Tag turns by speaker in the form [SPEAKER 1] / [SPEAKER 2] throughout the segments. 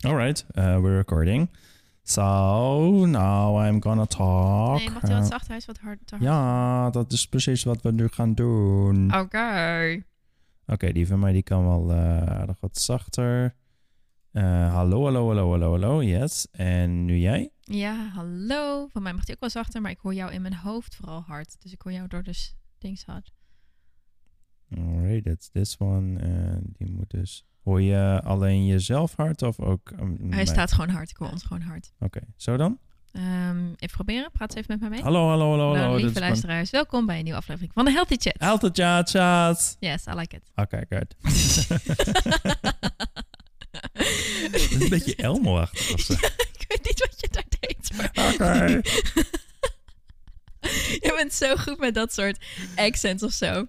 [SPEAKER 1] All right, uh, we're recording. So, now I'm gonna talk.
[SPEAKER 2] Nee, mag die wat
[SPEAKER 1] Uh,
[SPEAKER 2] zachter? Hij is wat hard. te hard.
[SPEAKER 1] ja, dat is precies wat we nu gaan doen.
[SPEAKER 2] Oké.
[SPEAKER 1] Oké, die van mij die kan wel eh, aardig wat zachter. Eh, hallo, hallo, hallo, hallo, hallo, yes. En nu jij?
[SPEAKER 2] Ja, hallo. Van mij mag die ook wel zachter, maar ik hoor jou in mijn hoofd vooral hard. Dus ik hoor jou door de s- dings hard.
[SPEAKER 1] Alright, that's this one. En die moet dus... Hoor je alleen jezelf hard of ook... um,
[SPEAKER 2] Hij
[SPEAKER 1] mij?
[SPEAKER 2] staat gewoon hard. Ik hoor ons gewoon hard.
[SPEAKER 1] Oké, zo dan?
[SPEAKER 2] Ehm, even proberen. Praat eens even met mij mee.
[SPEAKER 1] Hallo, hallo, hallo,
[SPEAKER 2] Nou,
[SPEAKER 1] hallo. Oh, dit
[SPEAKER 2] lieve
[SPEAKER 1] is Ah.
[SPEAKER 2] luisteraars. Welkom bij een nieuwe aflevering van de Healthy Chat.
[SPEAKER 1] gewoon- Altijd ja, chat.
[SPEAKER 2] Yes, I like it.
[SPEAKER 1] Oké, good. Dat is een beetje Elmo-achtig of zo.
[SPEAKER 2] Ja, ik weet niet wat je daar deed. maar-
[SPEAKER 1] Oké.
[SPEAKER 2] je bent zo goed met dat soort accents of zo.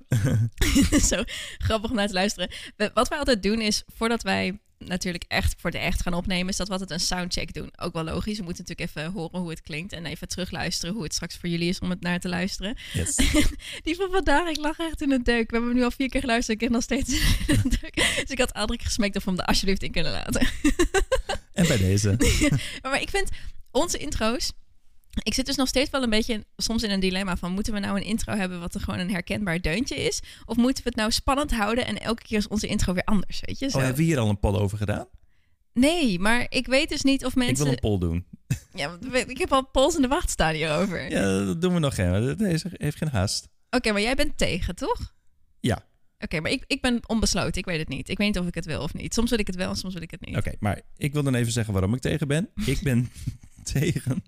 [SPEAKER 2] zo grappig om naar te luisteren. We- Wat wij altijd doen is, voordat wij natuurlijk echt voor de echt gaan opnemen, is dat we altijd een soundcheck doen. Ook wel logisch. We moeten natuurlijk even horen hoe het klinkt en even terugluisteren hoe het straks voor jullie is om het naar te luisteren.
[SPEAKER 1] Yes.
[SPEAKER 2] Die van vandaag, ik lag echt in een deuk. We hebben hem nu al vier keer geluisterd, ik lig nog steeds in een deuk. Dus ik had Adrik gesmekt of we hem er alsjeblieft in kunnen laten.
[SPEAKER 1] En bij deze.
[SPEAKER 2] Maar, maar ik vind onze intro's. Ik zit dus nog steeds wel een beetje soms in een dilemma van moeten we nou een intro hebben wat er gewoon een herkenbaar deuntje is? Of moeten we het nou spannend houden en elke keer is onze intro weer anders, weet je? Zo.
[SPEAKER 1] Oh, hebben we hier al een poll over gedaan?
[SPEAKER 2] Nee, maar ik weet dus niet of
[SPEAKER 1] Ik
[SPEAKER 2] mensen...
[SPEAKER 1] wil een poll doen.
[SPEAKER 2] Ja, want we- ik heb al pols in de wacht staan hierover.
[SPEAKER 1] Ja, dat doen we nog geen. Deze heeft geen haast.
[SPEAKER 2] Oké, maar jij bent tegen, toch?
[SPEAKER 1] Ja.
[SPEAKER 2] Oké, maar ik, ik ben onbesloten, ik weet het niet. Ik weet niet of ik het wil of niet. Soms wil ik het wel en soms wil ik het niet.
[SPEAKER 1] Oké, maar ik wil dan even zeggen waarom ik tegen ben. Ik ben tegen.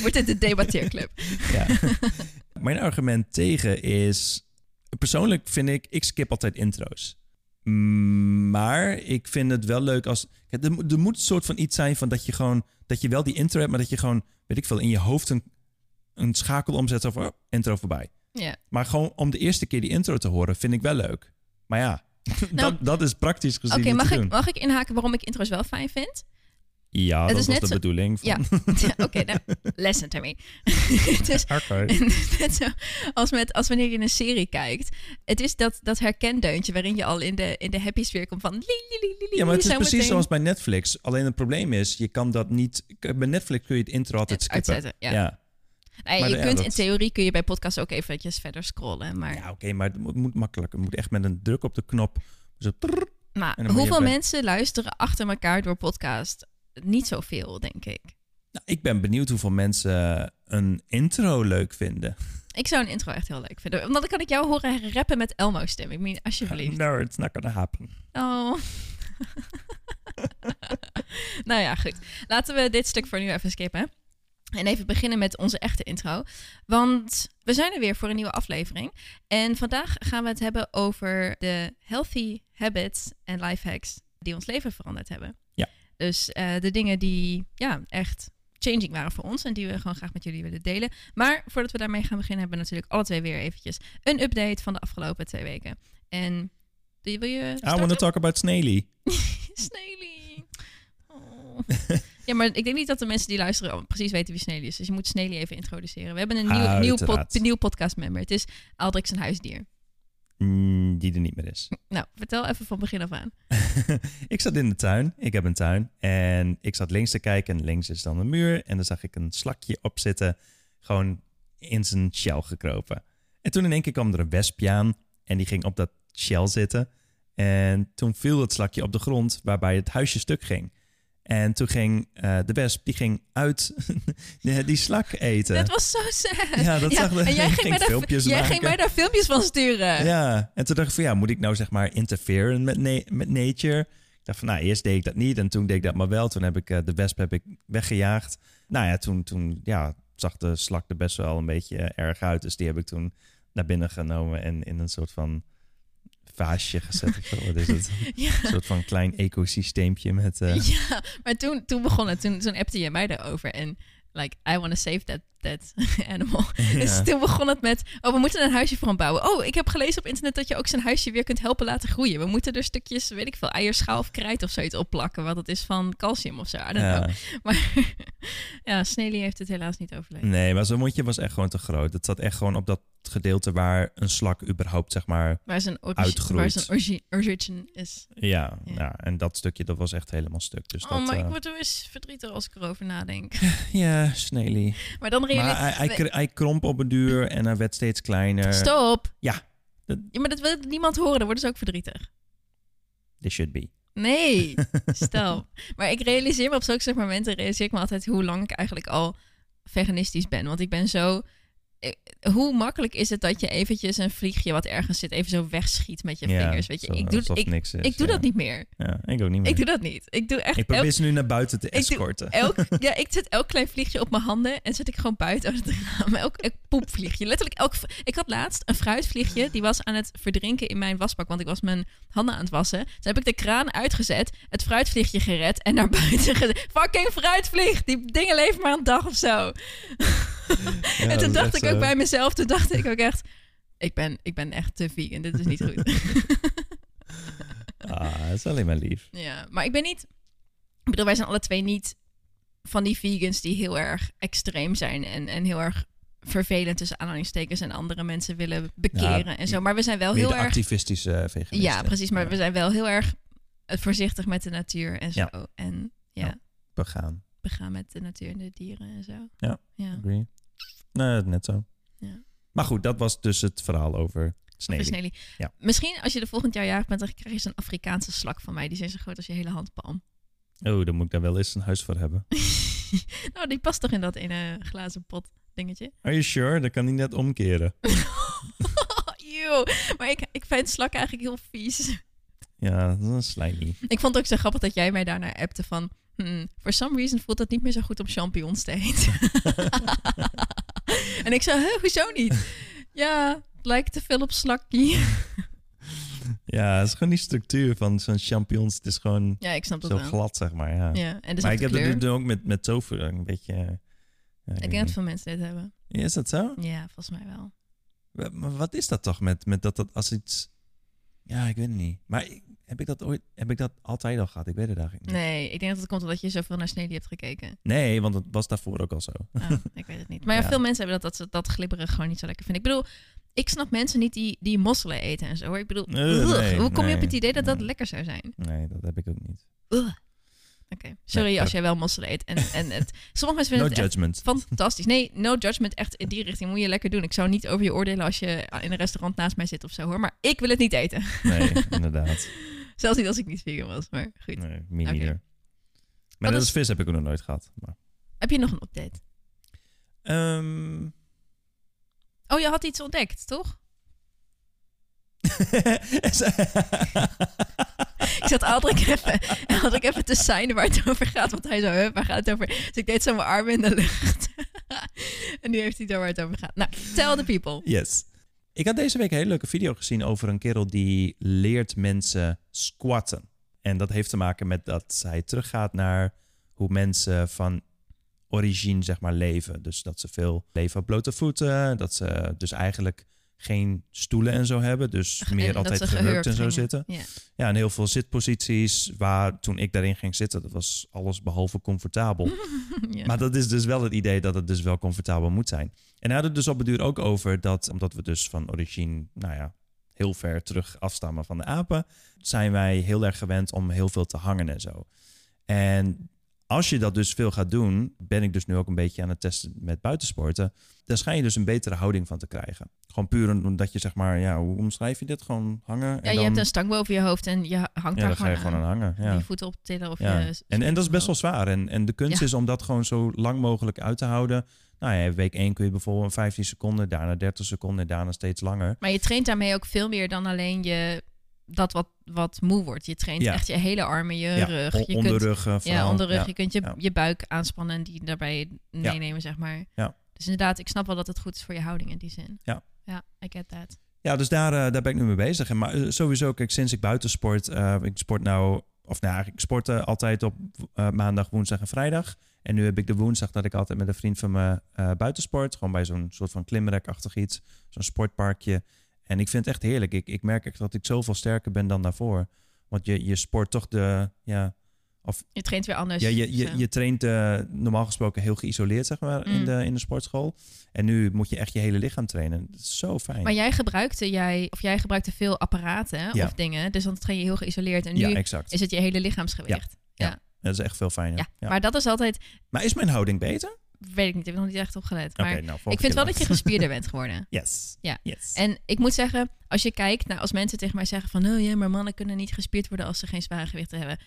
[SPEAKER 2] Wordt dit de debatteerclub?
[SPEAKER 1] Ja. Mijn argument tegen is. Persoonlijk vind ik, ik skip altijd intro's. Mm, Maar ik vind het wel leuk als. Kijk, Er, moet- er moet een soort van iets zijn van dat je gewoon. Dat je wel die intro hebt, maar dat je gewoon, weet ik veel, in je hoofd een, een schakel omzet over oh, intro voorbij.
[SPEAKER 2] ja.
[SPEAKER 1] Maar gewoon om de eerste keer die intro te horen, vind ik wel leuk. Maar ja,
[SPEAKER 2] Nou,
[SPEAKER 1] dat, dat is praktisch gezien
[SPEAKER 2] Oké,
[SPEAKER 1] niet
[SPEAKER 2] mag,
[SPEAKER 1] te
[SPEAKER 2] ik,
[SPEAKER 1] doen.
[SPEAKER 2] mag ik inhaken waarom ik intro's wel fijn vind?
[SPEAKER 1] Ja, dat
[SPEAKER 2] is
[SPEAKER 1] was
[SPEAKER 2] net
[SPEAKER 1] de
[SPEAKER 2] zo-
[SPEAKER 1] bedoeling. Van,
[SPEAKER 2] Ja. Ja, Oké, nou, listen to me. het is
[SPEAKER 1] Oké.
[SPEAKER 2] net zo als, met, als wanneer je een serie kijkt. Het is dat, dat herkendeuntje waarin je al in de, in de happy sfeer komt van... Li, li, li, li, li,
[SPEAKER 1] Ja, maar het is
[SPEAKER 2] zo
[SPEAKER 1] precies
[SPEAKER 2] meteen
[SPEAKER 1] zoals bij Netflix. Alleen het probleem is, je kan dat niet... Bij Netflix kun je het intro altijd skippen.
[SPEAKER 2] Uitzetten, ja.
[SPEAKER 1] ja.
[SPEAKER 2] Nee,
[SPEAKER 1] maar
[SPEAKER 2] je
[SPEAKER 1] ja,
[SPEAKER 2] kunt,
[SPEAKER 1] dat-
[SPEAKER 2] In theorie kun je bij podcasts ook eventjes verder scrollen. Maar,
[SPEAKER 1] Ja, oké, maar het moet, moet makkelijk. Het moet echt met een druk op de knop. Zo, prrr.
[SPEAKER 2] maar
[SPEAKER 1] En dan moet je
[SPEAKER 2] hoeveel
[SPEAKER 1] bij-
[SPEAKER 2] mensen luisteren achter elkaar door podcast? Niet zoveel, denk ik.
[SPEAKER 1] Nou, ik ben benieuwd hoeveel mensen eh, een intro leuk vinden.
[SPEAKER 2] Ik zou een intro echt heel leuk vinden. Want dan kan ik jou horen rappen met Elmo-stem. Ik mean, alsjeblieft.
[SPEAKER 1] No, it's not gonna happen.
[SPEAKER 2] Oh. nou ja, goed. Laten we dit stuk voor nu even skippen. En even beginnen met onze echte intro. Want we zijn er weer voor een nieuwe aflevering. En vandaag gaan we het hebben over de healthy habits en life hacks die ons leven veranderd hebben.
[SPEAKER 1] Ja.
[SPEAKER 2] Dus eh, de dingen die ja, echt changing waren voor ons en die we gewoon graag met jullie willen delen. Maar voordat we daarmee gaan beginnen, hebben we natuurlijk alle twee weer eventjes een update van de afgelopen twee weken. En die wil je
[SPEAKER 1] I want
[SPEAKER 2] starten?
[SPEAKER 1] to talk about Snaily.
[SPEAKER 2] Snelly. Oh. ja, maar ik denk niet dat de mensen die luisteren al precies weten wie Snelly is. Dus je moet Snelly even introduceren. We hebben een nieuw, nieuw, pod-
[SPEAKER 1] Uiteraard.
[SPEAKER 2] nieuw podcastmember. Het is Aldrik zijn huisdier.
[SPEAKER 1] Mm, die er niet meer is.
[SPEAKER 2] Nou, vertel even van begin af aan.
[SPEAKER 1] ik zat in de tuin. Ik heb een tuin. En ik zat links te kijken. En links is dan een muur. En daar zag ik een slakje op zitten. Gewoon in zijn shell gekropen. En toen in één keer kwam er een wespje aan. En die ging op dat shell zitten. En toen viel het slakje op de grond. Waarbij het huisje stuk ging. En toen ging eh, de wesp, die ging uit die die slak eten.
[SPEAKER 2] Dat was zo sad.
[SPEAKER 1] Ja, dat zag er-
[SPEAKER 2] En jij
[SPEAKER 1] ik
[SPEAKER 2] ging,
[SPEAKER 1] ging
[SPEAKER 2] mij daar,
[SPEAKER 1] filmpjes
[SPEAKER 2] jij
[SPEAKER 1] maken.
[SPEAKER 2] ging mij daar filmpjes van sturen.
[SPEAKER 1] Ja, en toen dacht ik van ja, moet ik nou zeg maar interferen met, na- met nature? Ik dacht van nou, eerst deed ik dat niet en toen deed ik dat maar wel. Toen heb ik eh, de wesp heb ik weggejaagd. Nou ja, toen, toen ja, zag de slak er best wel een beetje eh, erg uit. Dus die heb ik toen naar binnen genomen en in een soort van vaasje gezet. of zo. Wat is het?
[SPEAKER 2] Ja.
[SPEAKER 1] Een soort van klein ecosysteempje met... eh,
[SPEAKER 2] Ja, maar toen, toen begon het. Toen, toen appte je mij daarover. En like, I want to save that, that animal. Dus
[SPEAKER 1] ja.
[SPEAKER 2] toen begon het met, oh, we moeten een huisje voor hem bouwen. Oh, ik heb gelezen op internet dat je ook zijn huisje weer kunt helpen laten groeien. We moeten er stukjes, weet ik veel, eierschaal of krijt of zoiets opplakken. Wat het is van calcium of zo, I don't know.
[SPEAKER 1] Ja.
[SPEAKER 2] Maar Ja, Snelly heeft het helaas niet overleefd.
[SPEAKER 1] Nee, maar zijn mondje was echt gewoon te groot. Het zat echt gewoon op dat gedeelte waar een slak überhaupt, zeg maar...
[SPEAKER 2] Waar zijn, origin,
[SPEAKER 1] Uitgroeit.
[SPEAKER 2] waar zijn orgi- origin is.
[SPEAKER 1] Ja,
[SPEAKER 2] Ja.
[SPEAKER 1] ja. en dat stukje, dat was echt helemaal stuk. Dus
[SPEAKER 2] oh,
[SPEAKER 1] dat...
[SPEAKER 2] maar
[SPEAKER 1] eh,
[SPEAKER 2] ik word er eens verdrietig als ik erover nadenk.
[SPEAKER 1] Ja, Snelly.
[SPEAKER 2] Maar dan
[SPEAKER 1] Maar hij, hij,
[SPEAKER 2] realiseer ik...
[SPEAKER 1] kr- hij kromp op een duur en hij werd steeds kleiner.
[SPEAKER 2] Stop!
[SPEAKER 1] Ja. Dat-
[SPEAKER 2] Ja, maar dat wil niemand horen. Dan worden ze ook verdrietig.
[SPEAKER 1] This should be.
[SPEAKER 2] Nee, stel. Maar ik realiseer me op zulke soort momenten... realiseer ik me altijd hoe lang ik eigenlijk al veganistisch ben. Want ik ben zo... eh, Hoe makkelijk is het dat je eventjes een vliegje wat ergens zit... even zo wegschiet met je
[SPEAKER 1] Ja,
[SPEAKER 2] vingers, weet je?
[SPEAKER 1] zo-
[SPEAKER 2] Ik doe,
[SPEAKER 1] alsof
[SPEAKER 2] ik,
[SPEAKER 1] niks is,
[SPEAKER 2] ik doe
[SPEAKER 1] ja.
[SPEAKER 2] dat niet meer.
[SPEAKER 1] Ja, ik ook niet meer.
[SPEAKER 2] Ik
[SPEAKER 1] Ik,
[SPEAKER 2] doe dat niet. Ik doe echt... elk-
[SPEAKER 1] probeer ze nu naar buiten te
[SPEAKER 2] doe-
[SPEAKER 1] escorten.
[SPEAKER 2] elk, ja, ik zet elk klein vliegje op mijn handen en zet ik gewoon buiten uit het raam. Elk, elk poepvliegje. Letterlijk elk. v- Ik had laatst een fruitvliegje die was aan het verdrinken in mijn wasbak, want ik was mijn handen aan het wassen. Toen heb ik de kraan uitgezet, het fruitvliegje gered en naar buiten gezet. Fucking fruitvlieg! Die dingen leven maar een dag of zo.
[SPEAKER 1] Ja, dat
[SPEAKER 2] en toen
[SPEAKER 1] is eh,
[SPEAKER 2] dacht
[SPEAKER 1] echt
[SPEAKER 2] ik ook
[SPEAKER 1] zo.
[SPEAKER 2] bij mezelf, toen dacht ik ook echt. Ik ben, ik ben echt te vegan, dit is niet goed.
[SPEAKER 1] Ah, dat is alleen maar lief.
[SPEAKER 2] ja, maar ik ben niet... Ik bedoel, wij zijn alle twee niet van die vegans die heel erg extreem zijn... en, en heel erg vervelend tussen aanhalingstekens... en andere mensen willen bekeren en zo. Maar we zijn wel
[SPEAKER 1] Meer
[SPEAKER 2] heel
[SPEAKER 1] de
[SPEAKER 2] erg...
[SPEAKER 1] activistische eh, veganisten.
[SPEAKER 2] Ja, precies. Maar
[SPEAKER 1] Ja,
[SPEAKER 2] we zijn wel heel erg eh, voorzichtig met de natuur en zo.
[SPEAKER 1] Ja.
[SPEAKER 2] En ja,
[SPEAKER 1] Ja. Begaan.
[SPEAKER 2] we gaan met de natuur en de dieren en zo.
[SPEAKER 1] Ja.
[SPEAKER 2] ja.
[SPEAKER 1] Agree. Nee, net zo.
[SPEAKER 2] Ja.
[SPEAKER 1] Maar goed, dat was dus het verhaal over Snelly.
[SPEAKER 2] Over Snelly.
[SPEAKER 1] Ja.
[SPEAKER 2] Misschien als je de volgend jaar jarig bent... dan krijg je zo'n Afrikaanse slak van mij. Die zijn zo groot als je hele handpalm.
[SPEAKER 1] Oh, dan moet ik daar wel eens een huis voor hebben.
[SPEAKER 2] nou, die past toch in dat ene glazen pot dingetje?
[SPEAKER 1] Are you sure? Dan kan hij net omkeren.
[SPEAKER 2] Eeuw. Maar ik, ik vind slak eigenlijk heel vies.
[SPEAKER 1] Ja, dat is slimy.
[SPEAKER 2] Ik vond het ook zo grappig dat jij mij daarna appte van... Hmm, for some reason voelt het niet meer zo goed om champignons te eten. en ik zei, huh, hoezo niet? ja, het lijkt te veel op slakkie.
[SPEAKER 1] Ja, het is gewoon die structuur van zo'n champignons. Het is gewoon
[SPEAKER 2] ja, ik snap dat
[SPEAKER 1] zo
[SPEAKER 2] wel.
[SPEAKER 1] glad, zeg maar. Ja.
[SPEAKER 2] Ja, en dus
[SPEAKER 1] maar ik heb
[SPEAKER 2] kleur.
[SPEAKER 1] het nu ook met, met tofu dan een beetje... eh, ja,
[SPEAKER 2] Ik
[SPEAKER 1] weet
[SPEAKER 2] denk dat
[SPEAKER 1] niet.
[SPEAKER 2] veel mensen dit hebben.
[SPEAKER 1] Is dat zo?
[SPEAKER 2] Ja, volgens mij wel.
[SPEAKER 1] Wa- Maar wat is dat toch met, met dat, dat als iets... Ja, ik weet het niet. Maar ik- heb ik dat ooit... Heb ik dat altijd al gehad? Ik weet het eigenlijk niet.
[SPEAKER 2] Nee, ik denk dat het komt omdat je zoveel naar Snelly hebt gekeken.
[SPEAKER 1] Nee, want het was daarvoor ook al zo.
[SPEAKER 2] Oh, ik weet het niet. Maar ja,
[SPEAKER 1] Ja.
[SPEAKER 2] veel mensen hebben dat, dat ze dat glibberig gewoon niet zo lekker vinden. Ik bedoel, ik snap mensen niet die, die mosselen eten en zo. hoor. Ik bedoel,
[SPEAKER 1] Nee,
[SPEAKER 2] ugh,
[SPEAKER 1] Eh, nee,
[SPEAKER 2] hoe kom je op
[SPEAKER 1] nee,
[SPEAKER 2] het idee dat dat
[SPEAKER 1] nee.
[SPEAKER 2] lekker zou zijn?
[SPEAKER 1] Nee, dat heb ik ook niet.
[SPEAKER 2] Ugh. Oké, sorry
[SPEAKER 1] Nee,
[SPEAKER 2] als
[SPEAKER 1] dat-
[SPEAKER 2] jij wel mosselen eet. En, en het,
[SPEAKER 1] eh,
[SPEAKER 2] sommige mensen
[SPEAKER 1] No
[SPEAKER 2] vinden het echt
[SPEAKER 1] judgment.
[SPEAKER 2] fantastisch. Nee, no judgment. Echt in die richting moet je lekker doen. Ik zou niet over je oordelen als je in een restaurant naast mij zit of zo hoor. Maar ik wil het niet eten.
[SPEAKER 1] Nee, inderdaad.
[SPEAKER 2] Zelfs niet als ik niet vegan was. Maar goed.
[SPEAKER 1] Nee, me
[SPEAKER 2] Oké.
[SPEAKER 1] neither.
[SPEAKER 2] Wat
[SPEAKER 1] Maar dat
[SPEAKER 2] is-
[SPEAKER 1] is vis heb ik ook nog nooit gehad. Maar.
[SPEAKER 2] Heb je nog een update?
[SPEAKER 1] Ehm,
[SPEAKER 2] Oh, je had iets ontdekt, toch? Ik zat Adrik even, Adrik even te signen waar het over gaat. Want hij zo, hup, waar gaat het over? Dus ik deed zo mijn armen in de lucht. en nu heeft hij door waar het over gaat. Nou, tell the people.
[SPEAKER 1] yes. Ik had deze week een hele leuke video gezien over een kerel die leert mensen squatten. En dat heeft te maken met dat hij teruggaat naar hoe mensen van origine zeg maar leven. Dus dat ze veel leven op blote voeten. Dat ze dus eigenlijk geen stoelen en zo hebben. Dus
[SPEAKER 2] En
[SPEAKER 1] meer
[SPEAKER 2] dat
[SPEAKER 1] altijd
[SPEAKER 2] ze
[SPEAKER 1] gehurkt en zo
[SPEAKER 2] gingen.
[SPEAKER 1] zitten.
[SPEAKER 2] Ja.
[SPEAKER 1] Ja, en heel veel zitposities waar toen ik daarin ging zitten, dat was alles behalve comfortabel.
[SPEAKER 2] Ja.
[SPEAKER 1] Maar dat is dus wel het idee dat het dus wel comfortabel moet zijn. En hij had het dus op het duur ook over dat, omdat we dus van origine, nou ja, heel ver terug afstammen van de apen, zijn wij heel erg gewend om heel veel te hangen en zo. En als je dat dus veel gaat doen, ben ik dus nu ook een beetje aan het testen met buitensporten, dan schijn je dus een betere houding van te krijgen. Gewoon puur omdat je zeg maar, ja, hoe omschrijf je dit? Gewoon hangen?
[SPEAKER 2] Ja,
[SPEAKER 1] en
[SPEAKER 2] je
[SPEAKER 1] dan,
[SPEAKER 2] hebt een stang boven je hoofd en je hangt
[SPEAKER 1] ja, dan
[SPEAKER 2] daar
[SPEAKER 1] ga je
[SPEAKER 2] gewoon,
[SPEAKER 1] gewoon aan
[SPEAKER 2] aan.
[SPEAKER 1] hangen. Ja.
[SPEAKER 2] Je voeten optillen of
[SPEAKER 1] Ja.
[SPEAKER 2] je...
[SPEAKER 1] En, en dat is best wel zwaar. En, en de kunst
[SPEAKER 2] Eh, Ja.
[SPEAKER 1] is om dat gewoon zo lang mogelijk uit te houden. Nou ja, week 1 kun je bijvoorbeeld 15 seconden, daarna 30 seconden, daarna steeds langer.
[SPEAKER 2] Maar je traint daarmee ook veel meer dan alleen je... Dat wat, wat moe wordt. Je traint
[SPEAKER 1] Ja.
[SPEAKER 2] echt je hele armen, je rug. Je
[SPEAKER 1] on-
[SPEAKER 2] kunt
[SPEAKER 1] onderrug. eh, vooral.
[SPEAKER 2] Ja, onderrug.
[SPEAKER 1] Ja.
[SPEAKER 2] Je kunt je,
[SPEAKER 1] ja.
[SPEAKER 2] je buik aanspannen en die daarbij meenemen, zeg maar.
[SPEAKER 1] Ja.
[SPEAKER 2] Dus inderdaad, ik snap wel dat het goed is voor je houding in die zin.
[SPEAKER 1] Ja.
[SPEAKER 2] Ja, I get that.
[SPEAKER 1] Ja, dus daar, eh, daar ben ik nu mee bezig. En maar eh, sowieso, kijk, sinds ik buiten sport, eh, ik sport nou, of nou, ja, ik sportte altijd op eh, maandag, woensdag en vrijdag. En nu heb ik de woensdag dat ik altijd met een vriend van me eh buiten sport. Gewoon bij zo'n soort van klimrekachtig iets, zo'n sportparkje. En ik vind het echt heerlijk. Ik, ik merk echt dat ik zoveel sterker ben dan daarvoor. Want je, je sport toch de, ja,
[SPEAKER 2] Je traint weer anders. dus,
[SPEAKER 1] Ja, je,
[SPEAKER 2] Zo.
[SPEAKER 1] je, je traint eh, normaal gesproken heel geïsoleerd, zeg maar, in,
[SPEAKER 2] Mm.
[SPEAKER 1] de, in de sportschool. En nu moet je echt je hele lichaam trainen. Dat is zo fijn.
[SPEAKER 2] Maar jij gebruikte, jij, of jij gebruikte veel apparaten
[SPEAKER 1] Ja.
[SPEAKER 2] of dingen. Dus dan train je heel geïsoleerd. En nu
[SPEAKER 1] ja, exact.
[SPEAKER 2] is het je hele lichaamsgewicht.
[SPEAKER 1] Dat is echt veel fijner.
[SPEAKER 2] Ja,
[SPEAKER 1] Ja, Maar...
[SPEAKER 2] Maar dat is altijd,
[SPEAKER 1] is mijn houding beter? Oké,
[SPEAKER 2] weet ik niet, heb ik nog niet echt opgelet. Maar
[SPEAKER 1] nou, volgende
[SPEAKER 2] ik vind wel
[SPEAKER 1] keer
[SPEAKER 2] dat je
[SPEAKER 1] dan.
[SPEAKER 2] gespierder bent geworden.
[SPEAKER 1] Yes.
[SPEAKER 2] Ja.
[SPEAKER 1] Yes.
[SPEAKER 2] En ik moet zeggen, als je kijkt naar als mensen tegen mij zeggen van, oh ja, maar mannen kunnen niet gespierd worden als ze geen zware gewichten hebben.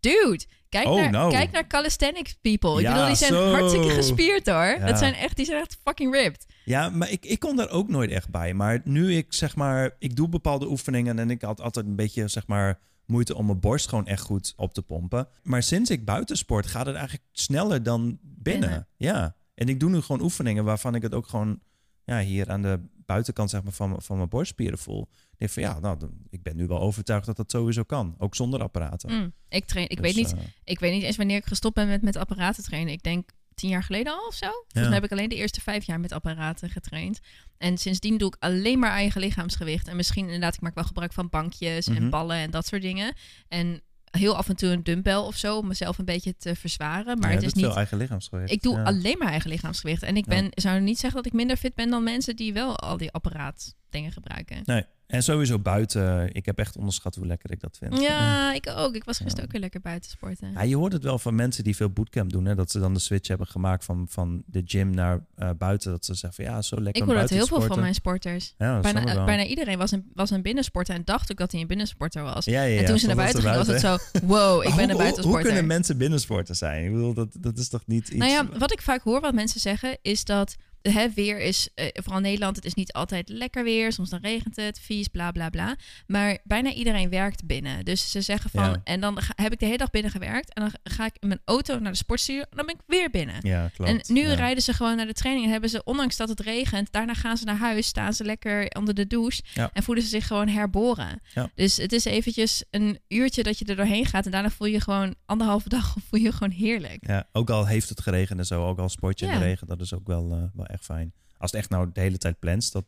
[SPEAKER 2] Dude, kijk,
[SPEAKER 1] Oh,
[SPEAKER 2] naar,
[SPEAKER 1] nou.
[SPEAKER 2] kijk naar calisthenics people. Ik
[SPEAKER 1] Ja,
[SPEAKER 2] bedoel, die zijn
[SPEAKER 1] zo.
[SPEAKER 2] hartstikke gespierd hoor.
[SPEAKER 1] Ja.
[SPEAKER 2] Dat zijn echt, die zijn echt fucking ripped.
[SPEAKER 1] Ja, maar ik, ik kon daar ook nooit echt bij. Maar nu ik zeg maar, ik doe bepaalde oefeningen en ik had altijd een beetje zeg maar moeite om mijn borst gewoon echt goed op te pompen. Maar sinds ik buitensport gaat het eigenlijk sneller dan binnen.
[SPEAKER 2] Binnen.
[SPEAKER 1] Ja. En ik doe nu gewoon oefeningen waarvan ik het ook gewoon ja, hier aan de buitenkant zeg maar, van, mijn- van mijn borstspieren voel. Ik denk van ja, nou, dan- ik ben nu wel overtuigd dat dat sowieso kan. Ook zonder apparaten.
[SPEAKER 2] Mm, ik train, ik
[SPEAKER 1] Dus,
[SPEAKER 2] weet niet
[SPEAKER 1] eh,
[SPEAKER 2] Ik weet niet eens wanneer ik gestopt ben met, met apparaten trainen. Ik denk tien jaar geleden al of zo. Volgens mij heb ik alleen de eerste vijf jaar met apparaten getraind. En sindsdien doe ik alleen maar eigen lichaamsgewicht. En misschien inderdaad, ik maak wel gebruik van bankjes
[SPEAKER 1] Mhm.
[SPEAKER 2] en ballen en dat soort dingen. En heel af en toe een dumbbell of zo om mezelf een beetje te verzwaren. Maar
[SPEAKER 1] ja,
[SPEAKER 2] het
[SPEAKER 1] dat
[SPEAKER 2] is
[SPEAKER 1] veel
[SPEAKER 2] niet...
[SPEAKER 1] eigen lichaamsgewicht.
[SPEAKER 2] Ik doe
[SPEAKER 1] ja.
[SPEAKER 2] alleen maar eigen lichaamsgewicht. En ik ben, zou nou niet zeggen dat ik minder fit ben dan mensen die wel al die apparaatdingen gebruiken.
[SPEAKER 1] Nee. En sowieso buiten. eh, Ik heb echt onderschat hoe lekker ik dat vind.
[SPEAKER 2] Ja, ik ook. Ik was gisteren
[SPEAKER 1] Ja.
[SPEAKER 2] ook weer lekker buiten sporten.
[SPEAKER 1] Ja, je hoort het wel van mensen die veel bootcamp doen, hè, dat ze dan de switch hebben gemaakt van, van de gym naar eh, buiten. Dat ze zeggen van ja, zo lekker
[SPEAKER 2] Ik
[SPEAKER 1] om
[SPEAKER 2] hoor dat
[SPEAKER 1] buiten
[SPEAKER 2] heel
[SPEAKER 1] te
[SPEAKER 2] veel van
[SPEAKER 1] sporten.
[SPEAKER 2] mijn sporters.
[SPEAKER 1] Ja, dat snap ik
[SPEAKER 2] bijna,
[SPEAKER 1] wel.
[SPEAKER 2] bijna iedereen was een, was een binnensporter en dacht ook dat hij een binnensporter was.
[SPEAKER 1] ja, ja, ja,
[SPEAKER 2] en toen ze naar buiten
[SPEAKER 1] totdat
[SPEAKER 2] gingen was het zo, wow, ik
[SPEAKER 1] Maar
[SPEAKER 2] ben
[SPEAKER 1] hoe- hoe, hoe
[SPEAKER 2] een
[SPEAKER 1] kunnen
[SPEAKER 2] buitensporter.
[SPEAKER 1] mensen binnensporten zijn? Ik bedoel, dat, dat is toch niet iets...
[SPEAKER 2] Nou ja, wat ik vaak hoor wat mensen zeggen is dat hè, weer is, eh, vooral in Nederland, het is niet altijd lekker weer. Soms dan regent het, vies, bla bla bla. Maar bijna iedereen werkt binnen. Dus ze zeggen van,
[SPEAKER 1] Ja.
[SPEAKER 2] en dan ga- heb ik de hele dag binnen gewerkt. En dan ga ik in mijn auto naar de sportstudio en dan ben ik weer binnen.
[SPEAKER 1] ja, klopt.
[SPEAKER 2] En nu
[SPEAKER 1] ja.
[SPEAKER 2] rijden ze gewoon naar de training en hebben ze, ondanks dat het regent, daarna gaan ze naar huis, staan ze lekker onder de douche
[SPEAKER 1] Ja.
[SPEAKER 2] en voelen ze zich gewoon herboren.
[SPEAKER 1] Ja.
[SPEAKER 2] Dus het is eventjes een uurtje dat je er doorheen gaat en daarna voel je gewoon anderhalve dag voel je gewoon heerlijk.
[SPEAKER 1] Ja, ook al heeft het geregend en zo, ook al sport je in de
[SPEAKER 2] Ja.
[SPEAKER 1] regen, dat is ook wel, eh, wel echt fijn. Als het echt nou de hele tijd plant, dat...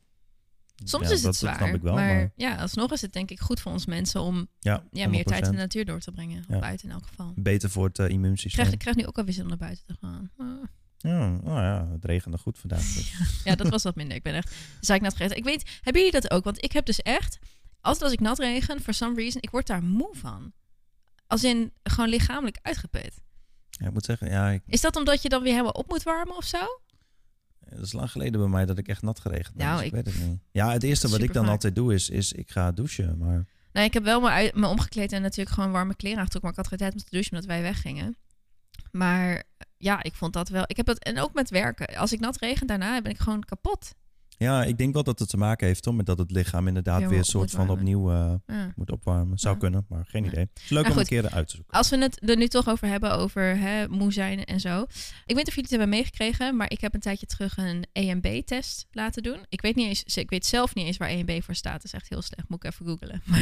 [SPEAKER 2] Soms
[SPEAKER 1] ja,
[SPEAKER 2] is het
[SPEAKER 1] dat,
[SPEAKER 2] zwaar,
[SPEAKER 1] Dat snap ik wel,
[SPEAKER 2] maar,
[SPEAKER 1] maar...
[SPEAKER 2] ja, alsnog is het denk ik goed voor ons mensen om
[SPEAKER 1] ja,
[SPEAKER 2] ja, meer tijd in
[SPEAKER 1] 100%.
[SPEAKER 2] de natuur door te brengen. Of
[SPEAKER 1] Ja.
[SPEAKER 2] buiten in elk geval.
[SPEAKER 1] Beter voor het eh,
[SPEAKER 2] Ik krijg,
[SPEAKER 1] immuunsysteem.
[SPEAKER 2] ik krijg nu ook alweer zin om naar buiten te gaan. Ah.
[SPEAKER 1] Ja, oh ja, het regende goed vandaag. dus-
[SPEAKER 2] Ja, dat was wat minder. Ik ben echt zei ik nat gereden. Ik weet, hebben jullie dat ook? Want ik heb dus echt, altijd als ik nat regen, for some reason, ik word daar moe van. Als in gewoon lichamelijk uitgeput.
[SPEAKER 1] Ja, ik moet zeggen, ja, ik,
[SPEAKER 2] Is dat omdat je dan weer helemaal op moet warmen of zo?
[SPEAKER 1] Het is lang geleden bij mij dat ik echt nat geregend ben.
[SPEAKER 2] Nou,
[SPEAKER 1] dus ik,
[SPEAKER 2] ik-
[SPEAKER 1] weet het niet. Ja, het eerste wat ik dan
[SPEAKER 2] Supervaak.
[SPEAKER 1] altijd doe is, is ik ga douchen. Maar
[SPEAKER 2] Nou, ik heb wel me, uit, me omgekleed en natuurlijk gewoon warme kleren aangetrokken. Maar ik had geen tijd om te douchen omdat wij weggingen. Maar ja, ik vond dat wel. Ik heb dat, en ook met werken. Als ik nat regen, daarna ben ik gewoon kapot.
[SPEAKER 1] ja, ik denk wel dat het te maken heeft toch, met dat het lichaam inderdaad weer
[SPEAKER 2] Ja,
[SPEAKER 1] een
[SPEAKER 2] moet
[SPEAKER 1] soort van
[SPEAKER 2] opwarmen.
[SPEAKER 1] opnieuw eh,
[SPEAKER 2] Ja.
[SPEAKER 1] moet opwarmen. Zou
[SPEAKER 2] Ja.
[SPEAKER 1] kunnen, maar geen
[SPEAKER 2] Ja.
[SPEAKER 1] idee. Het is leuk om
[SPEAKER 2] Nou,
[SPEAKER 1] een
[SPEAKER 2] goed.
[SPEAKER 1] keer uit te zoeken.
[SPEAKER 2] Als we het er nu toch over hebben, over hè, moe zijn en zo. Ik weet niet of jullie het hebben meegekregen, maar ik heb een tijdje terug een EMB-test laten doen. Ik weet, niet eens, ik weet zelf niet eens waar EMB voor staat. Dat is echt heel slecht. Moet ik even googlen. Maar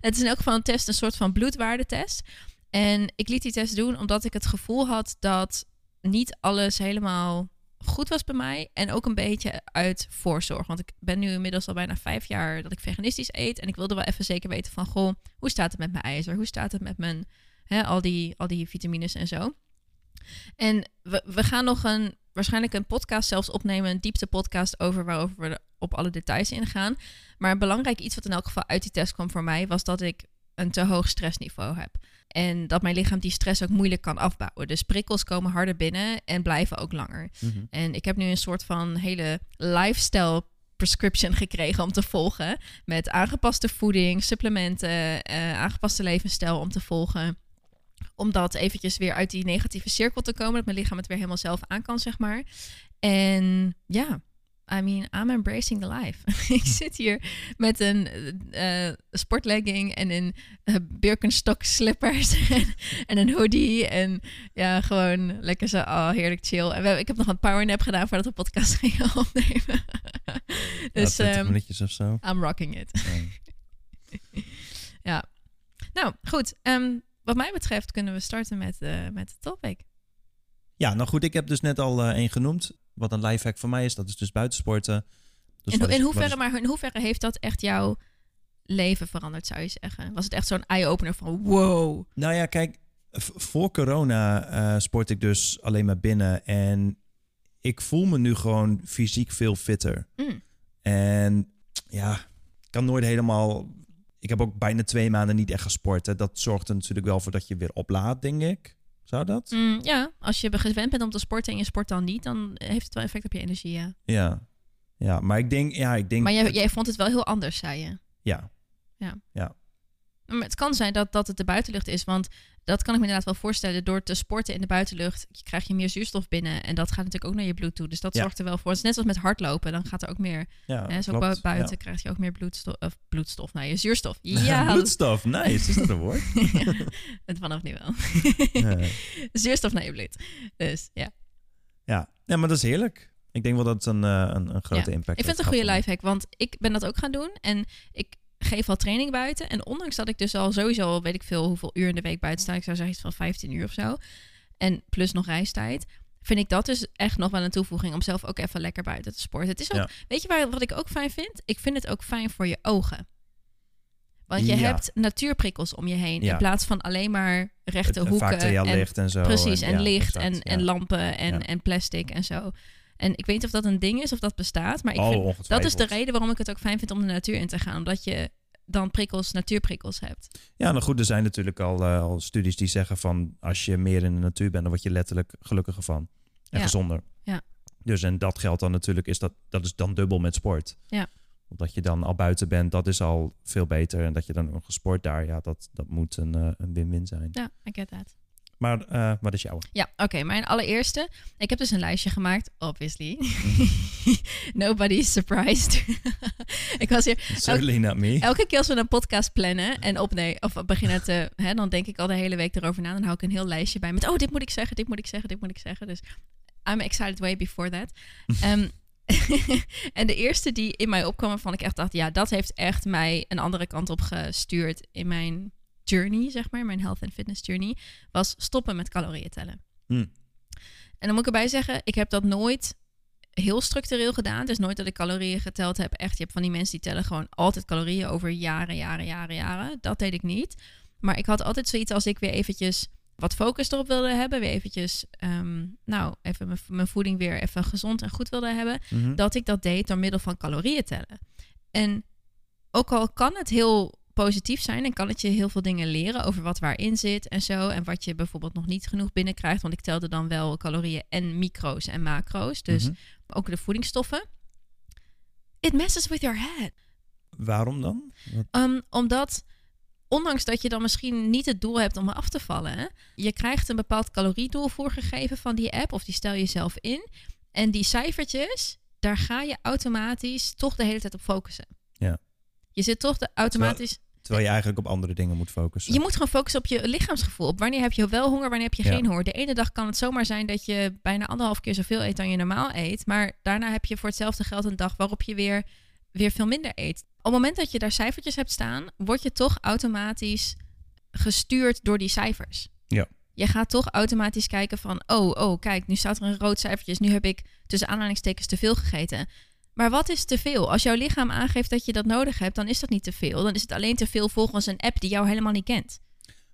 [SPEAKER 2] het is in elk geval een test, een soort van bloedwaardetest. En ik liet die test doen omdat ik het gevoel had dat niet alles helemaal goed was bij mij. En ook een beetje uit voorzorg. Want ik ben nu inmiddels al bijna vijf jaar dat ik veganistisch eet. En ik wilde wel even zeker weten van, goh, hoe staat het met mijn ijzer? Hoe staat het met mijn, hè, al, die, al die vitamines en zo? En we, we gaan nog een, waarschijnlijk een podcast zelfs opnemen. Een diepte podcast over waarover we er op alle details ingaan. Maar een belangrijk iets wat in elk geval uit die test kwam voor mij... was dat ik een te hoog stressniveau heb. En dat mijn lichaam die stress ook moeilijk kan afbouwen. Dus prikkels komen harder binnen en blijven ook langer.
[SPEAKER 1] Mhm.
[SPEAKER 2] En ik heb nu een soort van hele lifestyle prescription gekregen om te volgen. Met aangepaste voeding, supplementen, eh, aangepaste levensstijl om te volgen. Om dat eventjes weer uit die negatieve cirkel te komen. Dat mijn lichaam het weer helemaal zelf aan kan, zeg maar. En ja, I mean, I'm embracing the life. ik zit hier met een eh, sportlegging en een eh, Birkenstock slippers en, en een hoodie. En ja, gewoon lekker zo, oh, heerlijk chill. En we hebben- ik heb nog een power nap gedaan voordat we podcast gingen opnemen.
[SPEAKER 1] Ja,
[SPEAKER 2] dus
[SPEAKER 1] 20
[SPEAKER 2] ehm,
[SPEAKER 1] minuutjes of zo.
[SPEAKER 2] I'm rocking it.
[SPEAKER 1] Ja.
[SPEAKER 2] Nou, goed. ehm, wat mij betreft kunnen we starten met, eh, met de topic.
[SPEAKER 1] Ja, nou goed, ik heb dus net al eh, één genoemd. Wat een lifehack voor mij is, dat is dus buitensporten. Dus
[SPEAKER 2] in,
[SPEAKER 1] wat
[SPEAKER 2] ho-
[SPEAKER 1] is-
[SPEAKER 2] in,
[SPEAKER 1] wat
[SPEAKER 2] hoeverre,
[SPEAKER 1] is-
[SPEAKER 2] maar in hoeverre heeft dat echt jouw leven veranderd, zou je zeggen? Was het echt zo'n eye-opener van wow?
[SPEAKER 1] Nou ja, kijk, v- voor corona eh, sport ik dus alleen maar binnen. En ik voel me nu gewoon fysiek veel fitter.
[SPEAKER 2] Mm.
[SPEAKER 1] En ja, ik kan nooit helemaal. Ik heb ook bijna twee maanden niet echt gesport. Hè. Dat zorgt er natuurlijk wel voor dat je weer oplaadt, denk ik. Zou dat?
[SPEAKER 2] Mm, ja, als je gewend bent om te sporten en je sport dan niet, dan heeft het wel effect op je
[SPEAKER 1] Mm.
[SPEAKER 2] energie, ja.
[SPEAKER 1] Ja. Ja, maar ik denk. Ja, ik denk
[SPEAKER 2] Maar jij, jij vond het wel heel anders, zei je.
[SPEAKER 1] ja.
[SPEAKER 2] Maar het kan zijn dat, dat het de buitenlucht is, want dat kan ik me inderdaad wel voorstellen. Door te sporten in de buitenlucht krijg je meer zuurstof binnen en dat gaat natuurlijk ook naar je bloed toe. Dus dat
[SPEAKER 1] Ja.
[SPEAKER 2] zorgt er wel voor. Het is net als met hardlopen, dan gaat er ook meer.
[SPEAKER 1] ja
[SPEAKER 2] hè, zo
[SPEAKER 1] klopt.
[SPEAKER 2] bu- buiten
[SPEAKER 1] Ja.
[SPEAKER 2] krijg je ook meer bloedstof, of bloedstof, nou je zuurstof. Ja, dat-
[SPEAKER 1] Bloedstof, nice. Is dat een woord?
[SPEAKER 2] Ja, het vanaf nu wel.
[SPEAKER 1] Ja.
[SPEAKER 2] Zuurstof naar je bloed. Dus ja.
[SPEAKER 1] Ja. ja, maar dat is heerlijk. Ik denk wel dat het een, eh, een, een grote impact
[SPEAKER 2] Ik vind het
[SPEAKER 1] heeft
[SPEAKER 2] een goede
[SPEAKER 1] gehad
[SPEAKER 2] lifehack, want ik ben dat ook gaan doen. En ik geef al training buiten. En ondanks dat ik dus al sowieso, al weet ik veel hoeveel uur in de week buiten sta. Ik zou zeggen iets van 15 uur of zo. En plus nog reistijd. Vind ik dat dus echt nog wel een toevoeging om zelf ook even lekker buiten te sporten. Het is ook,
[SPEAKER 1] Ja.
[SPEAKER 2] weet je waar, wat ik ook fijn vind? Ik vind het ook fijn voor je ogen. Want
[SPEAKER 1] Ja.
[SPEAKER 2] je hebt natuurprikkels om je heen.
[SPEAKER 1] Ja.
[SPEAKER 2] In plaats van alleen maar
[SPEAKER 1] van
[SPEAKER 2] rechte
[SPEAKER 1] me.
[SPEAKER 2] hoeken.
[SPEAKER 1] Vaak
[SPEAKER 2] en
[SPEAKER 1] licht en zo.
[SPEAKER 2] Precies, en
[SPEAKER 1] ja,
[SPEAKER 2] licht
[SPEAKER 1] exact,
[SPEAKER 2] en,
[SPEAKER 1] ja.
[SPEAKER 2] en lampen en,
[SPEAKER 1] Ja.
[SPEAKER 2] en plastic en zo. En ik weet niet of dat een ding is of dat bestaat, maar ik
[SPEAKER 1] Oh,
[SPEAKER 2] vind, dat is de
[SPEAKER 1] ongetwijfeld.
[SPEAKER 2] reden waarom ik het ook fijn vind om de natuur in te gaan. Omdat je dan prikkels, natuurprikkels hebt.
[SPEAKER 1] Ja, nou goed, er zijn natuurlijk al, eh, al studies die zeggen van als je meer in de natuur bent, dan word je letterlijk gelukkiger van. En
[SPEAKER 2] Ja.
[SPEAKER 1] gezonder.
[SPEAKER 2] Ja.
[SPEAKER 1] Dus en dat geldt dan natuurlijk, is dat, dat is dan dubbel met sport.
[SPEAKER 2] Ja.
[SPEAKER 1] Omdat je dan al buiten bent, dat is al veel beter. En dat je dan ook nog gesport daar, ja, dat, dat moet een, eh, een win-win zijn.
[SPEAKER 2] Ja, I get that.
[SPEAKER 1] Maar eh, wat is jouw?
[SPEAKER 2] Ja, oké. mijn allereerste. Ik heb dus een lijstje gemaakt, obviously.
[SPEAKER 1] Mhm.
[SPEAKER 2] Nobody is surprised. ik was hier
[SPEAKER 1] Certainly not me.
[SPEAKER 2] elke keer als we een podcast plannen en opnemen of beginnen te, hè, dan denk ik al de hele week erover na. Dan hou ik een heel lijstje bij met, oh, dit moet ik zeggen, dit moet ik zeggen, dit moet ik zeggen. Dus I'm excited way before that. Ehm, en de eerste die in mij opkwam, waarvan ik echt dacht, ja, dat heeft echt mij een andere kant op gestuurd in mijn journey, zeg maar, mijn health and fitness journey, was stoppen met calorieën tellen.
[SPEAKER 1] Hm.
[SPEAKER 2] En dan moet ik erbij zeggen, ik heb dat nooit heel structureel gedaan. Dus nooit dat ik calorieën geteld heb. Echt, je hebt van die mensen die tellen gewoon altijd calorieën over jaren, jaren, jaren, jaren. Dat deed ik niet. Maar ik had altijd zoiets als ik weer eventjes wat focus erop wilde hebben. Weer eventjes, ehm, nou, even mijn- mijn voeding weer even gezond en goed wilde hebben
[SPEAKER 1] Mhm.
[SPEAKER 2] dat ik dat deed door middel van calorieën tellen. En ook al kan het heel positief zijn en kan het je heel veel dingen leren over wat waarin zit en zo. En wat je bijvoorbeeld nog niet genoeg binnenkrijgt. Want ik telde dan wel calorieën en micro's en macro's. Dus
[SPEAKER 1] Mhm.
[SPEAKER 2] ook de voedingsstoffen. It messes with your head.
[SPEAKER 1] Waarom dan? Wat-
[SPEAKER 2] Ehm, omdat, ondanks dat je dan misschien niet het doel hebt om af te vallen, hè, je krijgt een bepaald caloriedoel voorgegeven van die app, of die stel je zelf in. En die cijfertjes, daar ga je automatisch toch de hele tijd op focussen.
[SPEAKER 1] Ja.
[SPEAKER 2] Je zit toch de automatisch.
[SPEAKER 1] Terwijl je eigenlijk op andere dingen moet focussen.
[SPEAKER 2] Je moet gewoon focussen op je lichaamsgevoel. Op wanneer heb je wel honger, wanneer heb je
[SPEAKER 1] Ja.
[SPEAKER 2] geen honger. De ene dag kan het zomaar zijn dat je bijna anderhalf keer zoveel eet dan je normaal eet. Maar daarna heb je voor hetzelfde geld een dag waarop je weer, weer veel minder eet. Op het moment dat je daar cijfertjes hebt staan, word je toch automatisch gestuurd door die cijfers.
[SPEAKER 1] Ja.
[SPEAKER 2] Je gaat toch automatisch kijken van, oh, oh, kijk, nu staat er een rood cijfertje. Dus nu heb ik tussen aanhalingstekens te veel gegeten. Maar wat is te veel? Als jouw lichaam aangeeft dat je dat nodig hebt, dan is dat niet te veel. Dan is het alleen te veel volgens een app die jou helemaal niet kent.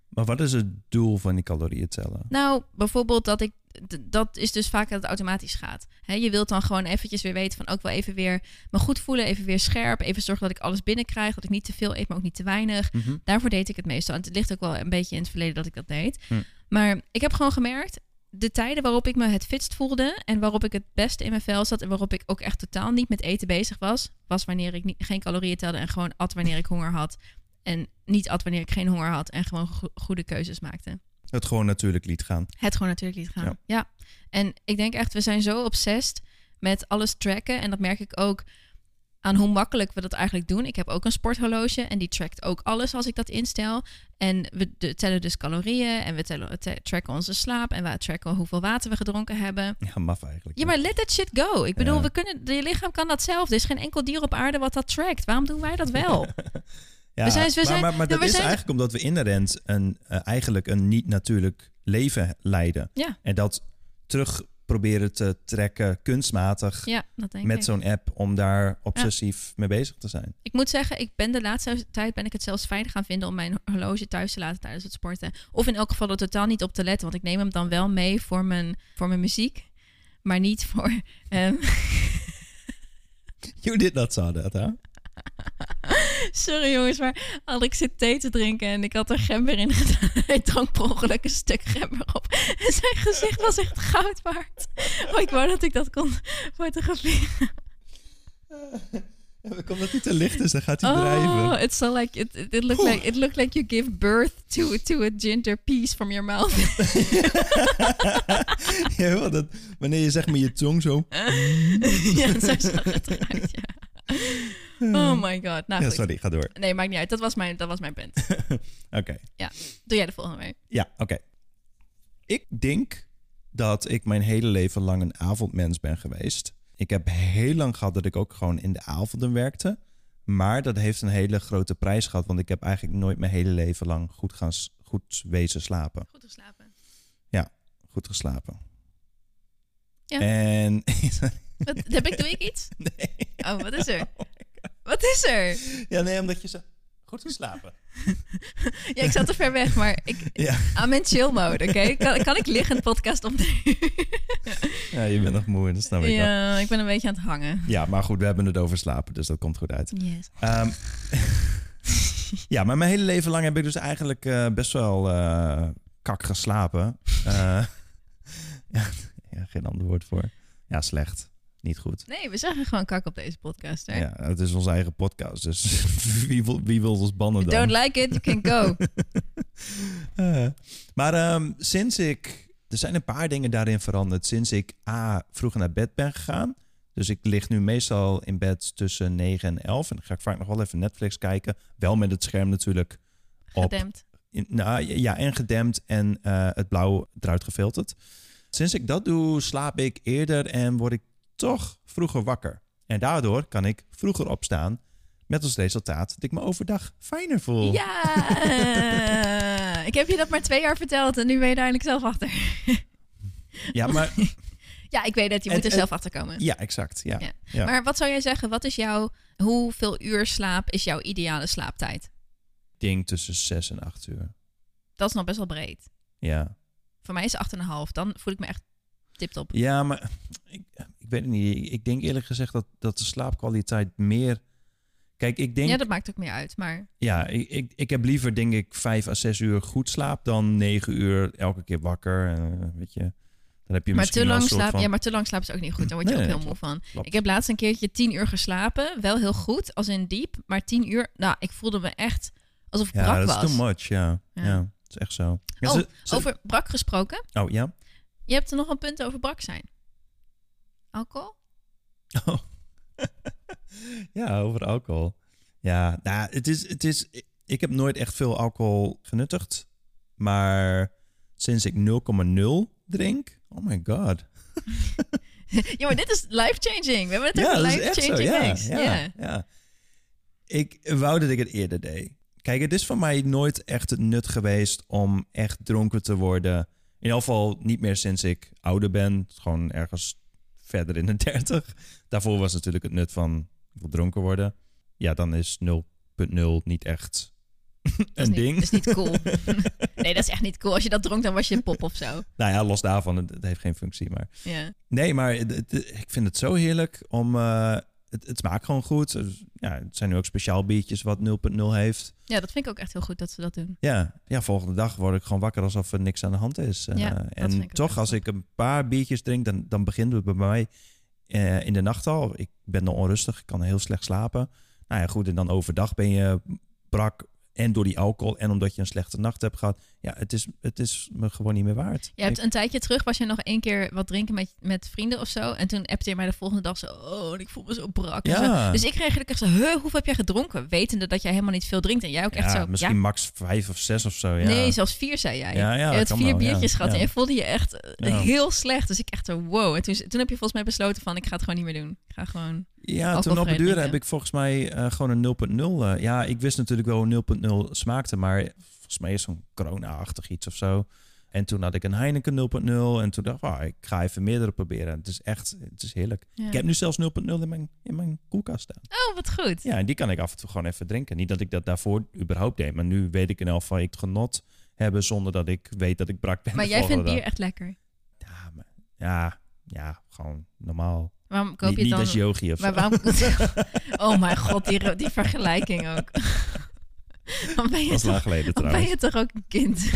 [SPEAKER 1] Maar wat is het doel van die calorieën tellen?
[SPEAKER 2] Nou, bijvoorbeeld dat ik. d- Dat is dus vaak dat het automatisch gaat. Hè, je wilt dan gewoon eventjes weer weten van ook wel even weer me goed voelen, even weer scherp, even zorgen dat ik alles binnenkrijg, dat ik niet te veel eet, maar ook niet te weinig.
[SPEAKER 1] Mhm.
[SPEAKER 2] Daarvoor deed ik het meestal. En het ligt ook wel een beetje in het verleden dat ik dat deed.
[SPEAKER 1] Hm.
[SPEAKER 2] Maar ik heb gewoon gemerkt, de tijden waarop ik me het fitst voelde en waarop ik het beste in mijn vel zat en waarop ik ook echt totaal niet met eten bezig was, was wanneer ik niet, geen calorieën telde en gewoon at wanneer ik honger had. En niet at wanneer ik geen honger had en gewoon go- goede keuzes maakte.
[SPEAKER 1] Het gewoon natuurlijk liet gaan.
[SPEAKER 2] Het gewoon natuurlijk liet gaan.
[SPEAKER 1] Ja.
[SPEAKER 2] Ja. En ik denk echt, we zijn zo obsessed met alles tracken. En dat merk ik ook aan hoe makkelijk we dat eigenlijk doen. Ik heb ook een sporthorloge en die trackt ook alles als ik dat instel. En we de- tellen dus calorieën en we tellen, te- tracken onze slaap en we tracken hoeveel water we gedronken hebben.
[SPEAKER 1] Ja, maf eigenlijk.
[SPEAKER 2] Ja, maar let that shit go. Ik bedoel,
[SPEAKER 1] Ja.
[SPEAKER 2] we kunnen, je lichaam kan dat zelf. Er is geen enkel dier op aarde wat dat trackt. Waarom doen wij dat wel?
[SPEAKER 1] Ja,
[SPEAKER 2] We zijn-
[SPEAKER 1] maar,
[SPEAKER 2] we zijn- nou,
[SPEAKER 1] maar, maar dat
[SPEAKER 2] we
[SPEAKER 1] is
[SPEAKER 2] zijn-
[SPEAKER 1] eigenlijk omdat we inherent een, eh, eigenlijk een niet-natuurlijk leven leiden.
[SPEAKER 2] Ja.
[SPEAKER 1] En dat terug proberen te trekken kunstmatig
[SPEAKER 2] Ja, dat denk ik.
[SPEAKER 1] met zo'n app om daar obsessief mee bezig te zijn.
[SPEAKER 2] Ik moet zeggen, ik ben de laatste tijd ben ik het zelfs fijn gaan vinden om mijn horloge thuis te laten tijdens het sporten. Of in elk geval er totaal niet op te letten. Want ik neem hem dan wel mee voor mijn, voor mijn muziek. Maar niet voor. ehm,
[SPEAKER 1] You did not saw that, hè?
[SPEAKER 2] sorry jongens, maar Alex zit thee te drinken en ik had er gember in gedaan. Hij dronk per ongeluk een stuk gember op. En zijn gezicht was echt goud waard. Oh, ik wou dat ik dat kon fotograferen.
[SPEAKER 1] Komt dat hij te licht is, dan gaat hij
[SPEAKER 2] Oh,
[SPEAKER 1] drijven.
[SPEAKER 2] it's so like it, it, it looked
[SPEAKER 1] Oeh.
[SPEAKER 2] like it looked like you give birth to to a ginger piece from your mouth.
[SPEAKER 1] ja, want dat, wanneer je zeg maar je tong zo...
[SPEAKER 2] ja, zo zag het eruit, ja. Oh my god. Nou,
[SPEAKER 1] Ja,
[SPEAKER 2] goed.
[SPEAKER 1] sorry, ga door.
[SPEAKER 2] Nee, maakt niet uit. Dat was mijn, dat was mijn punt.
[SPEAKER 1] Oké.
[SPEAKER 2] Doe jij de volgende mee.
[SPEAKER 1] Ja, oké. Ik denk dat ik mijn hele leven lang een avondmens ben geweest. Ik heb heel lang gehad dat ik ook gewoon in de avonden werkte. Maar dat heeft een hele grote prijs gehad, want ik heb eigenlijk nooit mijn hele leven lang goed, gaan, s- goed wezen slapen.
[SPEAKER 2] Goed geslapen.
[SPEAKER 1] Goed geslapen.
[SPEAKER 2] Ja.
[SPEAKER 1] En.
[SPEAKER 2] Wat, heb ik, doe ik iets?
[SPEAKER 1] nee.
[SPEAKER 2] Oh, wat is er? Wat is er?
[SPEAKER 1] Ja, nee, omdat je zo. Goed geslapen.
[SPEAKER 2] Ja, ik zat te ver weg, maar ik,
[SPEAKER 1] Ja.
[SPEAKER 2] I'm in chill mode, oké? Kan, kan ik liggen podcast
[SPEAKER 1] Oh
[SPEAKER 2] opnemen?
[SPEAKER 1] ja, je bent nog moe, dat snap ik wel.
[SPEAKER 2] Ja, ik ben een beetje aan het hangen.
[SPEAKER 1] Ja, maar goed, we hebben het over slapen, dus dat komt goed uit.
[SPEAKER 2] Yes.
[SPEAKER 1] Ehm, ja, maar mijn hele leven lang heb ik dus eigenlijk eh, best wel eh, kak geslapen. Eh, ja, ja, geen ander woord voor. Ja, slecht. Niet goed.
[SPEAKER 2] Nee, we zeggen gewoon kak op deze podcast, hè?
[SPEAKER 1] Ja, het is onze eigen podcast, dus wie, wil, wie wil ons bannen
[SPEAKER 2] You
[SPEAKER 1] dan?
[SPEAKER 2] don't like it, you can go.
[SPEAKER 1] Eh, maar ehm, sinds ik... Er zijn een paar dingen daarin veranderd. Sinds ik A, vroeger naar bed ben gegaan. Dus ik lig nu meestal in bed tussen 9 en 11. En dan ga ik vaak nog wel even Netflix kijken. Wel met het scherm natuurlijk op.
[SPEAKER 2] Gedempt.
[SPEAKER 1] In- nou, ja, en gedempt en eh, het blauw eruit gefilterd. Sinds ik dat doe, slaap ik eerder en word ik toch vroeger wakker. En daardoor kan ik vroeger opstaan met als resultaat dat ik me overdag fijner voel.
[SPEAKER 2] Ja! Ik heb je dat maar twee jaar verteld en nu ben je daar eigenlijk zelf achter.
[SPEAKER 1] Ja, maar,
[SPEAKER 2] Ja, ik weet het. Je
[SPEAKER 1] En-
[SPEAKER 2] moet er
[SPEAKER 1] en-
[SPEAKER 2] zelf achter komen.
[SPEAKER 1] ja exact. Ja.
[SPEAKER 2] Ja.
[SPEAKER 1] Ja.
[SPEAKER 2] Maar wat zou jij zeggen? Wat is jouw, hoeveel uur slaap is jouw ideale slaaptijd?
[SPEAKER 1] Ding tussen 6 en 8 uur.
[SPEAKER 2] Dat is nog best wel breed.
[SPEAKER 1] Ja,
[SPEAKER 2] Voor mij is 8,5. Dan voel ik me echt tip-top.
[SPEAKER 1] ja maar ik, ik weet het niet. Ik, ik denk eerlijk gezegd dat, dat de slaapkwaliteit meer. Kijk, ik denk.
[SPEAKER 2] Ja, dat maakt ook meer uit. Maar
[SPEAKER 1] Ja, ik, ik, ik heb liever denk ik vijf à zes uur goed slaap dan negen uur elke keer wakker. eh, weet je, dan heb je
[SPEAKER 2] maar
[SPEAKER 1] misschien
[SPEAKER 2] te,
[SPEAKER 1] wel
[SPEAKER 2] lang
[SPEAKER 1] een soort
[SPEAKER 2] slaap,
[SPEAKER 1] van...
[SPEAKER 2] ja, maar te lang slaap is ook niet goed. Daar word je
[SPEAKER 1] Nee,
[SPEAKER 2] ook
[SPEAKER 1] nee,
[SPEAKER 2] heel moe van.
[SPEAKER 1] klopt.
[SPEAKER 2] Ik heb laatst een keertje tien uur geslapen. Wel heel goed, als in diep. Maar tien uur, nou, ik voelde me echt alsof ik
[SPEAKER 1] Ja,
[SPEAKER 2] brak
[SPEAKER 1] dat is
[SPEAKER 2] was.
[SPEAKER 1] too much, ja.
[SPEAKER 2] Ja.
[SPEAKER 1] Ja, dat is echt zo. Ja,
[SPEAKER 2] Oh,
[SPEAKER 1] ze- ze-
[SPEAKER 2] over brak gesproken.
[SPEAKER 1] oh, ja?
[SPEAKER 2] Je hebt er nog een punt over brak zijn. Alcohol?
[SPEAKER 1] Oh. ja, over alcohol. Ja, nou, het is, het is... Ik heb nooit echt veel alcohol genuttigd. Maar sinds ik 0,0 drink... Oh my god.
[SPEAKER 2] ja, maar dit is life-changing. We hebben het
[SPEAKER 1] Ja,
[SPEAKER 2] over
[SPEAKER 1] dat is echt zo.
[SPEAKER 2] life-changing
[SPEAKER 1] Ja,
[SPEAKER 2] acts.
[SPEAKER 1] ja,
[SPEAKER 2] Ja.
[SPEAKER 1] ja. Ik wou dat ik het eerder deed. Kijk, het is voor mij nooit echt het nut geweest om echt dronken te worden. In ieder geval niet meer sinds ik ouder ben. Gewoon ergens verder in de 30. Daarvoor was natuurlijk het nut van ik wil dronken worden. Ja, dan is 0.0 niet echt
[SPEAKER 2] Dat
[SPEAKER 1] een
[SPEAKER 2] is niet-
[SPEAKER 1] ding.
[SPEAKER 2] Dat is niet cool. nee, dat is echt niet cool. Als je dat dronk, dan was je een pop of zo.
[SPEAKER 1] Nou ja, los daarvan, het, het heeft geen functie. Maar
[SPEAKER 2] Ja.
[SPEAKER 1] Nee, maar het- het- ik vind het zo heerlijk om. eh, het, het smaakt gewoon goed. Dus, Ja, het zijn nu ook speciaal biertjes wat 0.0 heeft.
[SPEAKER 2] ja, dat vind ik ook echt heel goed dat ze dat doen.
[SPEAKER 1] Ja, ja, volgende dag word ik gewoon wakker alsof er niks aan de hand is. Eh,
[SPEAKER 2] Ja, dat vind
[SPEAKER 1] en
[SPEAKER 2] ik ook
[SPEAKER 1] toch,
[SPEAKER 2] echt
[SPEAKER 1] als
[SPEAKER 2] goed.
[SPEAKER 1] ik een paar biertjes drink, dan, dan begint het bij mij eh, in de nacht al. Ik ben nog onrustig, ik kan heel slecht slapen. Nou ja, goed, en dan overdag ben je brak. En door die alcohol en omdat je een slechte nacht hebt gehad. Ja, het is, het is me gewoon niet meer waard.
[SPEAKER 2] Je hebt een tijdje terug, was je nog één keer wat drinken met, met vrienden of zo. En toen appte je mij de volgende dag zo, oh, en ik voel me zo brak. en
[SPEAKER 1] Ja.
[SPEAKER 2] zo. Dus ik reageerde echt zo, huh, hoeveel heb jij gedronken? Wetende dat jij helemaal niet veel drinkt. En jij ook echt
[SPEAKER 1] ja,
[SPEAKER 2] zo,
[SPEAKER 1] misschien
[SPEAKER 2] ja,
[SPEAKER 1] max vijf of zes of zo. Ja.
[SPEAKER 2] nee, zelfs vier, zei jij.
[SPEAKER 1] Ja, ja,
[SPEAKER 2] je had
[SPEAKER 1] kan
[SPEAKER 2] vier
[SPEAKER 1] wel, ja.
[SPEAKER 2] biertjes gehad
[SPEAKER 1] Ja.
[SPEAKER 2] en je voelde je echt eh,
[SPEAKER 1] Ja.
[SPEAKER 2] heel slecht. Dus ik echt zo, wow. En toen, toen heb je volgens mij besloten van, ik ga het gewoon niet meer doen. Ik ga gewoon...
[SPEAKER 1] Ja, toen
[SPEAKER 2] Alcoholvrij
[SPEAKER 1] op de deuren
[SPEAKER 2] drinken.
[SPEAKER 1] heb ik volgens mij eh, gewoon een 0.0. eh, ja, ik wist natuurlijk wel hoe 0.0 smaakte, maar volgens mij is zo'n corona-achtig iets of zo. En toen had ik een Heineken 0.0. En toen dacht ik, "Ah, ik ga even meerdere proberen. Het is echt, het is heerlijk.
[SPEAKER 2] Ja.
[SPEAKER 1] Ik heb nu zelfs 0.0 in mijn, in mijn koelkast staan.
[SPEAKER 2] Oh, wat goed.
[SPEAKER 1] Ja, en die kan ik af en toe gewoon even drinken. Niet dat ik dat daarvoor überhaupt deed. Maar nu weet ik in elk geval ik het genot hebben zonder dat ik weet dat ik brak ben.
[SPEAKER 2] maar
[SPEAKER 1] de
[SPEAKER 2] jij vindt
[SPEAKER 1] volgende
[SPEAKER 2] bier
[SPEAKER 1] dag.
[SPEAKER 2] echt lekker.
[SPEAKER 1] Ja, maar, ja, ja, gewoon normaal.
[SPEAKER 2] Waarom koop
[SPEAKER 1] Niet,
[SPEAKER 2] je het
[SPEAKER 1] niet
[SPEAKER 2] dan?
[SPEAKER 1] als yogi of zo.
[SPEAKER 2] maar waarom... oh mijn god, die, ro- die vergelijking ook. dan ben je,
[SPEAKER 1] Dat is
[SPEAKER 2] toch,
[SPEAKER 1] lang geleden
[SPEAKER 2] dan ben
[SPEAKER 1] trouwens.
[SPEAKER 2] je toch ook een kind.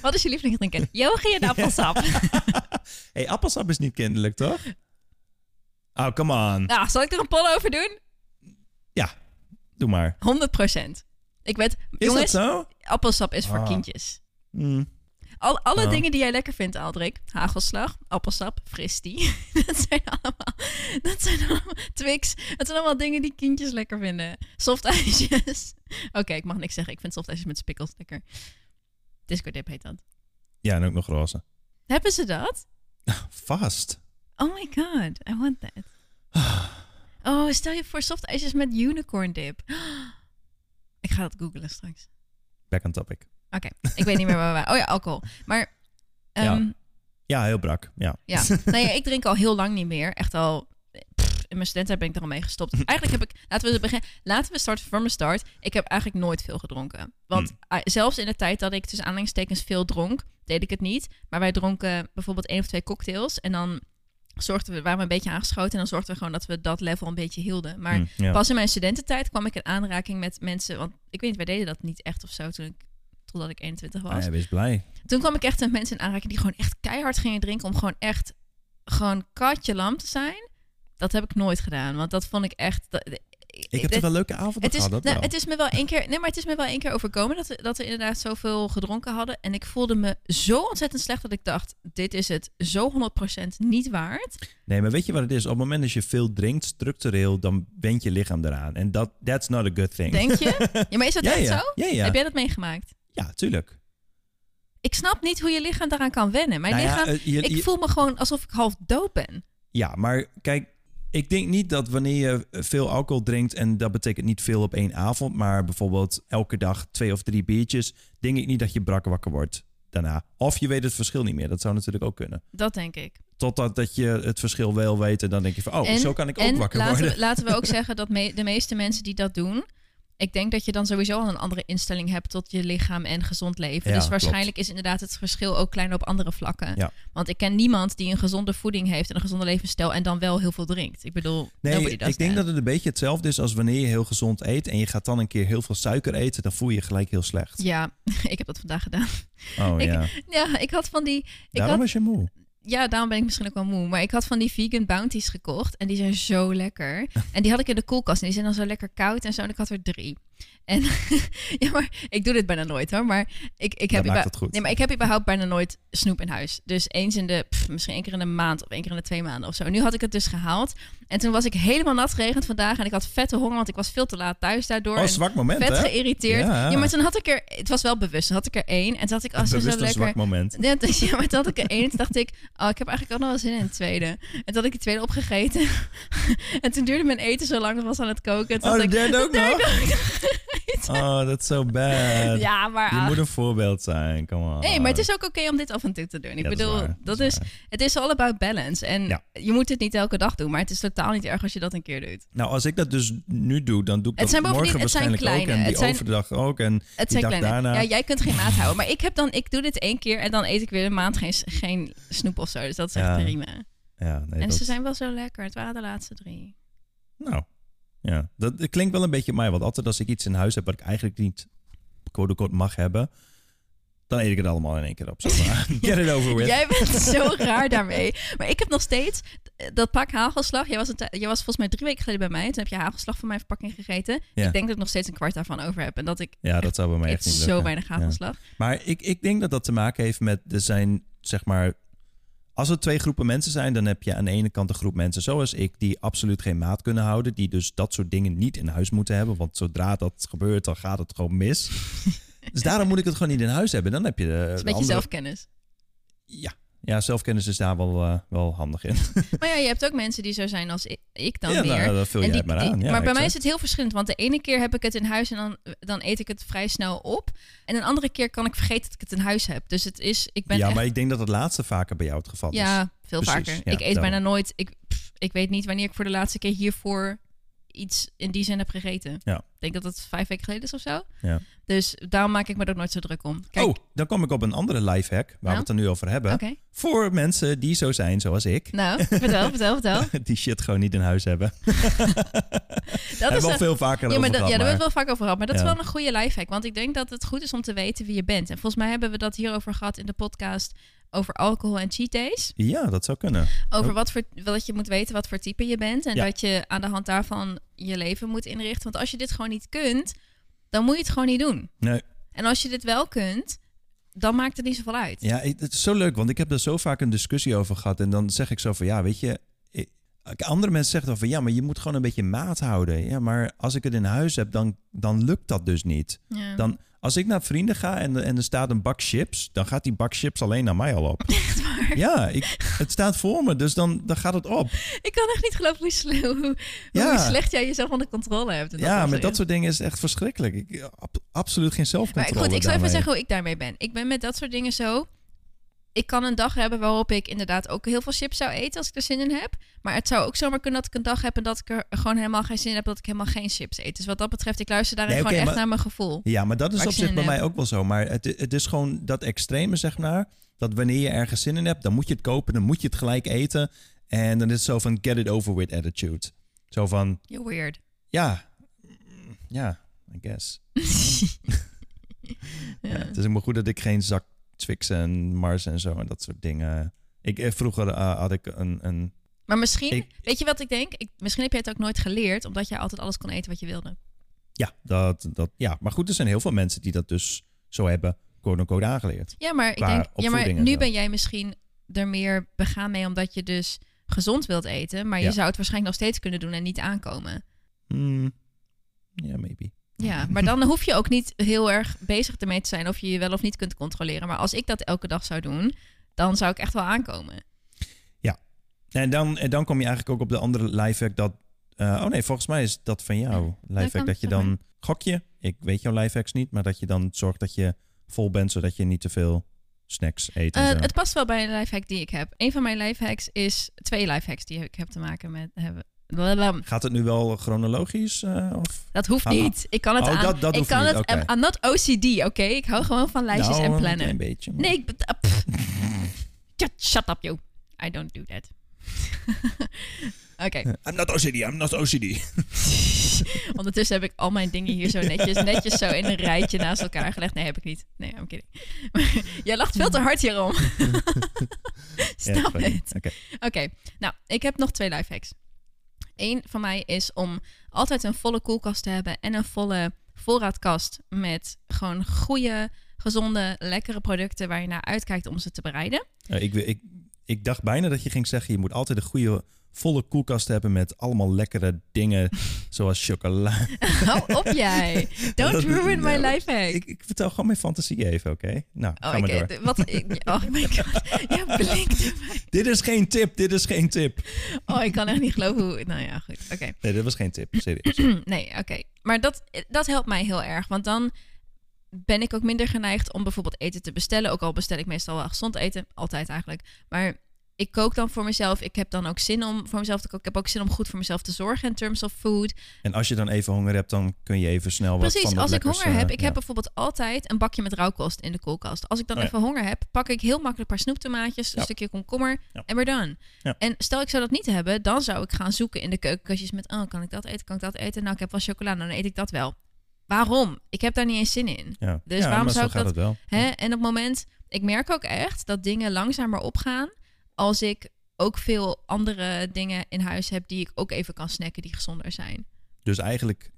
[SPEAKER 2] wat is je lievelingsdrinken? Yogi en appelsap.
[SPEAKER 1] hey, appelsap is niet kinderlijk, toch? Oh, come on.
[SPEAKER 2] Nou, zal ik er een poll over doen?
[SPEAKER 1] Doe maar.
[SPEAKER 2] 100%. Ik weet,
[SPEAKER 1] Is
[SPEAKER 2] jongens,
[SPEAKER 1] dat zo?
[SPEAKER 2] appelsap is voor
[SPEAKER 1] Ah.
[SPEAKER 2] kindjes.
[SPEAKER 1] Hm.
[SPEAKER 2] Al, alle
[SPEAKER 1] Ja.
[SPEAKER 2] dingen die jij lekker vindt, Aldrik. Hagelslag, appelsap, fristie. dat zijn allemaal... Dat zijn allemaal... Twix. Dat zijn allemaal dingen die kindjes lekker vinden. Softijsjes. Oké, ik mag niks zeggen. Ik vind softijsjes met spikkels lekker. Disco dip heet dat.
[SPEAKER 1] Ja, en ook nog roze.
[SPEAKER 2] Hebben ze dat?
[SPEAKER 1] Vast.
[SPEAKER 2] Oh my god, I want that. Oh, stel je voor softijsjes met unicorn dip. Ik ga dat googlen straks.
[SPEAKER 1] Back on topic.
[SPEAKER 2] Oké, ik weet niet meer waar we waren. Oh ja, alcohol. Maar
[SPEAKER 1] Ja.
[SPEAKER 2] ehm,
[SPEAKER 1] Ja, heel brak. Ja.
[SPEAKER 2] Ja, nee, ik drink al heel lang niet meer. Echt al. pff, in mijn studententijd ben ik er al mee gestopt. Dus Eigenlijk heb ik. Laten we beginnen. Laten we starten voor mijn start. Ik heb eigenlijk nooit veel gedronken. Want ah, zelfs in de tijd dat ik tussen aanhalingstekens veel dronk, deed ik het niet. Maar wij dronken bijvoorbeeld één of twee cocktails. En dan zorgden we, waren we een beetje aangeschoten. En dan zorgden we gewoon dat we dat level een beetje hielden. Maar
[SPEAKER 1] Hm, ja.
[SPEAKER 2] pas in mijn studententijd kwam ik in aanraking met mensen. Want ik weet niet, wij deden dat niet echt of zo toen ik. Totdat ik 21 was.
[SPEAKER 1] Ah, ja, wees blij.
[SPEAKER 2] Toen kwam ik echt met mensen in aanraking die gewoon echt keihard gingen drinken om gewoon echt gewoon katje lam te zijn. Dat heb ik nooit gedaan, want dat vond ik echt. dat-
[SPEAKER 1] Ik heb
[SPEAKER 2] het,
[SPEAKER 1] er wel leuke avonden
[SPEAKER 2] het is,
[SPEAKER 1] gehad, dat
[SPEAKER 2] nou,
[SPEAKER 1] wel.
[SPEAKER 2] het is me wel één keer. Nee, maar het is me wel één keer overkomen dat we, dat we inderdaad zoveel gedronken hadden. En ik voelde me zo ontzettend slecht dat ik dacht: dit is het zo 100% niet waard.
[SPEAKER 1] Nee, maar weet je wat het is? Op het moment dat je veel drinkt, structureel, dan went je lichaam eraan. En dat that's not a good thing.
[SPEAKER 2] Denk je? Ja, maar is dat
[SPEAKER 1] ja,
[SPEAKER 2] echt
[SPEAKER 1] ja.
[SPEAKER 2] zo?
[SPEAKER 1] Ja, ja.
[SPEAKER 2] Heb jij dat meegemaakt?
[SPEAKER 1] ja, tuurlijk.
[SPEAKER 2] Ik snap niet hoe je lichaam daaraan kan wennen. Mijn
[SPEAKER 1] Nou ja,
[SPEAKER 2] lichaam,
[SPEAKER 1] eh, je- je-
[SPEAKER 2] ik voel me gewoon alsof ik half dood ben.
[SPEAKER 1] Ja, maar kijk, ik denk niet dat wanneer je veel alcohol drinkt, en dat betekent niet veel op één avond, maar bijvoorbeeld elke dag twee of drie biertjes, denk ik niet dat je brak wakker wordt daarna. Of je weet het verschil niet meer, dat zou natuurlijk ook kunnen.
[SPEAKER 2] Dat denk ik.
[SPEAKER 1] Totdat dat je het verschil wel weet en dan denk je van, oh,
[SPEAKER 2] En-
[SPEAKER 1] zo kan ik ook
[SPEAKER 2] en
[SPEAKER 1] wakker
[SPEAKER 2] laten
[SPEAKER 1] worden.
[SPEAKER 2] We, laten we ook zeggen dat me- de meeste mensen die dat doen... Ik denk dat je dan sowieso al een andere instelling hebt tot je lichaam en gezond leven.
[SPEAKER 1] Ja,
[SPEAKER 2] dus waarschijnlijk is inderdaad het verschil ook kleiner op andere vlakken.
[SPEAKER 1] Ja.
[SPEAKER 2] Want ik ken niemand die een gezonde voeding heeft en een gezonde levensstijl en dan wel heel veel drinkt. Ik bedoel,
[SPEAKER 1] Nee,
[SPEAKER 2] nobody does
[SPEAKER 1] ik denk
[SPEAKER 2] that.
[SPEAKER 1] dat het een beetje hetzelfde is als wanneer je heel gezond eet en je gaat dan een keer heel veel suiker eten, dan voel je je gelijk heel slecht.
[SPEAKER 2] Ja, ik heb dat vandaag gedaan.
[SPEAKER 1] Oh
[SPEAKER 2] Ik-
[SPEAKER 1] ja,
[SPEAKER 2] Ja, ik had van die... Ik
[SPEAKER 1] daarom
[SPEAKER 2] had,
[SPEAKER 1] was je moe.
[SPEAKER 2] ja, daarom ben ik misschien ook wel moe. Maar ik had van die vegan bounties gekocht. En die zijn zo lekker. En die had ik in de koelkast. En die zijn dan zo lekker koud en zo. En ik had er drie. En ja, maar ik doe dit bijna nooit hoor. Maar ik,
[SPEAKER 1] Dat
[SPEAKER 2] ik, heb
[SPEAKER 1] maakt
[SPEAKER 2] überhaupt-
[SPEAKER 1] het goed.
[SPEAKER 2] nee, maar ik heb überhaupt bijna nooit snoep in huis. Dus eens in de, pff, misschien één keer in de maand of één keer in de twee maanden of zo. Nu had ik het dus gehaald. En toen was ik helemaal nat geregend vandaag. En ik had vette honger, want ik was veel te laat thuis daardoor.
[SPEAKER 1] Oh,
[SPEAKER 2] En
[SPEAKER 1] zwak moment
[SPEAKER 2] vet
[SPEAKER 1] hè?
[SPEAKER 2] geïrriteerd.
[SPEAKER 1] Ja.
[SPEAKER 2] Ja. maar toen had ik er, het was wel bewust, toen had ik er één. En toen had ik, als zo
[SPEAKER 1] Bewust een
[SPEAKER 2] lekker.
[SPEAKER 1] zwak moment.
[SPEAKER 2] Ja, dus, ja, maar toen had ik er één. Toen dacht ik, oh, ik heb eigenlijk ook nog wel zin in een tweede. En toen had ik de tweede opgegeten. en toen duurde mijn eten zo lang, dat was aan het koken. En toen
[SPEAKER 1] Oh, de
[SPEAKER 2] dacht ik,
[SPEAKER 1] derde ook
[SPEAKER 2] derde
[SPEAKER 1] nog? Oh, dat is zo bad.
[SPEAKER 2] ja, maar...
[SPEAKER 1] Je
[SPEAKER 2] ah.
[SPEAKER 1] moet een voorbeeld zijn, come on.
[SPEAKER 2] Nee, maar het is ook oké om dit af en toe te doen. Ik
[SPEAKER 1] Ja, dat is
[SPEAKER 2] bedoel, dat
[SPEAKER 1] waar,
[SPEAKER 2] is,
[SPEAKER 1] dat is
[SPEAKER 2] het is all about balance. En
[SPEAKER 1] Ja.
[SPEAKER 2] je moet het niet elke dag doen, maar het is totaal niet erg als je dat een keer doet.
[SPEAKER 1] Nou, als ik dat dus nu doe, dan doe ik dat
[SPEAKER 2] Het zijn bovendien-
[SPEAKER 1] morgen
[SPEAKER 2] het zijn
[SPEAKER 1] waarschijnlijk ook.
[SPEAKER 2] kleine,
[SPEAKER 1] En die
[SPEAKER 2] het zijn-
[SPEAKER 1] overdag ook. En
[SPEAKER 2] Het
[SPEAKER 1] die
[SPEAKER 2] zijn
[SPEAKER 1] dag
[SPEAKER 2] kleine.
[SPEAKER 1] daarna.
[SPEAKER 2] Ja, jij kunt geen maat houden. Maar ik heb dan, ik doe dit één keer en dan eet ik weer een maand geen, geen snoep of zo. Dus dat is echt
[SPEAKER 1] Ja,
[SPEAKER 2] prima.
[SPEAKER 1] Ja, nee,
[SPEAKER 2] en
[SPEAKER 1] dat-
[SPEAKER 2] ze zijn wel zo lekker. Het waren de laatste drie.
[SPEAKER 1] Nou, ja. Dat, dat klinkt wel een beetje op mij. Want altijd als ik iets in huis heb wat ik eigenlijk niet quote unquote mag hebben... dan eet ik het allemaal in één keer op. Zeg maar. Get it over with.
[SPEAKER 2] Jij bent zo raar daarmee. Maar ik heb nog steeds eh, dat pak hagelslag. Jij was, een tij- jij was volgens mij drie weken geleden bij mij. Toen heb je hagelslag van mijn verpakking gegeten.
[SPEAKER 1] Ja.
[SPEAKER 2] Ik denk dat ik nog steeds een kwart daarvan over heb. En dat ik
[SPEAKER 1] Ja, dat zou bij mij
[SPEAKER 2] eet
[SPEAKER 1] echt niet
[SPEAKER 2] zo
[SPEAKER 1] lukken.
[SPEAKER 2] weinig hagelslag.
[SPEAKER 1] Maar ik, ik denk dat dat te maken heeft met, er zijn zeg maar, als er twee groepen mensen zijn, dan heb je aan de ene kant een groep mensen zoals ik, die absoluut geen maat kunnen houden, die dus dat soort dingen niet in huis moeten hebben, want zodra dat gebeurt, dan gaat het gewoon mis. dus daarom moet ik het gewoon niet in huis hebben. Dan heb je de,
[SPEAKER 2] Dat is
[SPEAKER 1] de
[SPEAKER 2] een beetje
[SPEAKER 1] andere...
[SPEAKER 2] zelfkennis.
[SPEAKER 1] Ja, Ja, zelfkennis is daar wel, eh, wel handig in.
[SPEAKER 2] Maar ja, je hebt ook mensen die zo zijn als i- ik dan
[SPEAKER 1] ja,
[SPEAKER 2] weer.
[SPEAKER 1] nou, dat vul
[SPEAKER 2] En
[SPEAKER 1] jij
[SPEAKER 2] die-
[SPEAKER 1] maar
[SPEAKER 2] die-
[SPEAKER 1] aan. Ja,
[SPEAKER 2] maar bij mij
[SPEAKER 1] exact.
[SPEAKER 2] is het heel verschillend. Want de ene keer heb ik het in huis en dan, dan eet ik het vrij snel op. En een andere keer kan ik vergeten dat ik het in huis heb. Dus het is, ik ben
[SPEAKER 1] Ja,
[SPEAKER 2] echt-
[SPEAKER 1] maar ik denk dat het laatste vaker bij jou het geval is.
[SPEAKER 2] ja veel
[SPEAKER 1] Precies,
[SPEAKER 2] vaker.
[SPEAKER 1] ja,
[SPEAKER 2] ik eet
[SPEAKER 1] daarom.
[SPEAKER 2] bijna nooit. Ik, pff, ik weet niet wanneer ik voor de laatste keer hiervoor iets in die zin heb gegeten.
[SPEAKER 1] Ja.
[SPEAKER 2] Ik denk dat dat vijf weken geleden is of zo.
[SPEAKER 1] Ja.
[SPEAKER 2] Dus daarom maak ik me er ook nooit zo druk om. Kijk,
[SPEAKER 1] Oh, dan kom ik op een andere lifehack waar
[SPEAKER 2] Nou?
[SPEAKER 1] we het er nu over hebben.
[SPEAKER 2] oké.
[SPEAKER 1] Voor mensen die zo zijn zoals ik,
[SPEAKER 2] Nou, vertel, vertel, vertel.
[SPEAKER 1] die shit gewoon niet in huis hebben.
[SPEAKER 2] Dat
[SPEAKER 1] hebben
[SPEAKER 2] is
[SPEAKER 1] we
[SPEAKER 2] een-
[SPEAKER 1] al veel vaker
[SPEAKER 2] Ja,
[SPEAKER 1] over
[SPEAKER 2] maar
[SPEAKER 1] gehad.
[SPEAKER 2] dat, ja,
[SPEAKER 1] maar-
[SPEAKER 2] daar hebben we het wel vaak over gehad. Maar dat
[SPEAKER 1] Ja.
[SPEAKER 2] is wel een goede lifehack. Want ik denk dat het goed is om te weten wie je bent. En volgens mij hebben we dat hierover gehad in de podcast over alcohol en cheat days.
[SPEAKER 1] Ja, dat zou kunnen.
[SPEAKER 2] Over
[SPEAKER 1] Oh.
[SPEAKER 2] wat voor, dat je moet weten wat voor type je bent. En
[SPEAKER 1] Ja.
[SPEAKER 2] dat je aan de hand daarvan je leven moet inrichten. Want als je dit gewoon niet kunt, dan moet je het gewoon niet doen.
[SPEAKER 1] Nee.
[SPEAKER 2] En als je dit wel kunt, dan maakt het niet zoveel uit.
[SPEAKER 1] Ja, ik- het is zo leuk, want ik heb daar zo vaak een discussie over gehad. En dan zeg ik zo van, ja, weet je... ik- Andere mensen zeggen dan van, ja, maar je moet gewoon een beetje maat houden. Ja, maar als ik het in huis heb, dan, dan lukt dat dus niet.
[SPEAKER 2] Ja.
[SPEAKER 1] Dan- Als ik naar vrienden ga en, en er staat een bak chips... dan gaat die bak chips alleen naar mij al op.
[SPEAKER 2] Echt waar.
[SPEAKER 1] Ja, ik, het staat voor me, dus dan, dan gaat het op.
[SPEAKER 2] Ik kan echt niet geloven hoe, sle- hoe, hoe
[SPEAKER 1] Ja.
[SPEAKER 2] slecht jij jezelf onder controle hebt. En
[SPEAKER 1] Ja,
[SPEAKER 2] was
[SPEAKER 1] met
[SPEAKER 2] erin.
[SPEAKER 1] dat soort dingen is het echt verschrikkelijk. Ik, ab- absoluut geen
[SPEAKER 2] Maar
[SPEAKER 1] zelfcontrole
[SPEAKER 2] goed, ik zal even
[SPEAKER 1] daarmee.
[SPEAKER 2] zeggen hoe ik daarmee ben. Ik ben met dat soort dingen zo. Ik kan een dag hebben waarop ik inderdaad ook heel veel chips zou eten als ik er zin in heb. Maar het zou ook zomaar kunnen dat ik een dag heb en dat ik er gewoon helemaal geen zin in heb dat ik helemaal geen chips eet. Dus wat dat betreft, ik luister daarin
[SPEAKER 1] Nee, oké,
[SPEAKER 2] gewoon echt
[SPEAKER 1] maar-
[SPEAKER 2] naar mijn gevoel.
[SPEAKER 1] Ja, maar dat is
[SPEAKER 2] Waar
[SPEAKER 1] op
[SPEAKER 2] ik zin
[SPEAKER 1] zich bij
[SPEAKER 2] in
[SPEAKER 1] mij
[SPEAKER 2] heb.
[SPEAKER 1] ook wel zo. Maar het, het is gewoon dat extreme, zeg maar. Dat wanneer je ergens zin in hebt, dan moet je het kopen, dan moet je het gelijk eten. En dan is het zo van get it over with attitude. Zo van,
[SPEAKER 2] You're weird.
[SPEAKER 1] ja, mm, ja, I guess. Ja.
[SPEAKER 2] ja.
[SPEAKER 1] het is ook maar goed dat ik geen zak Twix en Mars en zo en dat soort dingen. Ik, eh, vroeger eh, had ik een, een...
[SPEAKER 2] Maar misschien,
[SPEAKER 1] Ik-
[SPEAKER 2] weet je wat ik denk? Ik, misschien heb je het ook nooit geleerd, omdat jij altijd alles kon eten wat je wilde.
[SPEAKER 1] Ja, dat, dat, ja, maar goed, er zijn heel veel mensen die dat dus zo hebben, quote-unquote, aangeleerd.
[SPEAKER 2] Ja, maar ik
[SPEAKER 1] Qua
[SPEAKER 2] denk, ja, maar
[SPEAKER 1] opvoeding en
[SPEAKER 2] nu
[SPEAKER 1] zo.
[SPEAKER 2] ben jij misschien er meer begaan mee omdat je dus gezond wilt eten. Maar
[SPEAKER 1] Ja.
[SPEAKER 2] je zou het waarschijnlijk nog steeds kunnen doen en niet aankomen.
[SPEAKER 1] Hmm, Ja, maybe.
[SPEAKER 2] Ja, maar dan hoef je ook niet heel erg bezig ermee te zijn of je je wel of niet kunt controleren. Maar als ik dat elke dag zou doen, dan zou ik echt wel aankomen. Eh,
[SPEAKER 1] En dan, en dan kom je eigenlijk ook op de andere lifehack dat... eh, oh nee, volgens mij is dat van jou, lifehack.
[SPEAKER 2] kan,
[SPEAKER 1] dat je
[SPEAKER 2] zeg maar.
[SPEAKER 1] dan... Gok je? Ik weet jouw lifehacks niet, maar dat je dan zorgt dat je vol bent... zodat je niet te veel snacks eet en
[SPEAKER 2] Eh,
[SPEAKER 1] zo.
[SPEAKER 2] het past wel bij een lifehack die ik heb. Een van mijn lifehacks is twee lifehacks die ik heb te maken met hebben. Blablabla.
[SPEAKER 1] Gaat het nu wel chronologisch? eh, of?
[SPEAKER 2] Dat hoeft
[SPEAKER 1] Ah,
[SPEAKER 2] niet. Ik kan het
[SPEAKER 1] oh,
[SPEAKER 2] aan.
[SPEAKER 1] dat- dat
[SPEAKER 2] ik
[SPEAKER 1] hoeft
[SPEAKER 2] kan
[SPEAKER 1] niet,
[SPEAKER 2] het.
[SPEAKER 1] oké.
[SPEAKER 2] I'm not OCD, oké? Ik hou gewoon van lijstjes
[SPEAKER 1] Nou,
[SPEAKER 2] en
[SPEAKER 1] een klein
[SPEAKER 2] plannen.
[SPEAKER 1] beetje. maar-
[SPEAKER 2] Nee, ik. bet- ah, pff. Shut- Shut up, yo. I don't do that. oké.
[SPEAKER 1] I'm not OCD, I'm not OCD.
[SPEAKER 2] Ondertussen heb ik al mijn dingen hier zo netjes, netjes zo in een rijtje naast elkaar gelegd. Nee, heb ik niet. Nee, I'm kidding. Jij lacht veel te hard hierom.
[SPEAKER 1] Ja,
[SPEAKER 2] Snap
[SPEAKER 1] funny.
[SPEAKER 2] het.
[SPEAKER 1] Oké.
[SPEAKER 2] Oké, nou, ik heb nog twee lifehacks. Eén van mij is om altijd een volle koelkast te hebben en een volle voorraadkast met gewoon goede, gezonde, lekkere producten waar je naar uitkijkt om ze te bereiden.
[SPEAKER 1] Eh, ik, ik, ik dacht bijna dat je ging zeggen... je moet altijd een goede, volle koelkast hebben... met allemaal lekkere dingen, zoals chocola.
[SPEAKER 2] Hou op jij. Don't
[SPEAKER 1] Dat-
[SPEAKER 2] ruin my
[SPEAKER 1] nou,
[SPEAKER 2] lifehack.
[SPEAKER 1] Ik, ik vertel gewoon mijn fantasie even, oké? Nou,
[SPEAKER 2] Oh,
[SPEAKER 1] ga maar
[SPEAKER 2] ik-
[SPEAKER 1] door.
[SPEAKER 2] eh, Wat? ik- oh my god. Ja, blinkt
[SPEAKER 1] Dit is geen tip, dit is geen tip.
[SPEAKER 2] Oh, ik kan echt niet geloven hoe... Nou ja, goed. Oké. Hm,
[SPEAKER 1] Nee, dit was geen tip, serieus.
[SPEAKER 2] Nee, oké. Maar dat, dat helpt mij heel erg. Want dan ben ik ook minder geneigd om bijvoorbeeld eten te bestellen. Ook al bestel ik meestal wel gezond eten. Altijd eigenlijk. Maar ik kook dan voor mezelf. Ik heb dan ook zin om voor mezelf te koken. Ik heb ook zin om goed voor mezelf te zorgen in terms of food.
[SPEAKER 1] En als je dan even honger hebt, dan kun je even snel wat van
[SPEAKER 2] Precies,
[SPEAKER 1] dat
[SPEAKER 2] als ik
[SPEAKER 1] lekkers,
[SPEAKER 2] honger
[SPEAKER 1] eh,
[SPEAKER 2] heb, ik
[SPEAKER 1] ja.
[SPEAKER 2] heb bijvoorbeeld altijd een bakje met rauwkost in de koelkast. Als ik dan
[SPEAKER 1] Oh ja.
[SPEAKER 2] even honger heb, pak ik heel makkelijk een paar snoeptomaatjes, een
[SPEAKER 1] Ja.
[SPEAKER 2] stukje komkommer
[SPEAKER 1] Ja.
[SPEAKER 2] en we're done.
[SPEAKER 1] Ja.
[SPEAKER 2] En stel ik zou dat niet hebben, dan zou ik gaan zoeken in de keukenkastjes met, oh, kan ik dat eten, kan ik dat eten? Nou, ik heb wel chocola, nou, dan eet ik dat wel. Waarom? Ik heb daar niet eens zin in.
[SPEAKER 1] Ja.
[SPEAKER 2] dus
[SPEAKER 1] Ja,
[SPEAKER 2] waarom
[SPEAKER 1] maar
[SPEAKER 2] zou
[SPEAKER 1] zo
[SPEAKER 2] ik
[SPEAKER 1] gaat het
[SPEAKER 2] dat-
[SPEAKER 1] wel.
[SPEAKER 2] Hè? En op het moment, ik merk ook echt dat dingen langzamer opgaan als ik ook veel andere dingen in huis heb die ik ook even kan snacken die gezonder zijn.
[SPEAKER 1] Dus eigenlijk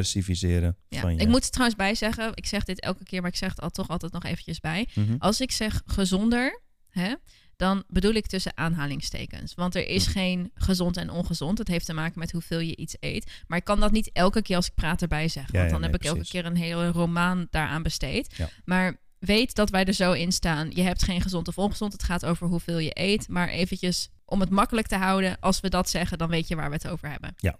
[SPEAKER 1] diversificeren
[SPEAKER 2] Ja.
[SPEAKER 1] van je...
[SPEAKER 2] Ik moet er trouwens bij zeggen, ik zeg dit elke keer, maar ik zeg het al toch altijd nog eventjes bij.
[SPEAKER 1] Mhm.
[SPEAKER 2] Als ik zeg gezonder, hè, dan bedoel ik tussen aanhalingstekens. Want er is geen gezond en ongezond. Het heeft te maken met hoeveel je iets eet. Maar ik kan dat niet elke keer als ik praat erbij zeggen.
[SPEAKER 1] Ja,
[SPEAKER 2] want
[SPEAKER 1] ja,
[SPEAKER 2] dan heb
[SPEAKER 1] nee,
[SPEAKER 2] ik elke
[SPEAKER 1] precies.
[SPEAKER 2] keer een hele romaan daaraan besteed.
[SPEAKER 1] Ja.
[SPEAKER 2] Maar weet dat wij er zo in staan. Je hebt geen gezond of ongezond. Het gaat over hoeveel je eet. Maar eventjes om het makkelijk te houden. Als we dat zeggen, dan weet je waar we het over hebben.
[SPEAKER 1] Ja.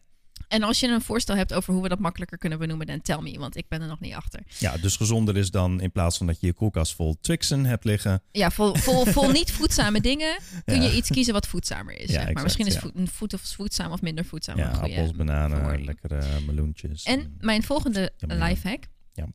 [SPEAKER 2] En als je een voorstel hebt over hoe we dat makkelijker kunnen benoemen, dan tell me, want ik ben er nog niet achter.
[SPEAKER 1] Ja, dus gezonder is dan in plaats van dat je je koelkast vol Twixen hebt liggen.
[SPEAKER 2] Ja, vol, vol, vol niet voedzame dingen kun je iets kiezen wat voedzamer is.
[SPEAKER 1] Ja,
[SPEAKER 2] zeg maar
[SPEAKER 1] exact,
[SPEAKER 2] misschien is
[SPEAKER 1] ja.
[SPEAKER 2] voed, een voet of voedzaam of minder voedzaam.
[SPEAKER 1] Ja,
[SPEAKER 2] een goede
[SPEAKER 1] appels, bananen,
[SPEAKER 2] verwoording.
[SPEAKER 1] lekkere meloentjes.
[SPEAKER 2] Oh, En mijn volgende
[SPEAKER 1] Jammer, ja.
[SPEAKER 2] lifehack,
[SPEAKER 1] Ja.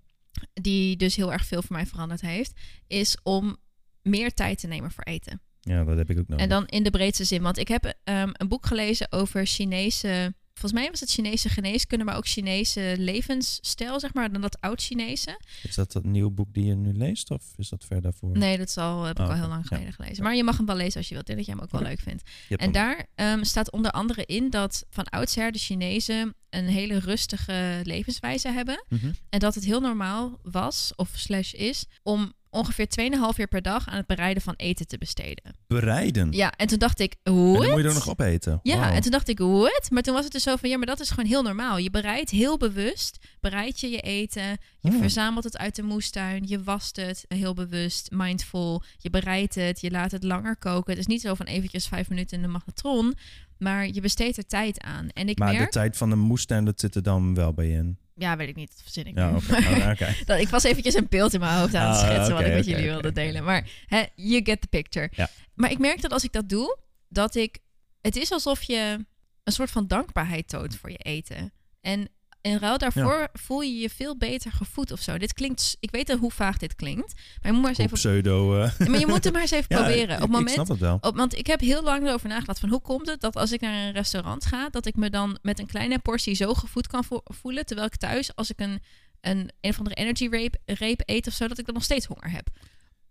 [SPEAKER 2] die dus heel erg veel voor mij veranderd heeft, is om meer tijd te nemen voor eten.
[SPEAKER 1] Ja, dat heb ik ook nodig.
[SPEAKER 2] En dan in de breedste zin. Want ik heb ehm, een boek gelezen over Chinese. Volgens mij was het Chinese geneeskunde, maar ook Chinese levensstijl, zeg maar, dan dat oud-Chinese.
[SPEAKER 1] Is dat dat nieuwe boek die je nu leest of is dat ver daarvoor?
[SPEAKER 2] Nee, dat is al, heb ik
[SPEAKER 1] Oh,
[SPEAKER 2] al heel
[SPEAKER 1] oké.
[SPEAKER 2] lang
[SPEAKER 1] Ja.
[SPEAKER 2] geleden gelezen. Maar je mag hem wel lezen als je wilt. Ik denk dat jij hem ook wel
[SPEAKER 1] Oké.
[SPEAKER 2] leuk vindt.
[SPEAKER 1] Je hebt
[SPEAKER 2] En
[SPEAKER 1] hem-
[SPEAKER 2] daar ehm, staat onder andere in dat van oudsher de Chinezen een hele rustige levenswijze hebben.
[SPEAKER 1] Mhm.
[SPEAKER 2] En dat het heel normaal was, of slash is, om ongeveer 2,5 uur per dag aan het bereiden van eten te besteden.
[SPEAKER 1] Bereiden.
[SPEAKER 2] Ja, en toen dacht ik,
[SPEAKER 1] En
[SPEAKER 2] hoe?
[SPEAKER 1] dan moet je er nog opeten.
[SPEAKER 2] Ja,
[SPEAKER 1] Wauw.
[SPEAKER 2] en toen dacht ik, what? Maar toen was het dus zo van, ja, maar dat is gewoon heel normaal. Je bereidt heel bewust, bereid je je eten, je
[SPEAKER 1] Ja.
[SPEAKER 2] verzamelt het uit de moestuin, je wast het heel bewust, mindful. Je bereidt het, je laat het langer koken. Het is niet zo van eventjes vijf minuten in de magnetron, maar je besteedt er tijd aan. En ik
[SPEAKER 1] maar de
[SPEAKER 2] merk,
[SPEAKER 1] tijd van de moestuin, dat zit er dan wel bij in.
[SPEAKER 2] ja, weet ik niet, dat verzin ik
[SPEAKER 1] Ja,
[SPEAKER 2] nu.
[SPEAKER 1] oké. Oh, oké.
[SPEAKER 2] Dat, ik was eventjes een beeld in mijn hoofd aan het
[SPEAKER 1] Ah,
[SPEAKER 2] schetsen wat
[SPEAKER 1] oké,
[SPEAKER 2] ik met
[SPEAKER 1] oké,
[SPEAKER 2] jullie
[SPEAKER 1] oké,
[SPEAKER 2] wilde
[SPEAKER 1] oké.
[SPEAKER 2] delen. Maar hè, you get the picture.
[SPEAKER 1] Ja.
[SPEAKER 2] Maar ik merk dat als ik dat doe, dat ik... Het is alsof je een soort van dankbaarheid toont voor je eten. En in ruil daarvoor voel je je veel beter gevoed of zo. Dit klinkt... s- Ik weet al hoe vaag dit klinkt. Maar je moet, maar eens
[SPEAKER 1] Op
[SPEAKER 2] even,
[SPEAKER 1] pseudo... eh,
[SPEAKER 2] maar je moet het maar eens even
[SPEAKER 1] ja,
[SPEAKER 2] proberen.
[SPEAKER 1] ik- Ik
[SPEAKER 2] Op het moment Oh,
[SPEAKER 1] snap het wel.
[SPEAKER 2] op, want ik heb heel lang erover nagedacht van hoe komt het dat als ik naar een restaurant ga, dat ik me dan met een kleine portie zo gevoed kan vo- voelen, terwijl ik thuis als ik een een, een of andere energy reep, reep eet of zo, dat ik dan nog steeds honger heb.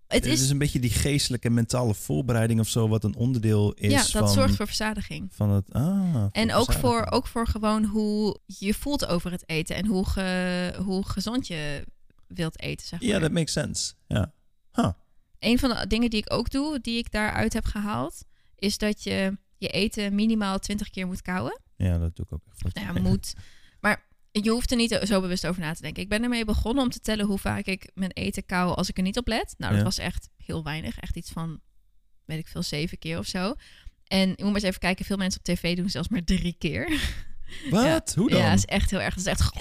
[SPEAKER 2] Het
[SPEAKER 1] Het is,
[SPEAKER 2] is,
[SPEAKER 1] een beetje die geestelijke en mentale voorbereiding of zo, wat een onderdeel is
[SPEAKER 2] ja, dat
[SPEAKER 1] van,
[SPEAKER 2] zorgt voor verzadiging.
[SPEAKER 1] van het... Ah, voor
[SPEAKER 2] En ook
[SPEAKER 1] verzadiging.
[SPEAKER 2] voor, ook voor gewoon hoe je voelt over het eten en hoe, ge- hoe gezond je wilt eten, zeg maar.
[SPEAKER 1] Ja, dat makes sense. Ja. Huh.
[SPEAKER 2] Een van de dingen die ik ook doe, die ik daaruit heb gehaald, is dat je je eten minimaal 20 keer moet kauwen.
[SPEAKER 1] ja, dat doe ik ook echt.
[SPEAKER 2] Nou ja, moet. Maar je hoeft er niet zo bewust over na te denken. Ik ben ermee begonnen om te tellen hoe vaak ik mijn eten kauw als ik er niet op let. Nou, dat
[SPEAKER 1] Ja.
[SPEAKER 2] was echt heel weinig. Echt iets van, weet ik veel, zeven keer of zo. En je moet maar eens even kijken. Veel mensen op tv doen zelfs maar drie keer.
[SPEAKER 1] Wat? Hoe dan?
[SPEAKER 2] Ja, dat is echt heel erg. Dat is echt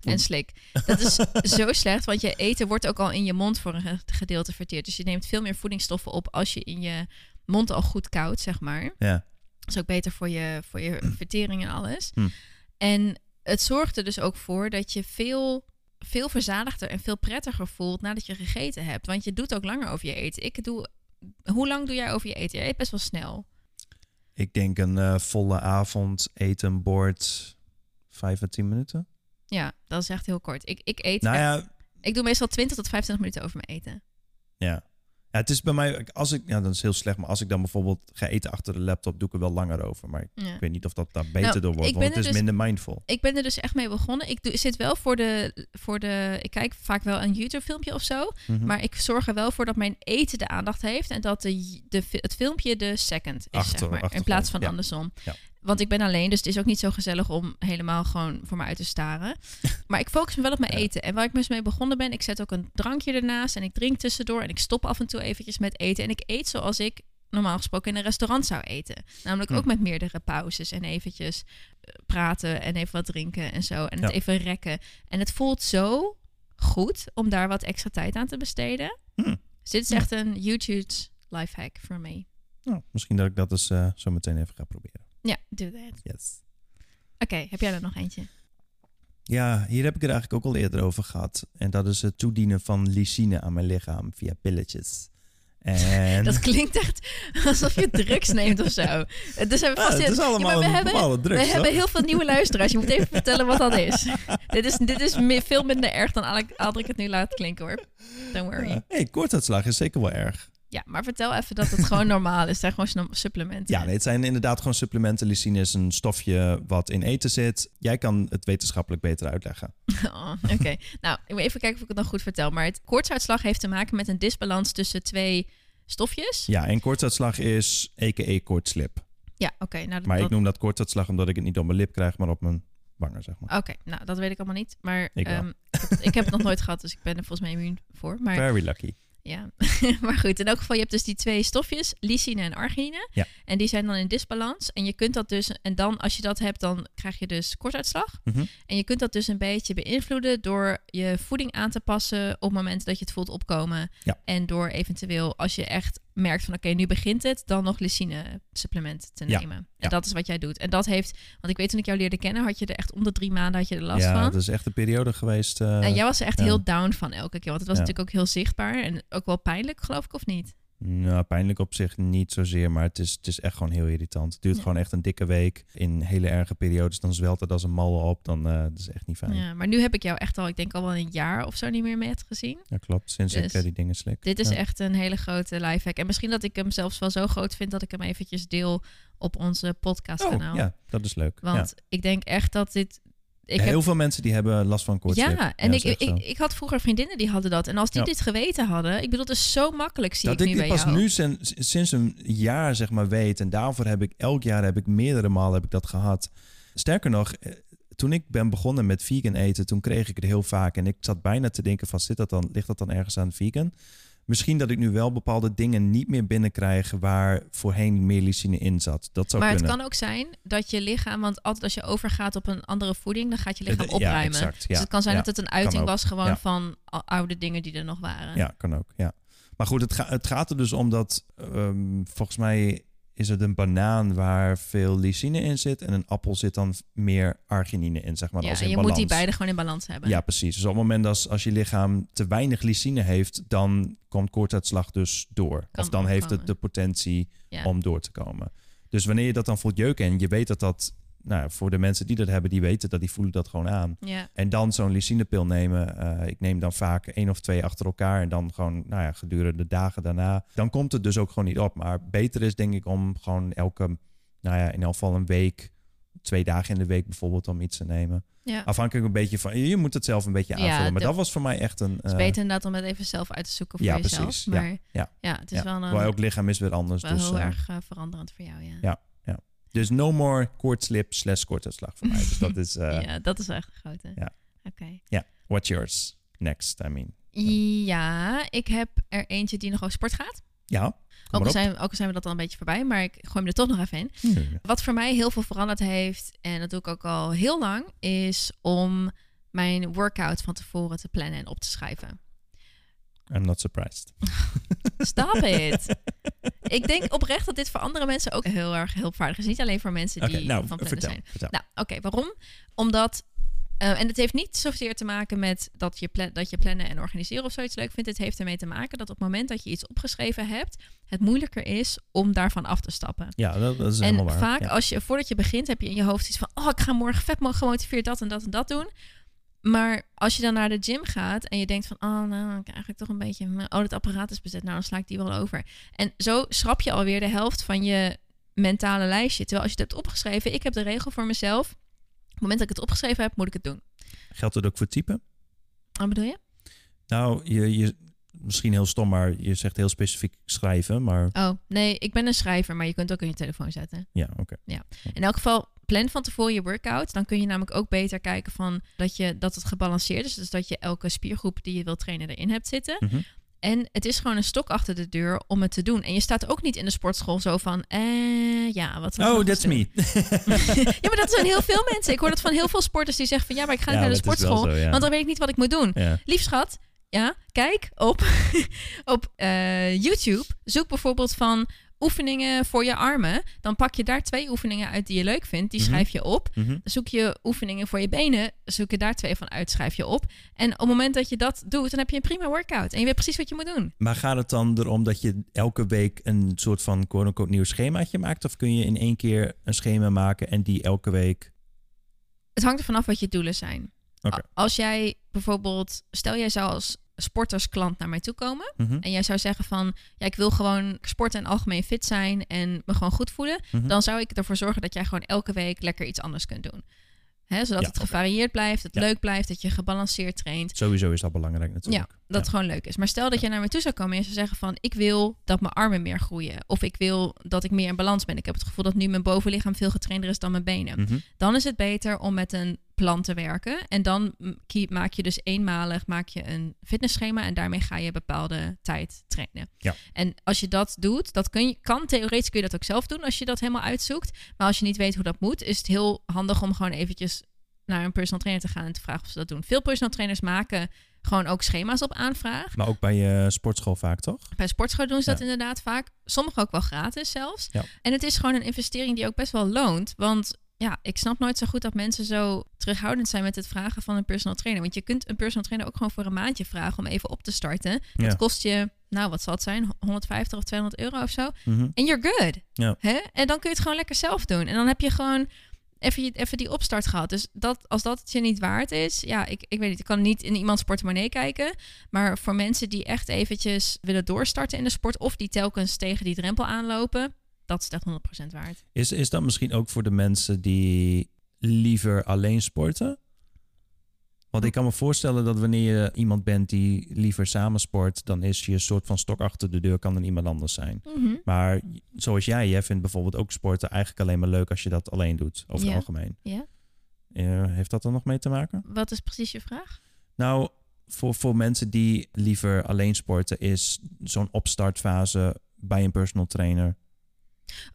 [SPEAKER 2] en slik. Dat is zo slecht, want je eten wordt ook al in je mond voor een ge- gedeelte verteerd. Dus je neemt veel meer voedingsstoffen op als je in je mond al goed koud, zeg maar.
[SPEAKER 1] Ja.
[SPEAKER 2] Dat is ook beter voor je, voor je vertering en alles.
[SPEAKER 1] Hm.
[SPEAKER 2] En het zorgt er dus ook voor dat je veel, veel verzadigder en veel prettiger voelt nadat je gegeten hebt. Want je doet ook langer over je eten. Ik doe, hoe lang doe jij over je eten? Jij eet best wel snel.
[SPEAKER 1] Ik denk een eh, volle avond, eten, bord, vijf à tien minuten.
[SPEAKER 2] Ja, dat is echt heel kort. Ik, ik eet.
[SPEAKER 1] Nou
[SPEAKER 2] echt-
[SPEAKER 1] ja,
[SPEAKER 2] Ik doe meestal 20 tot 25 minuten over mijn eten.
[SPEAKER 1] Ja. ja. Het is bij mij, als ik, ja, dat is heel slecht, maar als ik dan bijvoorbeeld ga eten achter de laptop, doe ik er wel langer over. Maar
[SPEAKER 2] Ja.
[SPEAKER 1] ik weet niet of dat daar beter
[SPEAKER 2] Nou,
[SPEAKER 1] door wordt,
[SPEAKER 2] ik
[SPEAKER 1] want
[SPEAKER 2] ben
[SPEAKER 1] het is
[SPEAKER 2] er dus-
[SPEAKER 1] minder mindful.
[SPEAKER 2] Ik ben er dus echt mee begonnen. Ik doe, zit wel voor de, voor de. Ik kijk vaak wel een YouTube-filmpje of zo.
[SPEAKER 1] Mhm.
[SPEAKER 2] Maar ik zorg er wel voor dat mijn eten de aandacht heeft. En dat de, de, fi- het filmpje de second is,
[SPEAKER 1] Achter-
[SPEAKER 2] zeg maar. In
[SPEAKER 1] achtergrond,
[SPEAKER 2] plaats van
[SPEAKER 1] ja.
[SPEAKER 2] andersom.
[SPEAKER 1] Ja.
[SPEAKER 2] Want ik ben alleen, dus het is ook niet zo gezellig om helemaal gewoon voor me uit te staren. Maar ik focus me wel op mijn
[SPEAKER 1] Ja.
[SPEAKER 2] eten. En waar ik dus mee begonnen ben, ik zet ook een drankje ernaast. En ik drink tussendoor. En ik stop af en toe eventjes met eten. En ik eet zoals ik normaal gesproken in een restaurant zou eten. Namelijk
[SPEAKER 1] Hm.
[SPEAKER 2] ook met meerdere pauzes. En eventjes eh, praten en even wat drinken en zo. En het
[SPEAKER 1] Ja.
[SPEAKER 2] even rekken. En het voelt zo goed om daar wat extra tijd aan te besteden.
[SPEAKER 1] Hm.
[SPEAKER 2] Dus dit is
[SPEAKER 1] Ja.
[SPEAKER 2] echt een YouTube lifehack voor mij.
[SPEAKER 1] Nou, misschien dat ik dat eens eh, zo meteen even ga proberen.
[SPEAKER 2] Ja, do that. Oké,
[SPEAKER 1] Yes.
[SPEAKER 2] heb jij er nog eentje?
[SPEAKER 1] Ja, hier heb ik het eigenlijk ook al eerder over gehad. En dat is het toedienen van lysine aan mijn lichaam via pilletjes. En...
[SPEAKER 2] Dat klinkt echt alsof je drugs neemt of zo. Dus hebben we
[SPEAKER 1] Ja,
[SPEAKER 2] vast
[SPEAKER 1] Ah, het is allemaal
[SPEAKER 2] we
[SPEAKER 1] een
[SPEAKER 2] hebben,
[SPEAKER 1] bepaalde drugs,
[SPEAKER 2] we hebben
[SPEAKER 1] toch?
[SPEAKER 2] heel veel nieuwe luisteraars. Je moet even vertellen wat dat is. dit is, dit is me- veel minder erg dan Alec- Aldrik het nu laat klinken hoor. Don't worry.
[SPEAKER 1] Ja.
[SPEAKER 2] Ja,
[SPEAKER 1] Hey, kortuitslag is zeker wel erg.
[SPEAKER 2] maar vertel even dat het gewoon normaal is. Daar gewoon sno- supplementen.
[SPEAKER 1] Ja, nee, het zijn inderdaad gewoon supplementen. Lysine is een stofje wat in eten zit. Jij kan het wetenschappelijk beter uitleggen.
[SPEAKER 2] Oh, Oké, nou, ik moet even kijken of ik het nog goed vertel. Maar het koortsuitslag heeft te maken met een disbalans tussen twee stofjes.
[SPEAKER 1] Ja, en kortuitslag is a.k.a. kortslip.
[SPEAKER 2] Ja, oké. nou, dat-
[SPEAKER 1] Maar ik
[SPEAKER 2] dat-
[SPEAKER 1] noem dat kortuitslag omdat ik het niet op mijn lip krijg, maar op mijn zwanger, zeg maar.
[SPEAKER 2] Oké, nou, dat weet ik allemaal niet. Maar
[SPEAKER 1] Ik wel.
[SPEAKER 2] ehm, ik, heb, ik heb het nog nooit gehad, dus ik ben er volgens mij immuun voor. Maar
[SPEAKER 1] Very lucky.
[SPEAKER 2] Ja, maar goed. In elk geval, je hebt dus die twee stofjes, lysine en arginine.
[SPEAKER 1] Ja.
[SPEAKER 2] En die zijn dan in disbalans. En je kunt dat dus, en dan als je dat hebt, dan krijg je dus kortuitslag.
[SPEAKER 1] Mhm.
[SPEAKER 2] En je kunt dat dus een beetje beïnvloeden door je voeding aan te passen op het moment dat je het voelt opkomen.
[SPEAKER 1] Ja.
[SPEAKER 2] En door eventueel, als je echt merkt van oké, nu begint het, dan nog lysine supplement te
[SPEAKER 1] Ja.
[SPEAKER 2] nemen.
[SPEAKER 1] Ja.
[SPEAKER 2] En dat is wat jij doet. En dat heeft, want ik weet toen ik jou leerde kennen, had je er echt om de drie maanden had je er last
[SPEAKER 1] ja,
[SPEAKER 2] van.
[SPEAKER 1] het is echt een periode geweest. eh,
[SPEAKER 2] En jij was er echt
[SPEAKER 1] ja.
[SPEAKER 2] heel down van elke keer. Want het was
[SPEAKER 1] Ja.
[SPEAKER 2] natuurlijk ook heel zichtbaar en ook wel pijnlijk, geloof ik, of niet?
[SPEAKER 1] Nou, pijnlijk op zich niet zozeer, maar het is, het is echt gewoon heel irritant. Het duurt
[SPEAKER 2] Ja.
[SPEAKER 1] gewoon echt een dikke week. In hele erge periodes, dan zwelt het als een malle op. Dan eh dat is echt niet fijn. Ja,
[SPEAKER 2] Ja, maar nu heb ik jou echt al, ik denk al wel een jaar of zo niet meer met gezien.
[SPEAKER 1] klopt. Sinds ik
[SPEAKER 2] Dus
[SPEAKER 1] eh, die dingen slik.
[SPEAKER 2] Dit is
[SPEAKER 1] Ja.
[SPEAKER 2] echt een hele grote lifehack. En misschien dat ik hem zelfs wel zo groot vind dat ik hem eventjes deel op onze podcastkanaal.
[SPEAKER 1] Oh, ja, dat is leuk. ja.
[SPEAKER 2] nou? Want ik denk echt dat dit... Ik
[SPEAKER 1] Ja,
[SPEAKER 2] heb
[SPEAKER 1] heel veel mensen die hebben last van koorts.
[SPEAKER 2] Ja, en
[SPEAKER 1] dat
[SPEAKER 2] ik,
[SPEAKER 1] is echt
[SPEAKER 2] ik,
[SPEAKER 1] zo.
[SPEAKER 2] ik, had vroeger vriendinnen die hadden dat. En als die
[SPEAKER 1] Ja.
[SPEAKER 2] dit geweten hadden... Ik bedoel, het is zo makkelijk, zie
[SPEAKER 1] dat
[SPEAKER 2] ik
[SPEAKER 1] ik
[SPEAKER 2] nu
[SPEAKER 1] dit
[SPEAKER 2] bij
[SPEAKER 1] pas
[SPEAKER 2] jou.
[SPEAKER 1] nu sin- sinds een jaar zeg maar weet. En daarvoor heb ik elk jaar, heb ik meerdere malen heb ik dat gehad. Sterker nog, eh, toen ik ben begonnen met vegan eten, toen kreeg ik het heel vaak. En ik zat bijna te denken van, zit dat dan, ligt dat dan ergens aan vegan? Misschien dat ik nu wel bepaalde dingen niet meer binnenkrijg waar voorheen meer lysine in zat. Dat zou
[SPEAKER 2] Maar het
[SPEAKER 1] kunnen.
[SPEAKER 2] kan ook zijn dat je lichaam... Want altijd als je overgaat op een andere voeding... dan gaat je lichaam
[SPEAKER 1] Eh, d- ja,
[SPEAKER 2] opruimen.
[SPEAKER 1] exact, ja.
[SPEAKER 2] Dus het kan zijn
[SPEAKER 1] Ja.
[SPEAKER 2] dat het een uiting
[SPEAKER 1] ook,
[SPEAKER 2] was gewoon
[SPEAKER 1] ja.
[SPEAKER 2] van al- oude dingen die er nog waren.
[SPEAKER 1] Ja, kan ook. Ja. Maar goed, het, ga- het gaat er dus om dat ehm, volgens mij is het een banaan waar veel lysine in zit en een appel zit dan meer arginine in, zeg maar.
[SPEAKER 2] Ja,
[SPEAKER 1] als in
[SPEAKER 2] en je
[SPEAKER 1] balans.
[SPEAKER 2] moet die beide gewoon in balans hebben.
[SPEAKER 1] Ja, precies. Dus op het moment als, als je lichaam te weinig lysine heeft, dan komt koortsuitslag dus door.
[SPEAKER 2] Kan
[SPEAKER 1] of dan heeft het
[SPEAKER 2] opkomen.
[SPEAKER 1] de potentie
[SPEAKER 2] Ja.
[SPEAKER 1] om door te komen. Dus wanneer je dat dan voelt jeuken en je weet dat dat, nou, voor de mensen die dat hebben, die weten dat, die voelen dat gewoon aan.
[SPEAKER 2] Ja.
[SPEAKER 1] En dan zo'n lysinepil nemen. Eh, ik neem dan vaak één of twee achter elkaar. En dan gewoon, nou ja, gedurende de dagen daarna. Dan komt het dus ook gewoon niet op. Maar beter is denk ik om gewoon elke, nou ja, in elk geval een week, twee dagen in de week bijvoorbeeld om iets te nemen.
[SPEAKER 2] Ja.
[SPEAKER 1] Afhankelijk een beetje van, je moet het zelf een beetje
[SPEAKER 2] Ja,
[SPEAKER 1] aanvullen. maar
[SPEAKER 2] dat-
[SPEAKER 1] dat was voor mij echt een...
[SPEAKER 2] Het is
[SPEAKER 1] eh,
[SPEAKER 2] beter inderdaad om het even zelf uit te zoeken voor
[SPEAKER 1] ja,
[SPEAKER 2] jezelf.
[SPEAKER 1] precies. Ja,
[SPEAKER 2] Maar
[SPEAKER 1] ja.
[SPEAKER 2] het is
[SPEAKER 1] ja.
[SPEAKER 2] wel, een,
[SPEAKER 1] Maar elk lichaam is weer anders.
[SPEAKER 2] wel
[SPEAKER 1] dus,
[SPEAKER 2] heel
[SPEAKER 1] eh,
[SPEAKER 2] erg eh, veranderend voor jou. Ja.
[SPEAKER 1] ja, dus no more koortslip slash koortuitslag voor mij. Dus dat is eh,
[SPEAKER 2] Ja, dat is echt een grote.
[SPEAKER 1] ja.
[SPEAKER 2] Oké.
[SPEAKER 1] what's yours next, I mean.
[SPEAKER 2] Ja, ik heb er eentje die nog over sport gaat.
[SPEAKER 1] Ja, kom
[SPEAKER 2] Ook
[SPEAKER 1] maar
[SPEAKER 2] al,
[SPEAKER 1] op.
[SPEAKER 2] zijn, ook al zijn we dat al een beetje voorbij, maar ik gooi hem er toch nog even in.
[SPEAKER 1] Hmm.
[SPEAKER 2] Wat voor mij heel veel veranderd heeft, en dat doe ik ook al heel lang, is om mijn workout van tevoren te plannen en op te schrijven.
[SPEAKER 1] I'm not surprised.
[SPEAKER 2] Stop it. ik denk oprecht dat dit voor andere mensen ook heel erg hulpvaardig is. Niet alleen voor mensen die
[SPEAKER 1] Oké, nou,
[SPEAKER 2] van plannen
[SPEAKER 1] vertel.
[SPEAKER 2] zijn.
[SPEAKER 1] vertel.
[SPEAKER 2] Nou, oké, waarom? Omdat, eh, en het heeft niet zozeer te maken met dat je, pla- dat je plannen en organiseren of zoiets leuk vindt. Het heeft ermee te maken dat op het moment dat je iets opgeschreven hebt, het moeilijker is om daarvan af te stappen.
[SPEAKER 1] Ja, dat, dat is
[SPEAKER 2] En
[SPEAKER 1] helemaal waar.
[SPEAKER 2] vaak
[SPEAKER 1] ja.
[SPEAKER 2] als je voordat je begint, heb je in je hoofd iets van: oh, ik ga morgen vet mo- gemotiveerd dat en dat en dat doen. Maar als je dan naar de gym gaat en je denkt van, oh, nou, ik eigenlijk toch een beetje, oh, dat apparaat is bezet, nou, dan sla ik die wel over. En zo schrap je alweer de helft van je mentale lijstje. Terwijl als je het hebt opgeschreven, ik heb de regel voor mezelf, op het moment dat ik het opgeschreven heb, moet ik het doen.
[SPEAKER 1] Geldt dat ook voor type?
[SPEAKER 2] Wat bedoel je?
[SPEAKER 1] Nou, je, je, misschien heel stom, maar je zegt heel specifiek schrijven. Maar
[SPEAKER 2] Oh, nee, ik ben een schrijver, maar je kunt het ook in je telefoon zetten.
[SPEAKER 1] ja, oké.
[SPEAKER 2] In elk geval, plan van tevoren je workout. Dan kun je namelijk ook beter kijken van dat, je, dat het gebalanceerd is. Dus dat je elke spiergroep die je wilt trainen erin hebt zitten.
[SPEAKER 1] Mhm.
[SPEAKER 2] En het is gewoon een stok achter de deur om het te doen. En je staat ook niet in de sportschool zo van, eh, ja, wat... we
[SPEAKER 1] Oh,
[SPEAKER 2] nog
[SPEAKER 1] that's
[SPEAKER 2] doen.
[SPEAKER 1] me.
[SPEAKER 2] Ja, maar dat zijn heel veel mensen. Ik hoor dat van heel veel sporters die zeggen van, ja, maar ik ga niet naar
[SPEAKER 1] dat
[SPEAKER 2] de
[SPEAKER 1] is wel
[SPEAKER 2] sportschool.
[SPEAKER 1] zo, ja.
[SPEAKER 2] Want dan weet ik niet wat ik moet doen.
[SPEAKER 1] Ja.
[SPEAKER 2] Lief schat, ja, kijk op, op eh, YouTube. Zoek bijvoorbeeld van oefeningen voor je armen. Dan pak je daar twee oefeningen uit die je leuk vindt. Die
[SPEAKER 1] Mhm.
[SPEAKER 2] schrijf je op.
[SPEAKER 1] Mhm.
[SPEAKER 2] Zoek je oefeningen voor je benen. Zoek je daar twee van uit. Schrijf je op. En op het moment dat je dat doet, dan heb je een prima workout. En je weet precies wat je moet doen.
[SPEAKER 1] Maar gaat het dan erom dat je elke week een soort van quote-unquote nieuw schemaatje maakt? Of kun je in één keer een schema maken en die elke week...
[SPEAKER 2] Het hangt er vanaf wat je doelen zijn.
[SPEAKER 1] Oké.
[SPEAKER 2] A- Als jij bijvoorbeeld, stel jij zou als sportersklant naar mij toe komen.
[SPEAKER 1] Mhm,
[SPEAKER 2] en jij zou zeggen van ja, ik wil gewoon sporten en algemeen fit zijn en me gewoon goed voelen,
[SPEAKER 1] Mhm.
[SPEAKER 2] dan zou ik ervoor zorgen dat jij gewoon elke week lekker iets anders kunt doen. Hè, zodat
[SPEAKER 1] Ja,
[SPEAKER 2] het gevarieerd blijft, het
[SPEAKER 1] Ja.
[SPEAKER 2] leuk blijft, dat je gebalanceerd traint.
[SPEAKER 1] Sowieso is dat belangrijk natuurlijk.
[SPEAKER 2] dat het gewoon leuk is. Maar stel dat je naar me toe zou komen en je zou zeggen van... ik wil dat mijn armen meer groeien. Of ik wil dat ik meer in balans ben. Ik heb het gevoel dat nu mijn bovenlichaam veel getrainder is dan mijn benen.
[SPEAKER 1] Mhm.
[SPEAKER 2] Dan is het beter om met een plan te werken. En dan m- kie- maak je dus eenmalig maak je een fitnessschema... en daarmee ga je bepaalde tijd trainen.
[SPEAKER 1] Ja.
[SPEAKER 2] En als je dat doet, dat kun je, kan theoretisch kun je dat ook zelf doen... als je dat helemaal uitzoekt. Maar als je niet weet hoe dat moet, is het heel handig om gewoon eventjes naar een personal trainer te gaan en te vragen of ze dat doen. Veel personal trainers maken gewoon ook schema's op aanvraag.
[SPEAKER 1] Maar ook bij je sportschool vaak, toch?
[SPEAKER 2] Bij sportschool doen ze dat
[SPEAKER 1] Ja.
[SPEAKER 2] inderdaad vaak. Sommige ook wel gratis zelfs.
[SPEAKER 1] Ja.
[SPEAKER 2] En het is gewoon een investering die ook best wel loont. Want ja, ik snap nooit zo goed dat mensen zo terughoudend zijn met het vragen van een personal trainer. Want je kunt een personal trainer ook gewoon voor een maandje vragen om even op te starten. Dat
[SPEAKER 1] Ja.
[SPEAKER 2] kost je, nou wat zal het zijn, 150 of 200 euro of zo.
[SPEAKER 1] Mhm.
[SPEAKER 2] En you're good.
[SPEAKER 1] Ja.
[SPEAKER 2] Hè? En dan kun je het gewoon lekker zelf doen. En dan heb je gewoon even, je- even die opstart gehad. Dus dat, als dat het je niet waard is, ja, ik, ik weet niet. Ik kan niet in iemands portemonnee kijken. Maar voor mensen die echt eventjes willen doorstarten in de sport... of die telkens tegen die drempel aanlopen, dat is het echt 100% waard.
[SPEAKER 1] Is, is dat misschien ook voor de mensen die liever alleen sporten? Want ik kan me voorstellen dat wanneer je iemand bent die liever samen sport, dan is je een soort van stok achter de deur, kan dan iemand anders zijn. Maar zoals jij, jij vindt bijvoorbeeld ook sporten eigenlijk alleen maar leuk als je dat alleen doet, over
[SPEAKER 2] Ja.
[SPEAKER 1] het algemeen.
[SPEAKER 2] Ja.
[SPEAKER 1] Eh, heeft dat dan nog mee te maken?
[SPEAKER 2] Wat is precies je vraag?
[SPEAKER 1] Nou, voor, voor mensen die liever alleen sporten, is zo'n opstartfase bij een personal trainer.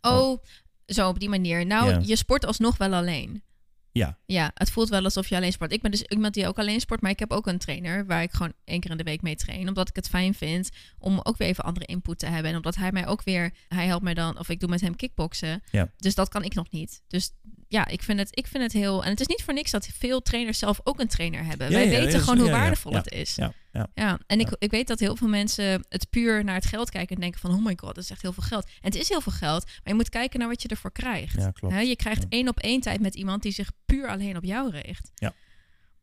[SPEAKER 2] Oh,
[SPEAKER 1] Oh.
[SPEAKER 2] zo op die manier. Nou,
[SPEAKER 1] Ja.
[SPEAKER 2] je sport alsnog wel alleen.
[SPEAKER 1] Ja.
[SPEAKER 2] Ja, het voelt wel alsof je alleen sport. Ik ben dus iemand die ook alleen sport, maar ik heb ook een trainer waar ik gewoon één keer in de week mee train. Omdat ik het fijn vind om ook weer even andere input te hebben. En omdat hij mij ook weer, hij helpt mij dan, of ik doe met hem kickboksen.
[SPEAKER 1] Ja.
[SPEAKER 2] Dus dat kan ik nog niet. Dus ja, ik vind, het, ik vind het heel. En het is niet voor niks dat veel trainers zelf ook een trainer hebben.
[SPEAKER 1] Ja,
[SPEAKER 2] Wij
[SPEAKER 1] ja,
[SPEAKER 2] weten
[SPEAKER 1] ja, ja,
[SPEAKER 2] gewoon hoe
[SPEAKER 1] ja, ja,
[SPEAKER 2] waardevol
[SPEAKER 1] ja.
[SPEAKER 2] het is.
[SPEAKER 1] Ja, ja.
[SPEAKER 2] Ja, en ik,
[SPEAKER 1] Ja.
[SPEAKER 2] ik weet dat heel veel mensen het puur naar het geld kijken en denken van oh my god, dat is echt heel veel geld. En het is heel veel geld, maar je moet kijken naar wat je ervoor krijgt.
[SPEAKER 1] Ja, klopt.
[SPEAKER 2] Hè, je krijgt
[SPEAKER 1] Ja.
[SPEAKER 2] één op één tijd met iemand die zich puur alleen op jou richt.
[SPEAKER 1] Ja.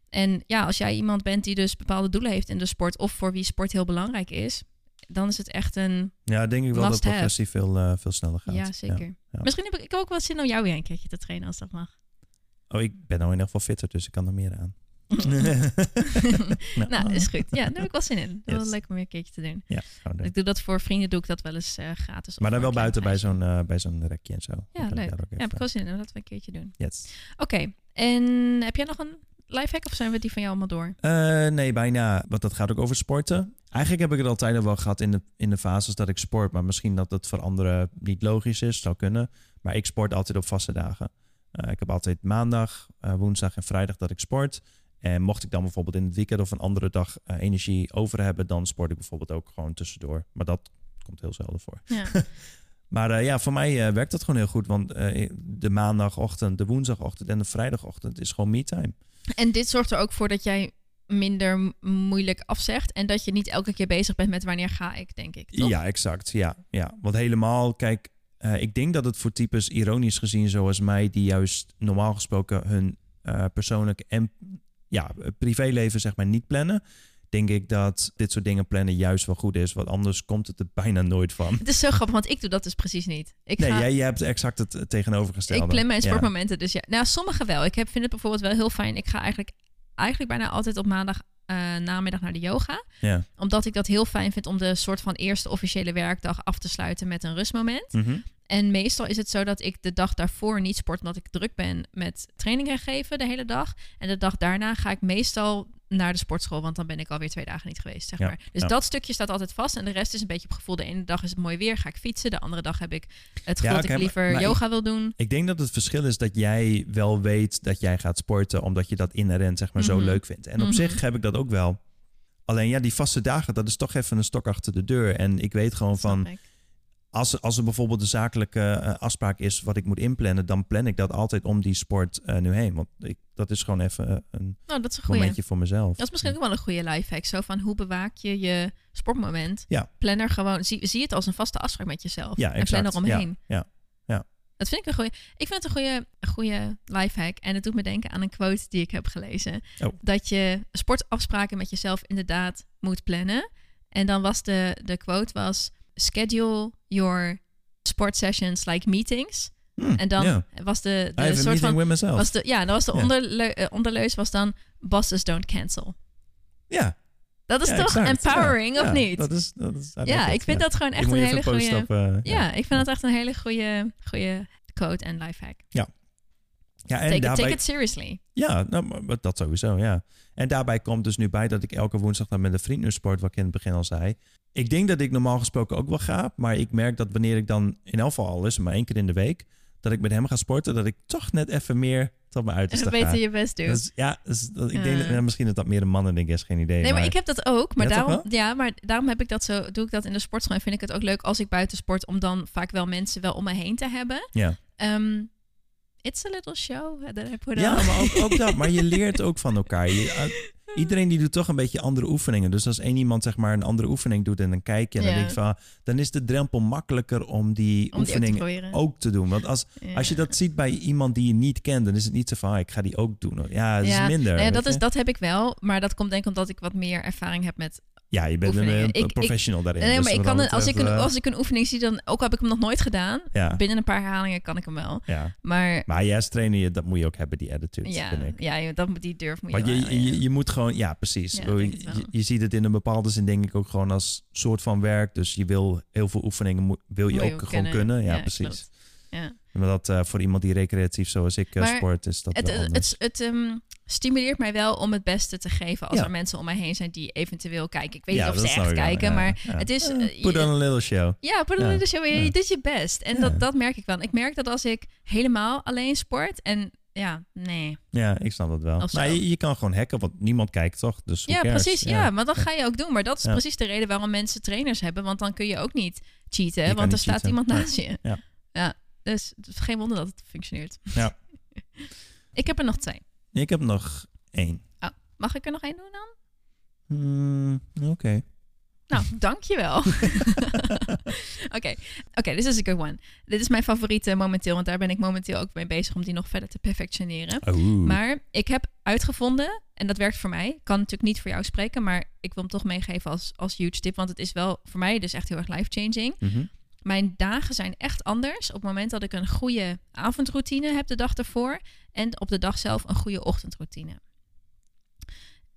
[SPEAKER 2] En ja, als jij iemand bent die dus bepaalde doelen heeft in de sport of voor wie sport heel belangrijk is, dan is het echt een
[SPEAKER 1] Ja, denk ik wel
[SPEAKER 2] Must
[SPEAKER 1] dat progressie veel, eh, veel sneller gaat.
[SPEAKER 2] ja zeker.
[SPEAKER 1] ja.
[SPEAKER 2] Misschien heb ik, ik heb ook wel zin om jou weer een keertje te trainen als dat mag.
[SPEAKER 1] Oh, ik ben al in ieder geval fitter, dus ik kan er meer aan.
[SPEAKER 2] nou, is goed. Ja, daar heb ik wel zin in. Dat is wel
[SPEAKER 1] Yes.
[SPEAKER 2] leuk om weer een keertje te doen.
[SPEAKER 1] Ja, gaan we doen.
[SPEAKER 2] Ik doe dat voor vrienden, doe ik dat wel eens eh, gratis. of
[SPEAKER 1] maar dan
[SPEAKER 2] voor
[SPEAKER 1] wel
[SPEAKER 2] een
[SPEAKER 1] buiten
[SPEAKER 2] klein
[SPEAKER 1] bij zo'n, eh, bij zo'n rekje en zo. Dan kan ik
[SPEAKER 2] leuk.
[SPEAKER 1] daar ook
[SPEAKER 2] Ja, heb ik
[SPEAKER 1] even-
[SPEAKER 2] wel zin in. Laten we een keertje doen.
[SPEAKER 1] Yes.
[SPEAKER 2] Oké. En heb jij nog een lifehack of zijn we die van jou allemaal door?
[SPEAKER 1] Eh, nee, bijna. Want dat gaat ook over sporten. Eigenlijk heb ik het altijd al wel gehad in de, in de fases dat ik sport. Maar misschien dat dat voor anderen niet logisch is. Zou kunnen. Maar ik sport altijd op vaste dagen. Eh, ik heb altijd maandag, eh, woensdag en vrijdag dat ik sport. En mocht ik dan bijvoorbeeld in het weekend of een andere dag eh, energie over hebben... dan sport ik bijvoorbeeld ook gewoon tussendoor. Maar dat komt heel zelden voor.
[SPEAKER 2] Ja.
[SPEAKER 1] Maar eh, ja, voor mij eh, werkt dat gewoon heel goed. Want eh, de maandagochtend, de woensdagochtend en de vrijdagochtend is gewoon me-time.
[SPEAKER 2] en dit zorgt er ook voor dat jij minder m- moeilijk afzegt en dat je niet elke keer bezig bent met wanneer ga ik, denk ik. Toch?
[SPEAKER 1] Ja, exact. Ja, ja. Want helemaal, kijk, eh, ik denk dat het voor types ironisch gezien zoals mij... die juist normaal gesproken hun eh, persoonlijk en ja, privéleven zeg maar niet plannen... denk ik dat dit soort dingen plannen juist wel goed is. Want anders komt het er bijna nooit van.
[SPEAKER 2] Het is zo grappig, want ik doe dat dus precies niet. Ik
[SPEAKER 1] Nee,
[SPEAKER 2] ga,
[SPEAKER 1] jij, jij hebt exact het eh, tegenovergestelde.
[SPEAKER 2] ik plan mijn
[SPEAKER 1] Ja.
[SPEAKER 2] sportmomenten, dus ja. Nou, sommige wel. Ik heb, vind het bijvoorbeeld wel heel fijn. Ik ga eigenlijk, eigenlijk bijna altijd op maandag eh, namiddag naar de yoga.
[SPEAKER 1] Ja.
[SPEAKER 2] Omdat ik dat heel fijn vind om de soort van eerste officiële werkdag af te sluiten met een rustmoment.
[SPEAKER 1] Mhm.
[SPEAKER 2] En meestal is het zo dat ik de dag daarvoor niet sport, omdat ik druk ben met trainingen geven de hele dag. En de dag daarna ga ik meestal naar de sportschool, want dan ben ik alweer twee dagen niet geweest, zeg
[SPEAKER 1] Ja,
[SPEAKER 2] maar. Dus
[SPEAKER 1] ja.
[SPEAKER 2] dat stukje staat altijd vast en de rest is een beetje op gevoel. De ene dag is het mooi weer, ga ik fietsen. De andere dag heb ik het gevoel
[SPEAKER 1] oké,
[SPEAKER 2] dat ik
[SPEAKER 1] maar-
[SPEAKER 2] liever
[SPEAKER 1] maar
[SPEAKER 2] yoga wil doen.
[SPEAKER 1] Ik denk dat het verschil is dat jij wel weet dat jij gaat sporten, omdat je dat inherent zeg maar
[SPEAKER 2] Mhm.
[SPEAKER 1] zo leuk vindt. En op
[SPEAKER 2] Mhm.
[SPEAKER 1] zich heb ik dat ook wel. Alleen ja, die vaste dagen, dat is toch even een stok achter de deur. En ik weet gewoon van,
[SPEAKER 2] Snap ik.
[SPEAKER 1] als, er- als er bijvoorbeeld een zakelijke eh, afspraak is wat ik moet inplannen, dan plan ik dat altijd om die sport eh, nu heen. Want ik, dat is gewoon even eh, een
[SPEAKER 2] Nou, dat is een goeie.
[SPEAKER 1] momentje voor mezelf.
[SPEAKER 2] Dat is misschien ook wel een goede lifehack. Zo van, hoe bewaak je je sportmoment?
[SPEAKER 1] Ja.
[SPEAKER 2] Plan er gewoon, zie, zie het als een vaste afspraak met jezelf.
[SPEAKER 1] Ja,
[SPEAKER 2] en plan
[SPEAKER 1] exact.
[SPEAKER 2] eromheen.
[SPEAKER 1] Ja, ja.
[SPEAKER 2] Dat vind ik een goede. Ik vind het een goede, goede lifehack. En het doet me denken aan een quote die ik heb gelezen.
[SPEAKER 1] Oh.
[SPEAKER 2] Dat je sportafspraken met jezelf inderdaad moet plannen. En dan was de, de quote was... Schedule your sport sessions like meetings.
[SPEAKER 1] Hmm,
[SPEAKER 2] En dan
[SPEAKER 1] ja.
[SPEAKER 2] was de,
[SPEAKER 1] I
[SPEAKER 2] de
[SPEAKER 1] have a
[SPEAKER 2] soort
[SPEAKER 1] meeting
[SPEAKER 2] van...
[SPEAKER 1] with myself.
[SPEAKER 2] Was de, ja, dan was de
[SPEAKER 1] Ja.
[SPEAKER 2] onderleu- eh, onderleus was dan... Bosses don't cancel.
[SPEAKER 1] Ja,
[SPEAKER 2] Dat is
[SPEAKER 1] Ja,
[SPEAKER 2] toch
[SPEAKER 1] exact.
[SPEAKER 2] empowering,
[SPEAKER 1] Ja,
[SPEAKER 2] of
[SPEAKER 1] ja,
[SPEAKER 2] niet?
[SPEAKER 1] Dat is, dat is hij
[SPEAKER 2] ja,
[SPEAKER 1] weet
[SPEAKER 2] ik
[SPEAKER 1] het,
[SPEAKER 2] vind
[SPEAKER 1] ja.
[SPEAKER 2] dat gewoon
[SPEAKER 1] Ik
[SPEAKER 2] echt
[SPEAKER 1] moet
[SPEAKER 2] een
[SPEAKER 1] je even
[SPEAKER 2] hele
[SPEAKER 1] posten
[SPEAKER 2] goede...
[SPEAKER 1] op, eh,
[SPEAKER 2] Ja, ik vind dat echt een hele goede, goede code en lifehack.
[SPEAKER 1] ja, en
[SPEAKER 2] Take, it,
[SPEAKER 1] daarbij,
[SPEAKER 2] take it seriously.
[SPEAKER 1] Ja, nou, maar- maar dat sowieso, ja. En daarbij komt dus nu bij dat ik elke woensdag dan met een vriend nu sport, wat ik in het begin al zei. Ik denk dat ik normaal gesproken ook wel ga, maar ik merk dat wanneer ik dan in elk geval al is, het maar één keer in de week, dat ik met hem ga sporten, dat ik toch net even meer tot mijn uiterste
[SPEAKER 2] Even
[SPEAKER 1] ga.
[SPEAKER 2] beter je best doen.
[SPEAKER 1] Dus ja, dus dat- ik denk dat-
[SPEAKER 2] Eh.
[SPEAKER 1] ja, misschien dat dat meer een mannending is, geen idee.
[SPEAKER 2] Nee, maar ik heb dat ook. Maar
[SPEAKER 1] Ja, toch
[SPEAKER 2] daarom, ja, maar daarom heb ik dat zo, doe ik dat in de sportschool. En vind ik het ook leuk als ik buiten sport, om dan vaak wel mensen wel om me heen te hebben.
[SPEAKER 1] Ja.
[SPEAKER 2] Ehm, it's a little show that I put
[SPEAKER 1] Ja,
[SPEAKER 2] on.
[SPEAKER 1] maar ook, ook dat. Maar je leert ook van elkaar. Je, uh, iedereen die doet toch een beetje andere oefeningen. Dus als één iemand zeg maar een andere oefening doet en dan kijk je en dan
[SPEAKER 2] Ja.
[SPEAKER 1] denk je van, ah, dan is de drempel makkelijker om die
[SPEAKER 2] Om die ook te
[SPEAKER 1] oefening
[SPEAKER 2] proberen.
[SPEAKER 1] ook te doen. Want als, Oh, als je dat ziet bij iemand die je niet kent, dan is het niet zo van, ah, ik ga die ook doen. hoor. Ja, dat
[SPEAKER 2] Ja,
[SPEAKER 1] is minder.
[SPEAKER 2] Nou ja,
[SPEAKER 1] weet
[SPEAKER 2] dat,
[SPEAKER 1] je?
[SPEAKER 2] is, dat heb ik wel, maar dat komt denk ik omdat ik wat meer ervaring heb met...
[SPEAKER 1] ja, je bent een,
[SPEAKER 2] oefeningen.
[SPEAKER 1] eh,
[SPEAKER 2] Ik- ik-
[SPEAKER 1] professional daarin.
[SPEAKER 2] nee,
[SPEAKER 1] Dus
[SPEAKER 2] maar ik
[SPEAKER 1] wat
[SPEAKER 2] kan,
[SPEAKER 1] dat
[SPEAKER 2] een- als, ik een,
[SPEAKER 1] betreft, eh,
[SPEAKER 2] als ik een oefening zie, dan ook al heb ik hem nog nooit gedaan.
[SPEAKER 1] ja,
[SPEAKER 2] Binnen een paar herhalingen kan ik hem wel.
[SPEAKER 1] ja.
[SPEAKER 2] Maar
[SPEAKER 1] Maar ja, als trainer, je- dat moet je ook hebben, die attitude, vind
[SPEAKER 2] ja,
[SPEAKER 1] ik.
[SPEAKER 2] ja joh, dat, moet- die durf moet je,
[SPEAKER 1] Want je,
[SPEAKER 2] wel hebben,
[SPEAKER 1] je,
[SPEAKER 2] ja.
[SPEAKER 1] je, moet gewoon, ja, precies.
[SPEAKER 2] Ja,
[SPEAKER 1] Ik bedoel,
[SPEAKER 2] ik denk het
[SPEAKER 1] je,
[SPEAKER 2] wel.
[SPEAKER 1] je ziet het in een bepaalde zin, denk ik, ook gewoon als soort van werk. Dus je wil heel veel oefeningen, moet- wil je
[SPEAKER 2] Moet
[SPEAKER 1] ook
[SPEAKER 2] je ook
[SPEAKER 1] gewoon
[SPEAKER 2] kunnen.
[SPEAKER 1] kunnen. Ja,
[SPEAKER 2] Ja,
[SPEAKER 1] precies.
[SPEAKER 2] klopt. Ja.
[SPEAKER 1] Maar dat eh, voor iemand die recreatief zoals ik eh,
[SPEAKER 2] Maar
[SPEAKER 1] sport, is dat
[SPEAKER 2] Het,
[SPEAKER 1] wel
[SPEAKER 2] het,
[SPEAKER 1] anders.
[SPEAKER 2] het, het, ehm, stimuleert mij wel om het beste te geven als
[SPEAKER 1] Ja.
[SPEAKER 2] er mensen om mij heen zijn die eventueel kijken. Ik weet
[SPEAKER 1] Ja,
[SPEAKER 2] niet of
[SPEAKER 1] dat
[SPEAKER 2] ze
[SPEAKER 1] snap
[SPEAKER 2] echt
[SPEAKER 1] ik wel.
[SPEAKER 2] kijken,
[SPEAKER 1] Ja,
[SPEAKER 2] maar
[SPEAKER 1] ja.
[SPEAKER 2] het is...
[SPEAKER 1] Eh,
[SPEAKER 2] eh,
[SPEAKER 1] Put
[SPEAKER 2] je-
[SPEAKER 1] on a little show.
[SPEAKER 2] ja, put
[SPEAKER 1] Ja,
[SPEAKER 2] on the show. Je,
[SPEAKER 1] ja.
[SPEAKER 2] je doet je best. En
[SPEAKER 1] Ja.
[SPEAKER 2] dat, dat merk ik wel. En Ik merk dat als ik helemaal alleen sport en ja, nee.
[SPEAKER 1] Ja, ik snap dat wel.
[SPEAKER 2] Of zo.
[SPEAKER 1] Maar je, je kan gewoon hacken, want niemand kijkt toch? Dus who
[SPEAKER 2] Ja,
[SPEAKER 1] cares?
[SPEAKER 2] precies. Ja. maar dat ga je ook doen. Maar dat is
[SPEAKER 1] Ja.
[SPEAKER 2] precies de reden waarom mensen trainers hebben. Want dan kun je ook niet cheaten,
[SPEAKER 1] kan
[SPEAKER 2] want
[SPEAKER 1] niet
[SPEAKER 2] er staat
[SPEAKER 1] cheaten.
[SPEAKER 2] iemand
[SPEAKER 1] Nee.
[SPEAKER 2] naast je.
[SPEAKER 1] Ja.
[SPEAKER 2] ja. Dus het is geen wonder dat het functioneert.
[SPEAKER 1] Ja.
[SPEAKER 2] ik heb er nog twee.
[SPEAKER 1] Ik heb nog één.
[SPEAKER 2] Mag ik er nog één doen dan?
[SPEAKER 1] Hmm, Oké.
[SPEAKER 2] Nou, dankjewel. Oké, oké, this is a good one. Dit is mijn favoriete momenteel, want daar ben ik momenteel ook mee bezig om die nog verder te perfectioneren.
[SPEAKER 1] Oeh.
[SPEAKER 2] Maar ik heb uitgevonden, en dat werkt voor mij, kan natuurlijk niet voor jou spreken, maar ik wil hem toch meegeven als, als huge tip, want het is wel voor mij dus echt heel erg life-changing.
[SPEAKER 1] Mhm.
[SPEAKER 2] Mijn dagen zijn echt anders op het moment dat ik een goede avondroutine heb de dag ervoor en op de dag zelf een goede ochtendroutine.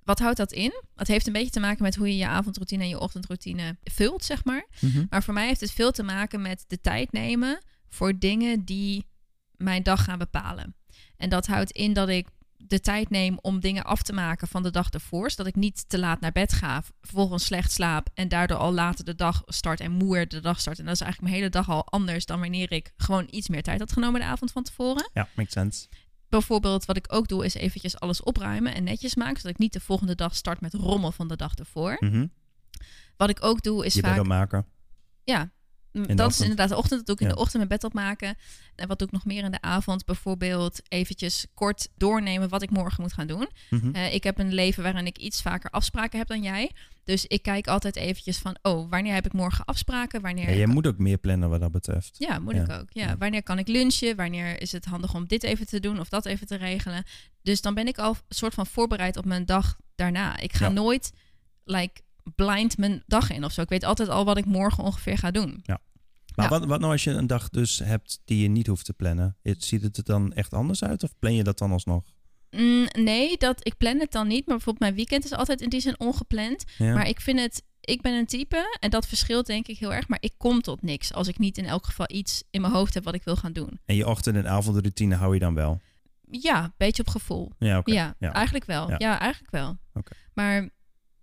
[SPEAKER 2] Wat houdt dat in? Dat heeft een beetje te maken met hoe je je avondroutine en je ochtendroutine vult, zeg maar.
[SPEAKER 1] Mhm.
[SPEAKER 2] Maar voor mij heeft het veel te maken met de tijd nemen voor dingen die mijn dag gaan bepalen. En dat houdt in dat ik de tijd neem om dingen af te maken van de dag ervoor, zodat ik niet te laat naar bed ga, vervolgens slecht slaap en daardoor al later de dag start en moeier de dag start. En dat is eigenlijk mijn hele dag al anders dan wanneer ik gewoon iets meer tijd had genomen de avond van tevoren
[SPEAKER 1] Ja, makes sense.
[SPEAKER 2] bijvoorbeeld wat ik ook doe is eventjes alles opruimen en netjes maken, zodat ik niet de volgende dag start met rommel van de dag ervoor.
[SPEAKER 1] Mhm.
[SPEAKER 2] Wat ik ook doe is
[SPEAKER 1] Je
[SPEAKER 2] vaak,
[SPEAKER 1] bent maken.
[SPEAKER 2] ja, m,
[SPEAKER 1] de
[SPEAKER 2] Mm, dat is
[SPEAKER 1] ochtend.
[SPEAKER 2] inderdaad de ochtend. Dat doe ik in
[SPEAKER 1] Ja.
[SPEAKER 2] de ochtend mijn bed opmaken. En wat doe ik nog meer in de avond? Bijvoorbeeld eventjes kort doornemen wat ik morgen moet gaan doen.
[SPEAKER 1] Mhm.
[SPEAKER 2] Eh, ik heb een leven waarin ik iets vaker afspraken heb dan jij. Dus ik kijk altijd eventjes van, oh, wanneer heb ik morgen afspraken? Wanneer
[SPEAKER 1] Ja, jij moet ook meer plannen wat dat betreft.
[SPEAKER 2] Ja, moet
[SPEAKER 1] Ja.
[SPEAKER 2] ik ook. Ja.
[SPEAKER 1] Ja.
[SPEAKER 2] Wanneer kan ik lunchen? Wanneer is het handig om dit even te doen of dat even te regelen? Dus dan ben ik al soort van voorbereid op mijn dag daarna. Ik ga
[SPEAKER 1] Ja.
[SPEAKER 2] nooit like blind mijn dag in of zo. Ik weet altijd al wat ik morgen ongeveer ga doen.
[SPEAKER 1] Maar
[SPEAKER 2] Ja.
[SPEAKER 1] wat, wat nou als je een dag dus hebt die je niet hoeft te plannen? Het- Ziet het er dan echt anders uit of plan je dat dan alsnog?
[SPEAKER 2] Mm, nee, dat, ik plan het dan niet. Maar bijvoorbeeld mijn weekend is altijd in die zin ongepland.
[SPEAKER 1] Ja.
[SPEAKER 2] Maar ik vind het, ik ben een type en dat verschilt denk ik heel erg. Maar ik kom tot niks als ik niet in elk geval iets in mijn hoofd heb wat ik wil gaan doen.
[SPEAKER 1] En je ochtend- en avondroutine hou je dan wel?
[SPEAKER 2] Ja, beetje op gevoel.
[SPEAKER 1] Ja, oké.
[SPEAKER 2] Ja,
[SPEAKER 1] ja.
[SPEAKER 2] eigenlijk wel.
[SPEAKER 1] Ja.
[SPEAKER 2] Ja, eigenlijk wel.
[SPEAKER 1] Oké.
[SPEAKER 2] Maar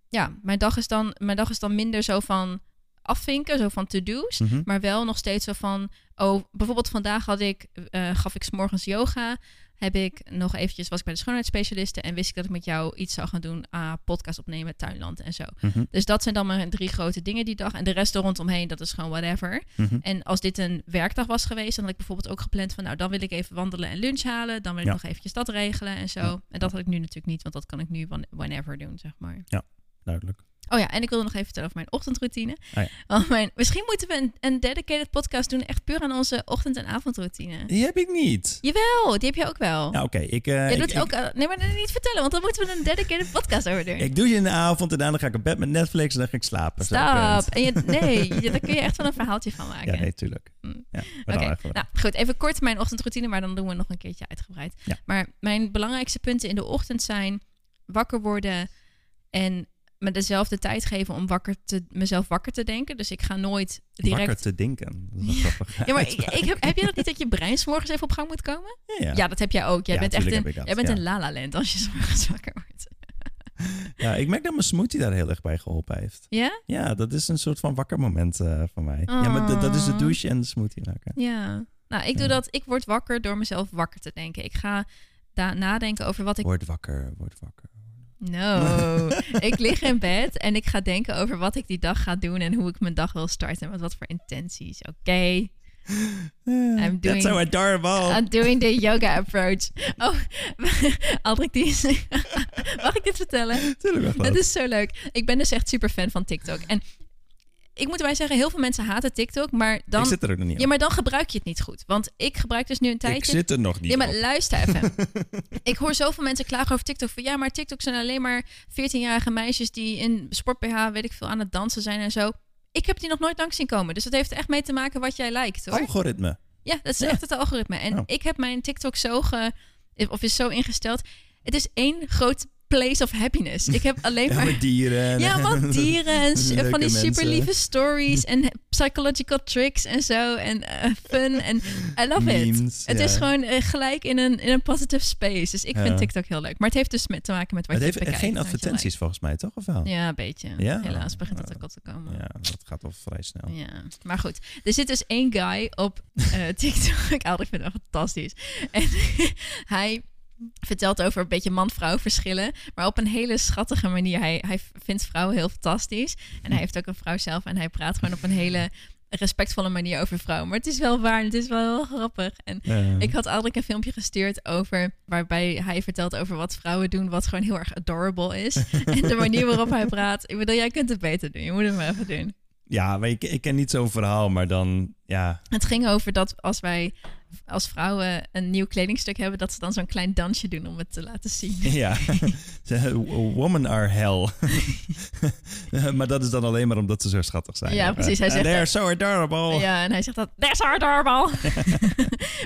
[SPEAKER 2] ja, mijn dag, is dan, mijn dag is dan minder zo van afvinken, zo van to-do's.
[SPEAKER 1] Mhm.
[SPEAKER 2] Maar wel nog steeds zo van, oh, bijvoorbeeld vandaag had ik, eh, gaf ik 's morgens yoga. Heb ik nog eventjes, was ik bij de schoonheidsspecialisten en wist ik dat ik met jou iets zou gaan doen aan podcast opnemen, tuinland en zo.
[SPEAKER 1] Mhm.
[SPEAKER 2] Dus dat zijn dan mijn drie grote dingen die dag. En de rest er rondomheen, dat is gewoon whatever.
[SPEAKER 1] Mhm.
[SPEAKER 2] En als dit een werkdag was geweest, dan had ik bijvoorbeeld ook gepland van, nou, dan wil ik even wandelen en lunch halen. Dan wil ik
[SPEAKER 1] Ja.
[SPEAKER 2] nog eventjes dat regelen en zo.
[SPEAKER 1] Ja.
[SPEAKER 2] En dat had ik nu natuurlijk niet, want dat kan ik nu wan- whenever doen, zeg maar.
[SPEAKER 1] Duidelijk.
[SPEAKER 2] Oh ja, en ik wilde nog even vertellen over mijn ochtendroutine.
[SPEAKER 1] Oh ja.
[SPEAKER 2] Want mijn, misschien moeten we een, een dedicated podcast doen, echt puur aan onze ochtend- en avondroutine.
[SPEAKER 1] Die heb ik niet.
[SPEAKER 2] Jawel, die heb je ook wel.
[SPEAKER 1] Ja, oké. Ik, eh,
[SPEAKER 2] Je
[SPEAKER 1] ik,
[SPEAKER 2] doet
[SPEAKER 1] ik,
[SPEAKER 2] ook, eh, nee, maar niet vertellen, want dan moeten we een dedicated podcast over doen.
[SPEAKER 1] ik doe je in de avond en daarna ga ik op bed met Netflix en dan ga ik slapen. Zo, punt.
[SPEAKER 2] Stop. En je, nee, je- daar kun je echt wel een verhaaltje van maken.
[SPEAKER 1] Ja, nee, tuurlijk. Ja,
[SPEAKER 2] Mm.
[SPEAKER 1] maar dan
[SPEAKER 2] Oké,
[SPEAKER 1] eigenlijk wel.
[SPEAKER 2] nou goed, even kort mijn ochtendroutine, maar dan doen we nog een keertje uitgebreid.
[SPEAKER 1] Ja.
[SPEAKER 2] Maar mijn belangrijkste punten in de ochtend zijn wakker worden en me dezelfde tijd geven om wakker te, mezelf wakker te denken. Dus ik ga nooit direct...
[SPEAKER 1] Wakker te denken. Dat is wel
[SPEAKER 2] Ja.
[SPEAKER 1] grappig.
[SPEAKER 2] Ja, maar ik, ik heb, heb je dat niet dat je brein 's morgens even op gang moet komen?
[SPEAKER 1] Ja,
[SPEAKER 2] Ja,
[SPEAKER 1] ja.
[SPEAKER 2] dat heb jij ook. Jij
[SPEAKER 1] Ja,
[SPEAKER 2] bent echt
[SPEAKER 1] tuurlijk
[SPEAKER 2] een,
[SPEAKER 1] heb ik dat,
[SPEAKER 2] jij bent
[SPEAKER 1] ja.
[SPEAKER 2] een lala-land als je 's morgens wakker wordt.
[SPEAKER 1] Ja, ik merk dat mijn smoothie daar heel erg bij geholpen heeft.
[SPEAKER 2] Ja?
[SPEAKER 1] Ja, dat is een soort van wakker moment eh, voor mij. Ja, maar d- dat is de
[SPEAKER 2] Aw.
[SPEAKER 1] douche en de smoothie maken.
[SPEAKER 2] Ja. Nou, ik
[SPEAKER 1] Ja.
[SPEAKER 2] doe dat. Ik word wakker door mezelf wakker te denken. Ik ga da- nadenken over wat ik...
[SPEAKER 1] Word wakker, word wakker.
[SPEAKER 2] No. ik lig in bed en ik ga denken over wat ik die dag ga doen en hoe ik mijn dag wil starten. Met wat voor intenties. Oké.
[SPEAKER 1] I'm
[SPEAKER 2] doing-
[SPEAKER 1] Eh,
[SPEAKER 2] Uh,
[SPEAKER 1] That's so adorable.
[SPEAKER 2] I'm doing the yoga approach. Oh, Aldrik, die is... Mag ik dit vertellen?
[SPEAKER 1] Tuurlijk wel.
[SPEAKER 2] Dat is zo leuk. Ik ben dus echt super fan van TikTok. En ik moet erbij zeggen, heel veel mensen haten TikTok, maar dan,
[SPEAKER 1] Ik zit er ook nog niet
[SPEAKER 2] ja,
[SPEAKER 1] op.
[SPEAKER 2] maar dan gebruik je het niet goed. Want ik gebruik dus nu een
[SPEAKER 1] Ik
[SPEAKER 2] tijdje.
[SPEAKER 1] zit er nog niet
[SPEAKER 2] Ja, maar
[SPEAKER 1] op.
[SPEAKER 2] luister even. ik hoor zoveel mensen klagen over TikTok. Van ja, maar TikTok zijn alleen maar 14-jarige meisjes die in sport-BH, weet ik veel, aan het dansen zijn en zo. Ik heb die nog nooit langs zien komen. Dus dat heeft echt mee te maken wat jij lijkt, hoor.
[SPEAKER 1] Algoritme.
[SPEAKER 2] Ja, dat is
[SPEAKER 1] Oh. Ja.
[SPEAKER 2] echt het algoritme. En
[SPEAKER 1] Oh.
[SPEAKER 2] ik heb mijn TikTok zo ge... Of is zo ingesteld. Het is één groot place of happiness. Ik heb alleen
[SPEAKER 1] Ja,
[SPEAKER 2] maar...
[SPEAKER 1] met dieren.
[SPEAKER 2] Ja, wat dieren en s-
[SPEAKER 1] Leuke
[SPEAKER 2] van die super
[SPEAKER 1] mensen.
[SPEAKER 2] lieve stories en psychological tricks en zo en eh, fun en I love it.
[SPEAKER 1] Memes,
[SPEAKER 2] Het
[SPEAKER 1] ja.
[SPEAKER 2] is gewoon eh, gelijk in een, in een positive space. Dus ik
[SPEAKER 1] Ja.
[SPEAKER 2] vind TikTok heel leuk. Maar het heeft dus met, te maken met wat
[SPEAKER 1] Het
[SPEAKER 2] je
[SPEAKER 1] heeft
[SPEAKER 2] bekijkt. en
[SPEAKER 1] geen
[SPEAKER 2] wat je
[SPEAKER 1] advertenties volgens mij, toch? Of wel?
[SPEAKER 2] liked. Ja, een beetje.
[SPEAKER 1] Ja.
[SPEAKER 2] Helaas begint dat
[SPEAKER 1] Ja.
[SPEAKER 2] ook al te komen.
[SPEAKER 1] Ja, dat gaat wel vrij snel.
[SPEAKER 2] Ja, maar goed. Er zit dus één guy op eh, TikTok. Al, ik vind hem fantastisch. En hij vertelt over een beetje man-vrouw verschillen. Maar op een hele schattige manier. Hij, hij vindt vrouwen heel fantastisch. En hij heeft ook een vrouw zelf. En hij praat gewoon op een hele respectvolle manier over vrouwen. Maar het is wel waar en het is wel heel grappig. En
[SPEAKER 1] Eh,
[SPEAKER 2] ik had Aldrik een filmpje gestuurd over... waarbij hij vertelt over wat vrouwen doen... wat gewoon heel erg adorable is. en de manier waarop hij praat. Ik bedoel, jij kunt het beter doen. Je moet het maar even doen.
[SPEAKER 1] ja, maar ik, ik ken niet zo'n verhaal, maar dan... Ja,
[SPEAKER 2] Het ging over dat als wij als vrouwen een nieuw kledingstuk hebben, dat ze dan zo'n klein dansje doen om het te laten zien.
[SPEAKER 1] ja. Women are hell. maar dat is dan alleen maar omdat ze zo schattig zijn.
[SPEAKER 2] Ja, precies, hij
[SPEAKER 1] And
[SPEAKER 2] zegt
[SPEAKER 1] They are
[SPEAKER 2] dat-
[SPEAKER 1] so adorable.
[SPEAKER 2] Ja, en hij zegt dat, that's our doorbal.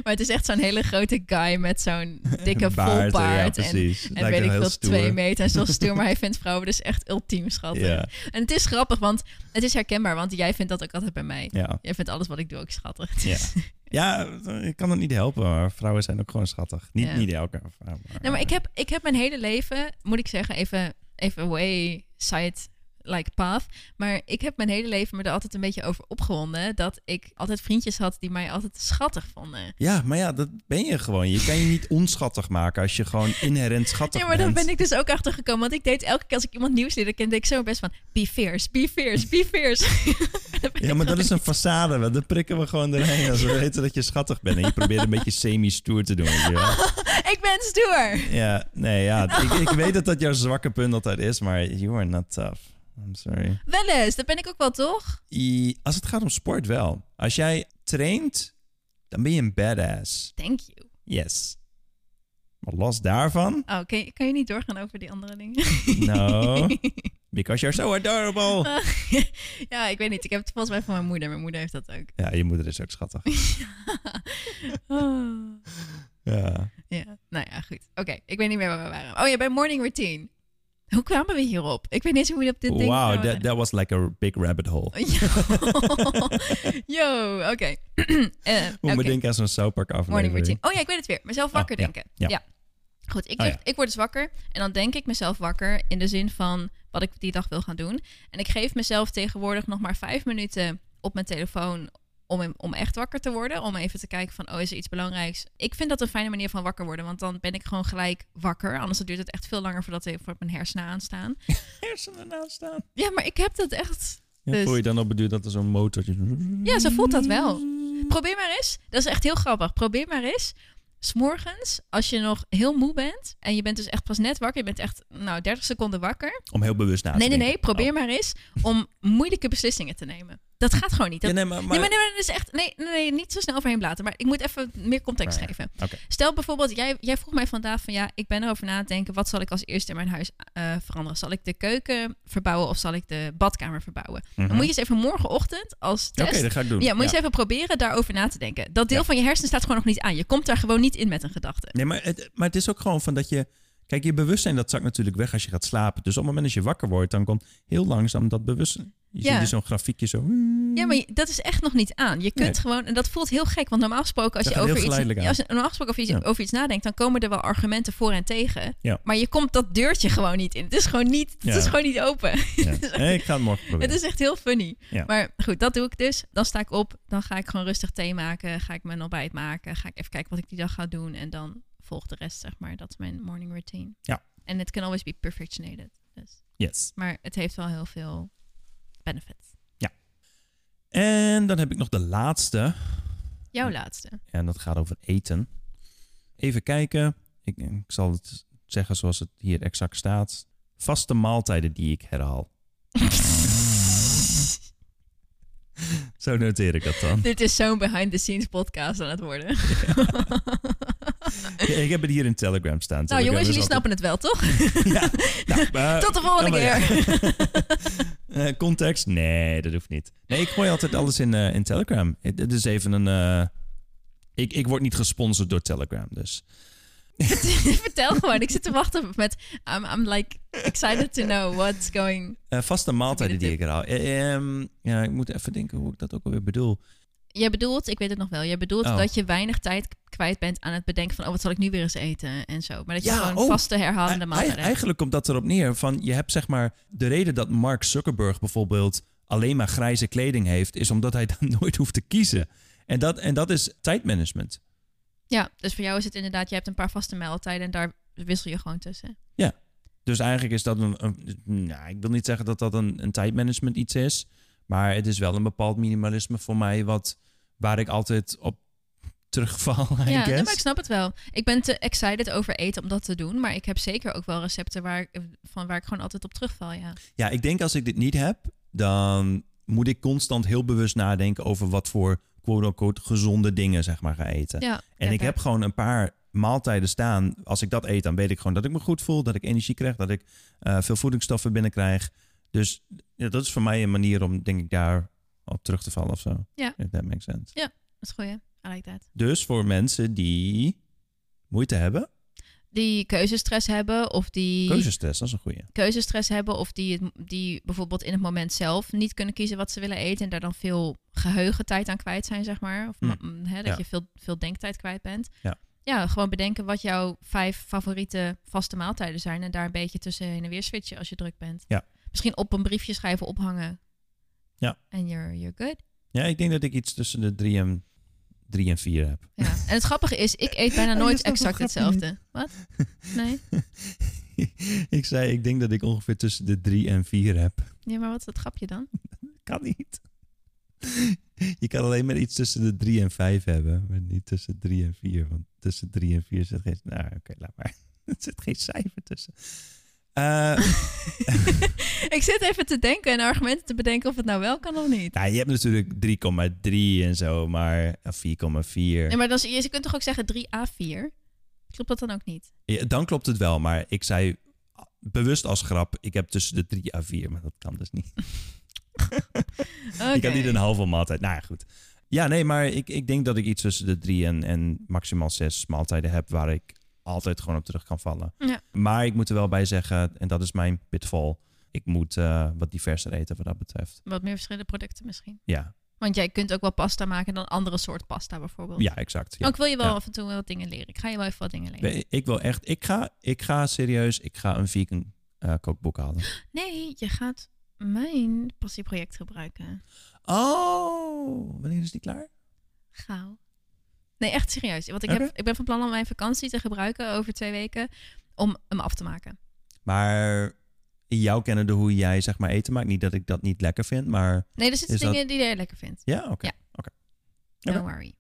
[SPEAKER 2] maar het is echt zo'n hele grote guy met zo'n dikke
[SPEAKER 1] Baard, eh, Ja,
[SPEAKER 2] volbaard. en
[SPEAKER 1] precies.
[SPEAKER 2] en
[SPEAKER 1] Lijkt
[SPEAKER 2] weet ik
[SPEAKER 1] wel heel
[SPEAKER 2] veel,
[SPEAKER 1] stoer.
[SPEAKER 2] twee meter en zo stoer. maar hij vindt vrouwen dus echt ultiem schattig.
[SPEAKER 1] Ja,
[SPEAKER 2] En het is grappig, want het is herkenbaar. Want jij vindt dat ook altijd bij mij.
[SPEAKER 1] ja.
[SPEAKER 2] Jij vindt alles wat ik doe ook schattig.
[SPEAKER 1] Ja. Ja, ik kan het niet helpen, maar vrouwen zijn ook gewoon schattig. Niet,
[SPEAKER 2] Ja.
[SPEAKER 1] niet elke vrouw. Maar,
[SPEAKER 2] Nou, maar ik heb, ik heb mijn hele leven, moet ik zeggen, even, even way side like path. Maar ik heb mijn hele leven me er altijd een beetje over opgewonden. Dat ik altijd vriendjes had die mij altijd schattig vonden.
[SPEAKER 1] Ja, maar ja, dat ben je gewoon. Je kan je niet onschattig maken als je gewoon inherent schattig
[SPEAKER 2] Ja, maar daar
[SPEAKER 1] bent.
[SPEAKER 2] ben ik dus ook achter gekomen. Want ik deed elke keer als ik iemand nieuws leerde kende, ik zo best van be fierce, be fierce, be fierce. Dat ben
[SPEAKER 1] Ja,
[SPEAKER 2] ik
[SPEAKER 1] maar dat
[SPEAKER 2] gewoon
[SPEAKER 1] is een façade. want Dan prikken we gewoon doorheen als we weten dat je schattig bent. En je probeert een beetje semi-stoer te doen. weet je wel.
[SPEAKER 2] niet. Ik ben stoer.
[SPEAKER 1] Ja, nee, ja. Ik, ik weet dat dat jouw zwakke punt altijd is, maar you are not tough. I'm sorry.
[SPEAKER 2] Wel eens, dat ben ik ook wel toch?
[SPEAKER 1] I- Als het gaat om sport wel. Als jij traint, dan ben je een badass.
[SPEAKER 2] Thank you.
[SPEAKER 1] Yes. Maar los daarvan...
[SPEAKER 2] Oh, kan je, kan je niet doorgaan over die andere dingen?
[SPEAKER 1] No. Because you're so adorable.
[SPEAKER 2] ja, ik weet niet. Ik heb het volgens mij van mijn moeder. Mijn moeder heeft dat ook.
[SPEAKER 1] Ja, je moeder is ook schattig.
[SPEAKER 2] Oh.
[SPEAKER 1] Ja.
[SPEAKER 2] Ja, nou ja, goed. Oké, ik weet niet meer waar we waren. Oh ja, bij Morning Routine. Hoe kwamen we hierop? Ik Oh, weet niet eens hoe we op dit ding
[SPEAKER 1] Wow,
[SPEAKER 2] kwamen.
[SPEAKER 1] that, that was like a big rabbit hole.
[SPEAKER 2] Yo, Yo, oké. Eh,
[SPEAKER 1] Moet me
[SPEAKER 2] oké.
[SPEAKER 1] denken aan zo'n South Park
[SPEAKER 2] Morning
[SPEAKER 1] aflevering.
[SPEAKER 2] routine. Oh ja, ik weet het weer. Mezelf wakker
[SPEAKER 1] ja,
[SPEAKER 2] denken.
[SPEAKER 1] ja.
[SPEAKER 2] Ja. Goed, ik,
[SPEAKER 1] Oh
[SPEAKER 2] lig-
[SPEAKER 1] ja.
[SPEAKER 2] ik word dus wakker en dan denk ik mezelf wakker in de zin van wat ik die dag wil gaan doen. En ik geef mezelf tegenwoordig nog maar vijf minuten op mijn telefoon om, om echt wakker te worden. Om even te kijken van, oh, is er iets belangrijks? Ik vind dat een fijne manier van wakker worden, want dan ben ik gewoon gelijk wakker. Anders dan duurt het echt veel langer voordat, voordat mijn hersenen aanstaan.
[SPEAKER 1] Hersenen naast staan.
[SPEAKER 2] Ja, maar ik heb dat echt...
[SPEAKER 1] Ja,
[SPEAKER 2] Dus-
[SPEAKER 1] Voel je dan op het duur dat er zo'n motortje...
[SPEAKER 2] Ja, zo voelt dat wel. Probeer maar eens. Dat is echt heel grappig. Probeer maar eens. 's morgens als je nog heel moe bent en je bent dus echt pas net wakker, je bent echt nou 30 seconden wakker.
[SPEAKER 1] Om heel bewust na te
[SPEAKER 2] nee, nee, nee.
[SPEAKER 1] denken.
[SPEAKER 2] Probeer
[SPEAKER 1] Oh.
[SPEAKER 2] maar eens om moeilijke beslissingen te nemen. Dat gaat gewoon niet. Dat,
[SPEAKER 1] Oh. Ja, nee, maar... maar-
[SPEAKER 2] nee, maar, nee, maar dat is echt. Nee, nee, nee, niet zo snel overheen blaten. Maar ik moet even meer context
[SPEAKER 1] Maar ja,
[SPEAKER 2] geven.
[SPEAKER 1] oké.
[SPEAKER 2] Stel bijvoorbeeld, jij, jij vroeg mij vandaag van ja, ik ben erover na te denken. Wat zal ik als eerste in mijn huis eh, veranderen? Zal ik de keuken verbouwen of zal ik de badkamer verbouwen? Dan
[SPEAKER 1] Mhm.
[SPEAKER 2] moet je eens even morgenochtend als
[SPEAKER 1] Oké,
[SPEAKER 2] test
[SPEAKER 1] dat ga ik doen.
[SPEAKER 2] ja, moet je eens even proberen daarover na te denken. Dat deel
[SPEAKER 1] Ja.
[SPEAKER 2] van je hersenen staat gewoon nog niet aan. Je komt daar gewoon niet in met een gedachte.
[SPEAKER 1] Nee, maar het, maar het is ook gewoon van dat je... Kijk, je bewustzijn dat zakt natuurlijk weg als je gaat slapen. Dus op het moment dat je wakker wordt, dan komt heel langzaam dat bewustzijn. Je
[SPEAKER 2] Ja.
[SPEAKER 1] ziet dus zo'n grafiekje zo.
[SPEAKER 2] Ja, maar je- dat is echt nog niet aan. Je kunt
[SPEAKER 1] Nee.
[SPEAKER 2] gewoon, en dat voelt heel gek, want normaal gesproken als
[SPEAKER 1] Dat
[SPEAKER 2] je
[SPEAKER 1] gaat heel
[SPEAKER 2] over iets,
[SPEAKER 1] geleidelijk aan.
[SPEAKER 2] ja, als je, normaal gesproken over iets,
[SPEAKER 1] Ja.
[SPEAKER 2] over iets nadenkt, dan komen er wel argumenten voor en tegen.
[SPEAKER 1] Ja.
[SPEAKER 2] Maar je komt dat deurtje gewoon niet in. Het is gewoon niet,
[SPEAKER 1] Ja.
[SPEAKER 2] het is gewoon niet open.
[SPEAKER 1] Ja. Nee, ik ga het morgen proberen.
[SPEAKER 2] Het is echt heel funny.
[SPEAKER 1] Ja.
[SPEAKER 2] Maar goed, dat doe ik dus. Dan sta ik op, dan ga ik gewoon rustig thee maken, ga ik mijn ontbijt maken, ga ik even kijken wat ik die dag ga doen en dan volgt de rest, zeg maar. Dat is mijn morning routine.
[SPEAKER 1] Ja.
[SPEAKER 2] En het can always be perfectionated. Dus.
[SPEAKER 1] Yes.
[SPEAKER 2] Maar het heeft wel heel veel benefits.
[SPEAKER 1] En dan heb ik nog de laatste.
[SPEAKER 2] Jouw laatste.
[SPEAKER 1] En dat gaat over eten. Even kijken. Ik, ik zal het zeggen zoals het hier exact staat. Vaste maaltijden die ik herhaal. Zo noteer ik dat dan.
[SPEAKER 2] Dit is zo'n behind-the-scenes podcast aan het worden.
[SPEAKER 1] Ja, ik heb het hier in Telegram staan.
[SPEAKER 2] nou
[SPEAKER 1] Telegram
[SPEAKER 2] jongens,
[SPEAKER 1] is
[SPEAKER 2] jullie
[SPEAKER 1] altijd-
[SPEAKER 2] snappen het wel, toch?
[SPEAKER 1] Nou, maar-
[SPEAKER 2] Tot de volgende
[SPEAKER 1] Ja, maar
[SPEAKER 2] keer.
[SPEAKER 1] Eh, context? Nee, dat hoeft niet. Nee, ik gooi altijd alles in, eh, in Telegram. Het het is even een... eh, ik, ik word niet gesponsord door Telegram, dus...
[SPEAKER 2] Vertel gewoon, ik zit te wachten op met... I'm, I'm like excited to know what's going...
[SPEAKER 1] Eh, vaste maaltijden
[SPEAKER 2] Heb je
[SPEAKER 1] die
[SPEAKER 2] de
[SPEAKER 1] ik herhaal. Eh, ehm, ja, ik moet even denken hoe ik dat ook alweer bedoel.
[SPEAKER 2] Jij bedoelt, ik weet het nog wel, jij bedoelt
[SPEAKER 1] Oh.
[SPEAKER 2] dat je weinig tijd k- kwijt bent aan het bedenken van... oh, wat zal ik nu weer eens eten en zo. Maar dat je
[SPEAKER 1] Ja,
[SPEAKER 2] gewoon
[SPEAKER 1] oh.
[SPEAKER 2] vaste herhalende
[SPEAKER 1] Ei-
[SPEAKER 2] maaltijden hebt.
[SPEAKER 1] Eigenlijk komt dat erop neer van je hebt zeg maar de reden dat Mark Zuckerberg bijvoorbeeld alleen maar grijze kleding heeft, is omdat hij dan nooit hoeft te kiezen. En dat, en dat is tijdmanagement.
[SPEAKER 2] Ja, dus voor jou is het inderdaad, je hebt een paar vaste maaltijden... en daar wissel je gewoon tussen.
[SPEAKER 1] Dus eigenlijk is dat een. een- nou, ik wil niet zeggen dat dat een, een tijdmanagement iets is. Maar het is wel een bepaald minimalisme voor mij, wat, waar ik altijd op terugval. I
[SPEAKER 2] Ja, nee,
[SPEAKER 1] guess.
[SPEAKER 2] maar ik snap het wel. Ik ben te excited over eten om dat te doen. Maar ik heb zeker ook wel recepten waar, ik- van waar ik gewoon altijd op terugval, ja.
[SPEAKER 1] Ja, ik denk als ik dit niet heb, dan moet ik constant heel bewust nadenken over wat voor quote-unquote gezonde dingen zeg maar ga eten.
[SPEAKER 2] ja
[SPEAKER 1] En ik
[SPEAKER 2] lekker.
[SPEAKER 1] heb gewoon een paar maaltijden staan. Als ik dat eet, dan weet ik gewoon dat ik me goed voel, dat ik energie krijg, dat ik eh, veel voedingsstoffen binnenkrijg. Dus ja, dat is voor mij een manier om, denk ik, daar op terug te vallen of zo.
[SPEAKER 2] Ja.
[SPEAKER 1] If that makes sense.
[SPEAKER 2] Dat is goed, I like that.
[SPEAKER 1] Dus voor mensen die moeite hebben,
[SPEAKER 2] Die keuzestress hebben of die
[SPEAKER 1] keuzestress, dat is een goede.
[SPEAKER 2] keuzestress hebben of die, het- die bijvoorbeeld in het moment zelf niet kunnen kiezen wat ze willen eten en daar dan veel geheugentijd aan kwijt zijn, zeg maar. Of
[SPEAKER 1] Hm.
[SPEAKER 2] ma- mm, hè, dat
[SPEAKER 1] Ja.
[SPEAKER 2] je veel, veel denktijd kwijt bent.
[SPEAKER 1] Ja.
[SPEAKER 2] ja, gewoon bedenken wat jouw vijf favoriete vaste maaltijden zijn en daar een beetje tussen heen en weer switchen als je druk bent.
[SPEAKER 1] Ja.
[SPEAKER 2] Misschien op een briefje schrijven, ophangen.
[SPEAKER 1] Ja.
[SPEAKER 2] En you're, you're good.
[SPEAKER 1] Ja, ik denk dat ik iets tussen de drie en, drie en vier heb.
[SPEAKER 2] Ja. En het grappige is, ik eet bijna
[SPEAKER 1] Oh, je
[SPEAKER 2] nooit
[SPEAKER 1] snapt mijn
[SPEAKER 2] exact
[SPEAKER 1] grapje niet.
[SPEAKER 2] hetzelfde. Wat? Nee?
[SPEAKER 1] ik zei, ik denk dat ik ongeveer tussen de drie en vier heb.
[SPEAKER 2] Ja, maar wat is dat grapje dan?
[SPEAKER 1] Kan niet. Je kan alleen maar iets tussen de drie en vijf hebben, maar niet tussen drie en vier. Want tussen drie en vier zit geen... Nou, oké, laat maar. Er zit geen cijfer tussen. Eh,
[SPEAKER 2] ik zit even te denken en argumenten te bedenken of het nou wel kan of niet.
[SPEAKER 1] nou, je hebt natuurlijk 3,3 en zo, maar of 4,4.
[SPEAKER 2] Nee, maar dan, is- je kunt toch ook zeggen 3A4? Klopt dat dan ook niet?
[SPEAKER 1] Ja, dan klopt het wel, maar ik zei bewust als grap, ik heb tussen de 3 en 4, maar dat kan dus niet.
[SPEAKER 2] Oké.
[SPEAKER 1] Ik had niet een halve maaltijd. Nou ja, goed. Ja, nee, maar ik, ik denk dat ik iets tussen de drie en, en maximaal zes maaltijden heb waar ik altijd gewoon op terug kan vallen.
[SPEAKER 2] Ja.
[SPEAKER 1] Maar ik moet er wel bij zeggen, en dat is mijn pitfall, ik moet eh, wat diverser eten wat dat betreft.
[SPEAKER 2] Wat meer verschillende producten misschien.
[SPEAKER 1] Ja,
[SPEAKER 2] Want jij kunt ook wel pasta maken dan andere soort pasta bijvoorbeeld.
[SPEAKER 1] ja exact. Ja.
[SPEAKER 2] Ook wil je wel
[SPEAKER 1] Ja.
[SPEAKER 2] af en toe wat dingen leren. Ik ga je wel even wat dingen leren.
[SPEAKER 1] Nee, Ik wil echt, ik ga, ik ga serieus, ik ga een vegan eh, kookboek halen.
[SPEAKER 2] Nee, je gaat mijn passieproject gebruiken.
[SPEAKER 1] Oh, wanneer is die klaar?
[SPEAKER 2] Gauw. Nee, echt serieus. Want ik,
[SPEAKER 1] Oké.
[SPEAKER 2] heb, ik ben van plan om mijn vakantie te gebruiken over twee weken om hem af te maken.
[SPEAKER 1] Maar in jouw kennende hoe jij zeg maar eten maakt, niet dat ik dat niet lekker vind, maar
[SPEAKER 2] Nee, er zitten
[SPEAKER 1] Is dat-
[SPEAKER 2] dingen die jij lekker vindt.
[SPEAKER 1] ja, oké.
[SPEAKER 2] Ja.
[SPEAKER 1] Oké.
[SPEAKER 2] Don't worry.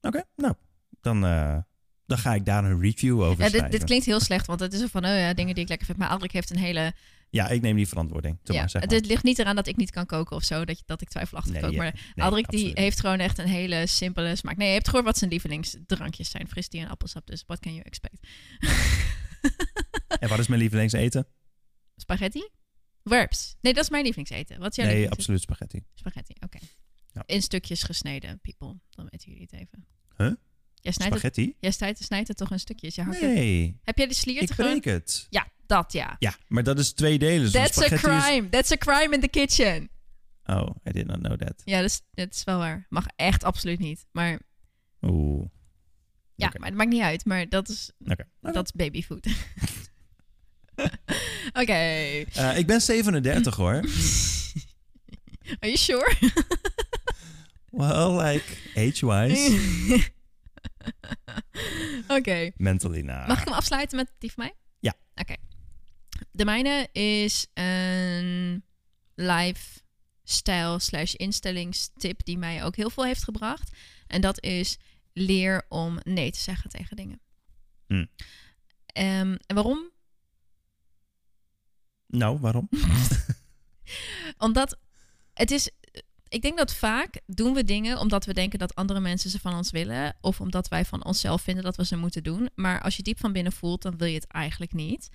[SPEAKER 1] Oké, nou, dan, eh, dan ga ik daar een review over
[SPEAKER 2] Ja, dit,
[SPEAKER 1] schrijven.
[SPEAKER 2] dit klinkt heel slecht, want het is zo van oh ja, dingen die ik lekker vind. Maar Aldrik heeft een hele.
[SPEAKER 1] Ja, ik neem die verantwoording. Doe
[SPEAKER 2] ja,
[SPEAKER 1] maar, zeg maar.
[SPEAKER 2] Het ligt niet eraan dat ik niet kan koken of zo, dat, je- dat ik twijfelachtig
[SPEAKER 1] Nee,
[SPEAKER 2] kook.
[SPEAKER 1] ja,
[SPEAKER 2] maar
[SPEAKER 1] Nee,
[SPEAKER 2] Aldrik die
[SPEAKER 1] absoluut niet.
[SPEAKER 2] heeft gewoon echt een hele simpele smaak. Nee, hij heeft gehoord wat zijn lievelingsdrankjes zijn: fris die en appelsap. Dus what can you expect?
[SPEAKER 1] En wat is mijn lievelingseten?
[SPEAKER 2] Spaghetti? Werps. Nee, dat is mijn lievelingseten. Wat is jouw
[SPEAKER 1] Nee,
[SPEAKER 2] lievelings-
[SPEAKER 1] absoluut spaghetti.
[SPEAKER 2] Spaghetti, oké.
[SPEAKER 1] Ja.
[SPEAKER 2] In stukjes gesneden, people. Dan weten jullie het even.
[SPEAKER 1] Huh?
[SPEAKER 2] Jij snijdt, het,
[SPEAKER 1] Spaghetti?
[SPEAKER 2] jij snijdt, snijdt het toch een stukje? Je hakt het.
[SPEAKER 1] Nee,
[SPEAKER 2] Heb jij de sliert
[SPEAKER 1] ik
[SPEAKER 2] gewoon?
[SPEAKER 1] breek het.
[SPEAKER 2] Ja, dat ja.
[SPEAKER 1] Ja, maar dat is twee delen. Zo'n
[SPEAKER 2] That's a
[SPEAKER 1] Dus spaghetti is-
[SPEAKER 2] crime. That's a crime in the kitchen.
[SPEAKER 1] Oh, I did not know that.
[SPEAKER 2] Ja, dat is, dat is wel waar. Mag echt absoluut niet. Maar
[SPEAKER 1] Oeh.
[SPEAKER 2] ja,
[SPEAKER 1] Oké.
[SPEAKER 2] maar het maakt niet uit. Maar dat is,
[SPEAKER 1] Oké. Oké.
[SPEAKER 2] dat is babyfood. Oké.
[SPEAKER 1] Eh, ik ben 37 hoor.
[SPEAKER 2] Are you sure?
[SPEAKER 1] Well, like, age-wise,
[SPEAKER 2] Oké.
[SPEAKER 1] mentally nah.
[SPEAKER 2] Mag ik hem afsluiten met die van mij?
[SPEAKER 1] Ja.
[SPEAKER 2] Oké. De mijne is een lifestyle slash instellingstip die mij ook heel veel heeft gebracht. En dat is leer om nee te zeggen tegen dingen.
[SPEAKER 1] Hmm.
[SPEAKER 2] Ehm, en waarom?
[SPEAKER 1] Nou, waarom?
[SPEAKER 2] Omdat het is... Ik denk dat vaak doen we dingen omdat we denken dat andere mensen ze van ons willen. Of omdat wij van onszelf vinden dat we ze moeten doen. Maar als je diep van binnen voelt, dan wil je het eigenlijk niet.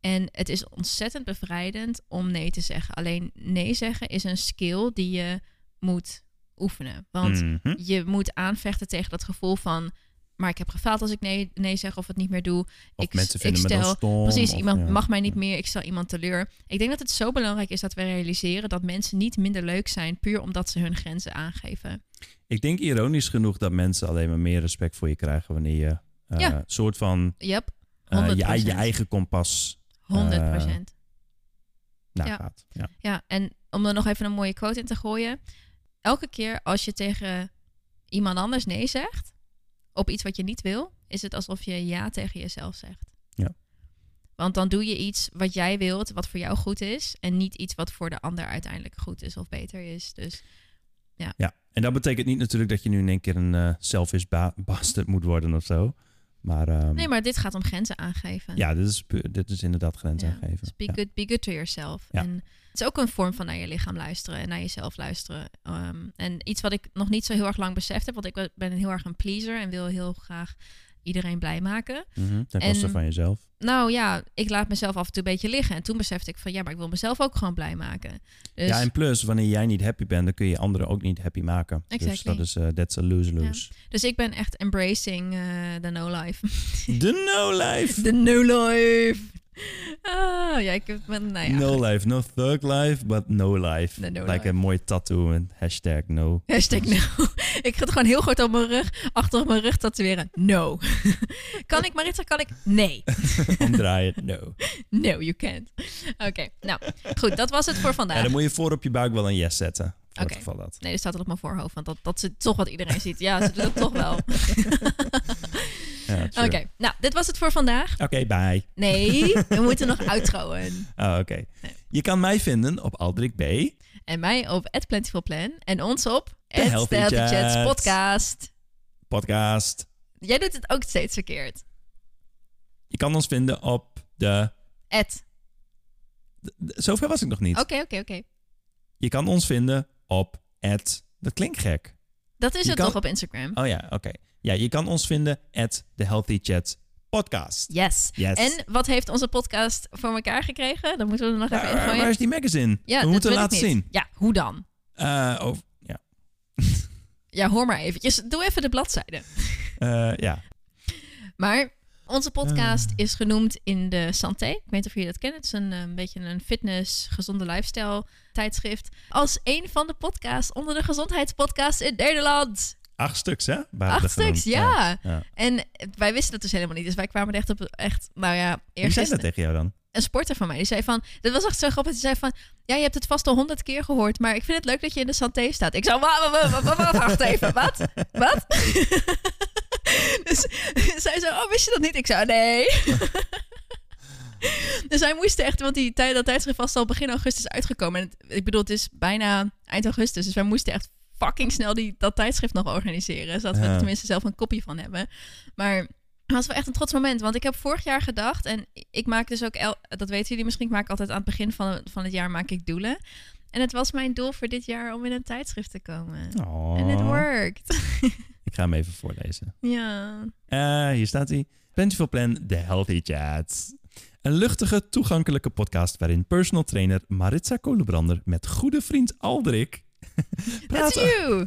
[SPEAKER 2] En het is ontzettend bevrijdend om nee te zeggen. Alleen nee zeggen is een skill die je moet oefenen. Want
[SPEAKER 1] Mhm.
[SPEAKER 2] je moet aanvechten tegen dat gevoel van... maar ik heb gefaald als ik nee, nee zeg of het niet meer doe.
[SPEAKER 1] Of
[SPEAKER 2] ik,
[SPEAKER 1] mensen
[SPEAKER 2] ik
[SPEAKER 1] vinden me
[SPEAKER 2] stel-
[SPEAKER 1] dan stom.
[SPEAKER 2] Precies,
[SPEAKER 1] of-
[SPEAKER 2] iemand
[SPEAKER 1] ja.
[SPEAKER 2] mag mij niet meer, ik stel iemand teleur. Ik denk dat het zo belangrijk is dat we realiseren dat mensen niet minder leuk zijn puur omdat ze hun grenzen aangeven.
[SPEAKER 1] Ik denk ironisch genoeg dat mensen alleen maar meer respect voor je krijgen wanneer je eh
[SPEAKER 2] Ja.
[SPEAKER 1] soort van
[SPEAKER 2] Yep,
[SPEAKER 1] eh, je,
[SPEAKER 2] 100%.
[SPEAKER 1] je eigen kompas
[SPEAKER 2] 100 procent.
[SPEAKER 1] nagaat. Ja.
[SPEAKER 2] ja, en om er nog even een mooie quote in te gooien. Elke keer als je tegen iemand anders nee zegt op iets wat je niet wil, is het alsof je ja tegen jezelf zegt.
[SPEAKER 1] Ja.
[SPEAKER 2] Want dan doe je iets wat jij wilt, wat voor jou goed is, en niet iets wat voor de ander uiteindelijk goed is of beter is. Dus
[SPEAKER 1] Ja, en dat betekent niet natuurlijk dat je nu in één keer een eh, selfish ba- bastard moet worden of zo. Maar, ehm,
[SPEAKER 2] Nee, maar dit gaat om grenzen aangeven.
[SPEAKER 1] ja, dit is, pu- dit is inderdaad grens
[SPEAKER 2] Ja.
[SPEAKER 1] aangeven.
[SPEAKER 2] Dus be,
[SPEAKER 1] Ja.
[SPEAKER 2] good, be good to yourself.
[SPEAKER 1] Ja.
[SPEAKER 2] En het is ook een vorm van naar je lichaam luisteren en naar jezelf luisteren. Ehm, en iets wat ik nog niet zo heel erg lang beseft heb, want ik ben- ben heel erg een pleaser en wil heel graag iedereen blij maken.
[SPEAKER 1] Mhm, Ten koste
[SPEAKER 2] En-
[SPEAKER 1] van jezelf.
[SPEAKER 2] Nou ja, ik laat mezelf af en toe een beetje liggen. En toen besefte ik van ja, maar ik wil mezelf ook gewoon blij maken. Dus
[SPEAKER 1] Ja, en plus, wanneer jij niet happy bent, dan kun je anderen ook niet happy maken. Dus
[SPEAKER 2] Exactly.
[SPEAKER 1] dat is, eh that's a lose-lose.
[SPEAKER 2] Dus ik ben echt embracing eh, de no life.
[SPEAKER 1] De no-life!
[SPEAKER 2] De no life. Ah, ja, ik ben, nou ja.
[SPEAKER 1] No-life, no thug life, but no-life.
[SPEAKER 2] De no
[SPEAKER 1] like
[SPEAKER 2] life.
[SPEAKER 1] een mooi tattoo en hashtag no.
[SPEAKER 2] Hashtag no. Ik ga het gewoon heel groot op mijn rug, achter op mijn rug tatoeëren. No. kan ik Maritza, kan ik? Nee.
[SPEAKER 1] Omdraaien,
[SPEAKER 2] Nou.
[SPEAKER 1] no.
[SPEAKER 2] No, you can't. Oké, nou. Goed, dat was het voor
[SPEAKER 1] Ja,
[SPEAKER 2] vandaag.
[SPEAKER 1] dan moet je voor op je buik wel een yes zetten. Voor het
[SPEAKER 2] Oké.
[SPEAKER 1] geval dat.
[SPEAKER 2] Nee, dat staat al op mijn voorhoofd, want dat, dat is toch wat iedereen ziet. Ja, ze doen het toch wel. Oké,
[SPEAKER 1] Ja, true.
[SPEAKER 2] nou, dit was het voor vandaag.
[SPEAKER 1] Oké, bye.
[SPEAKER 2] Nee, we moeten nog uitrouwen.
[SPEAKER 1] Oh, oké.
[SPEAKER 2] Nee.
[SPEAKER 1] Je kan mij vinden op Aldrik B.
[SPEAKER 2] En mij op @plentifulplan en ons op
[SPEAKER 1] De Healthy
[SPEAKER 2] @Healthy Chats
[SPEAKER 1] Chats.
[SPEAKER 2] podcast.
[SPEAKER 1] Podcast.
[SPEAKER 2] Jij doet het ook steeds verkeerd.
[SPEAKER 1] Je kan ons vinden op de...
[SPEAKER 2] Ed.
[SPEAKER 1] de- de- Zover was ik nog niet.
[SPEAKER 2] Oké, oké, oké.
[SPEAKER 1] Je kan ons vinden op het... Dat klinkt gek.
[SPEAKER 2] Dat is
[SPEAKER 1] Je
[SPEAKER 2] het
[SPEAKER 1] kan-
[SPEAKER 2] toch op Instagram?
[SPEAKER 1] Oh ja, oké. Ja, je kan ons vinden at The Healthy Chat Podcast.
[SPEAKER 2] Yes.
[SPEAKER 1] Yes.
[SPEAKER 2] En wat heeft onze podcast voor elkaar gekregen? Dan moeten we er nog
[SPEAKER 1] Waar,
[SPEAKER 2] even in
[SPEAKER 1] waar- waar
[SPEAKER 2] gooien.
[SPEAKER 1] is die magazine?
[SPEAKER 2] Ja,
[SPEAKER 1] We
[SPEAKER 2] dat
[SPEAKER 1] moeten
[SPEAKER 2] weet
[SPEAKER 1] laten
[SPEAKER 2] ik niet.
[SPEAKER 1] zien.
[SPEAKER 2] Ja, hoe dan?
[SPEAKER 1] Eh, oh, ja.
[SPEAKER 2] Ja, hoor maar eventjes. Doe even de bladzijde.
[SPEAKER 1] Eh, ja.
[SPEAKER 2] Maar onze podcast
[SPEAKER 1] Eh.
[SPEAKER 2] is genoemd in de Santé. Ik weet niet of jullie dat kennen. Het is een, eh, een beetje een fitness, gezonde lifestyle tijdschrift. Als een van de podcasts onder de gezondheidspodcasts in Nederland.
[SPEAKER 1] Acht stuks, hè? Waren er
[SPEAKER 2] Acht
[SPEAKER 1] genoemd.
[SPEAKER 2] stuks, ja.
[SPEAKER 1] ja.
[SPEAKER 2] En wij wisten dat dus helemaal niet. Dus wij kwamen er echt op, echt, nou ja,
[SPEAKER 1] Wie
[SPEAKER 2] eerst
[SPEAKER 1] zei dat tegen jou dan?
[SPEAKER 2] een sporter van mij. Die zei van, dat was echt zo grappig. Die zei van, ja, je hebt het vast al honderd keer gehoord, maar ik vind het leuk dat je in de santé staat. Ik zou, wa- wa- wa- wa- wa- wacht even, wat? Wat? dus zij zei, oh, wist je dat niet? Ik zou, nee. dus hij moest echt, want die tijd, dat tijdschrift was al begin augustus uitgekomen. En het- ik bedoel, het is bijna eind augustus, dus wij moesten echt fucking snel die, dat tijdschrift nog organiseren. Zodat we
[SPEAKER 1] Ja.
[SPEAKER 2] er tenminste zelf een kopie van hebben. Maar het was wel echt een trots moment. Want ik heb vorig jaar gedacht. En ik maak dus ook. el- dat weten jullie misschien. Ik maak altijd aan het begin van, van het jaar maak ik doelen. En het was mijn doel voor dit jaar om in een tijdschrift te komen. En het
[SPEAKER 1] Oh.
[SPEAKER 2] worked.
[SPEAKER 1] Ik ga hem even voorlezen.
[SPEAKER 2] ja.
[SPEAKER 1] Eh, hier staat hij. Plentiful Plan, The Healthy Chat. Een luchtige, toegankelijke podcast waarin personal trainer Maritza Kolenbrander met goede vriend Aldrik
[SPEAKER 2] That's
[SPEAKER 1] praat,
[SPEAKER 2] you.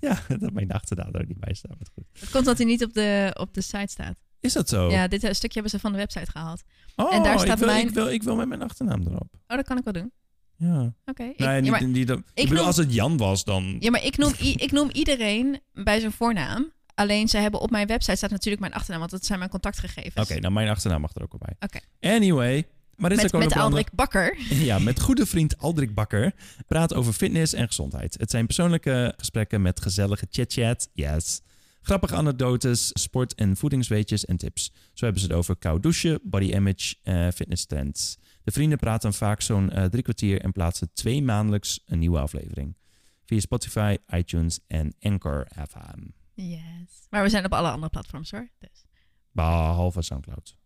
[SPEAKER 1] Ja, dat had mijn achternaam er ook niet bij staan. Maar goed.
[SPEAKER 2] Het komt dat hij niet op de, op de site staat.
[SPEAKER 1] Is dat zo?
[SPEAKER 2] Ja, dit eh, stukje hebben ze van de website gehaald.
[SPEAKER 1] oh,
[SPEAKER 2] en daar
[SPEAKER 1] ik
[SPEAKER 2] staat
[SPEAKER 1] wil,
[SPEAKER 2] mijn-
[SPEAKER 1] Ik wil, ik wil met mijn achternaam erop.
[SPEAKER 2] Oh, dat kan ik wel doen.
[SPEAKER 1] Ja.
[SPEAKER 2] Oké. Ik-
[SPEAKER 1] Nee,
[SPEAKER 2] ja,
[SPEAKER 1] niet,
[SPEAKER 2] maar,
[SPEAKER 1] niet dat- ik bedoel,
[SPEAKER 2] noem-
[SPEAKER 1] als het Jan was, dan...
[SPEAKER 2] ja, maar ik noem, i- ik noem iedereen bij zijn voornaam. Alleen ze hebben op mijn website staat natuurlijk mijn achternaam, want dat zijn mijn contactgegevens.
[SPEAKER 1] Oké, nou mijn achternaam mag er ook wel bij.
[SPEAKER 2] Oké.
[SPEAKER 1] Anyway, maar dit is
[SPEAKER 2] Met,
[SPEAKER 1] ook wel
[SPEAKER 2] met
[SPEAKER 1] een ander-
[SPEAKER 2] Aldrik Bakker.
[SPEAKER 1] Ja, met goede vriend Aldrik Bakker praat over fitness en gezondheid. Het zijn persoonlijke gesprekken met gezellige chit-chat, yes. Grappige anekdotes, sport- en voedingsweetjes en tips. Zo hebben ze het over koud douchen, body image, eh fitness trends. De vrienden praten vaak zo'n eh, drie kwartier en plaatsen twee maandelijks een nieuwe aflevering. Via Spotify, iTunes en Anchor FM.
[SPEAKER 2] Yes. Maar we zijn op alle andere platforms hoor. Dus.
[SPEAKER 1] Behalve Soundcloud.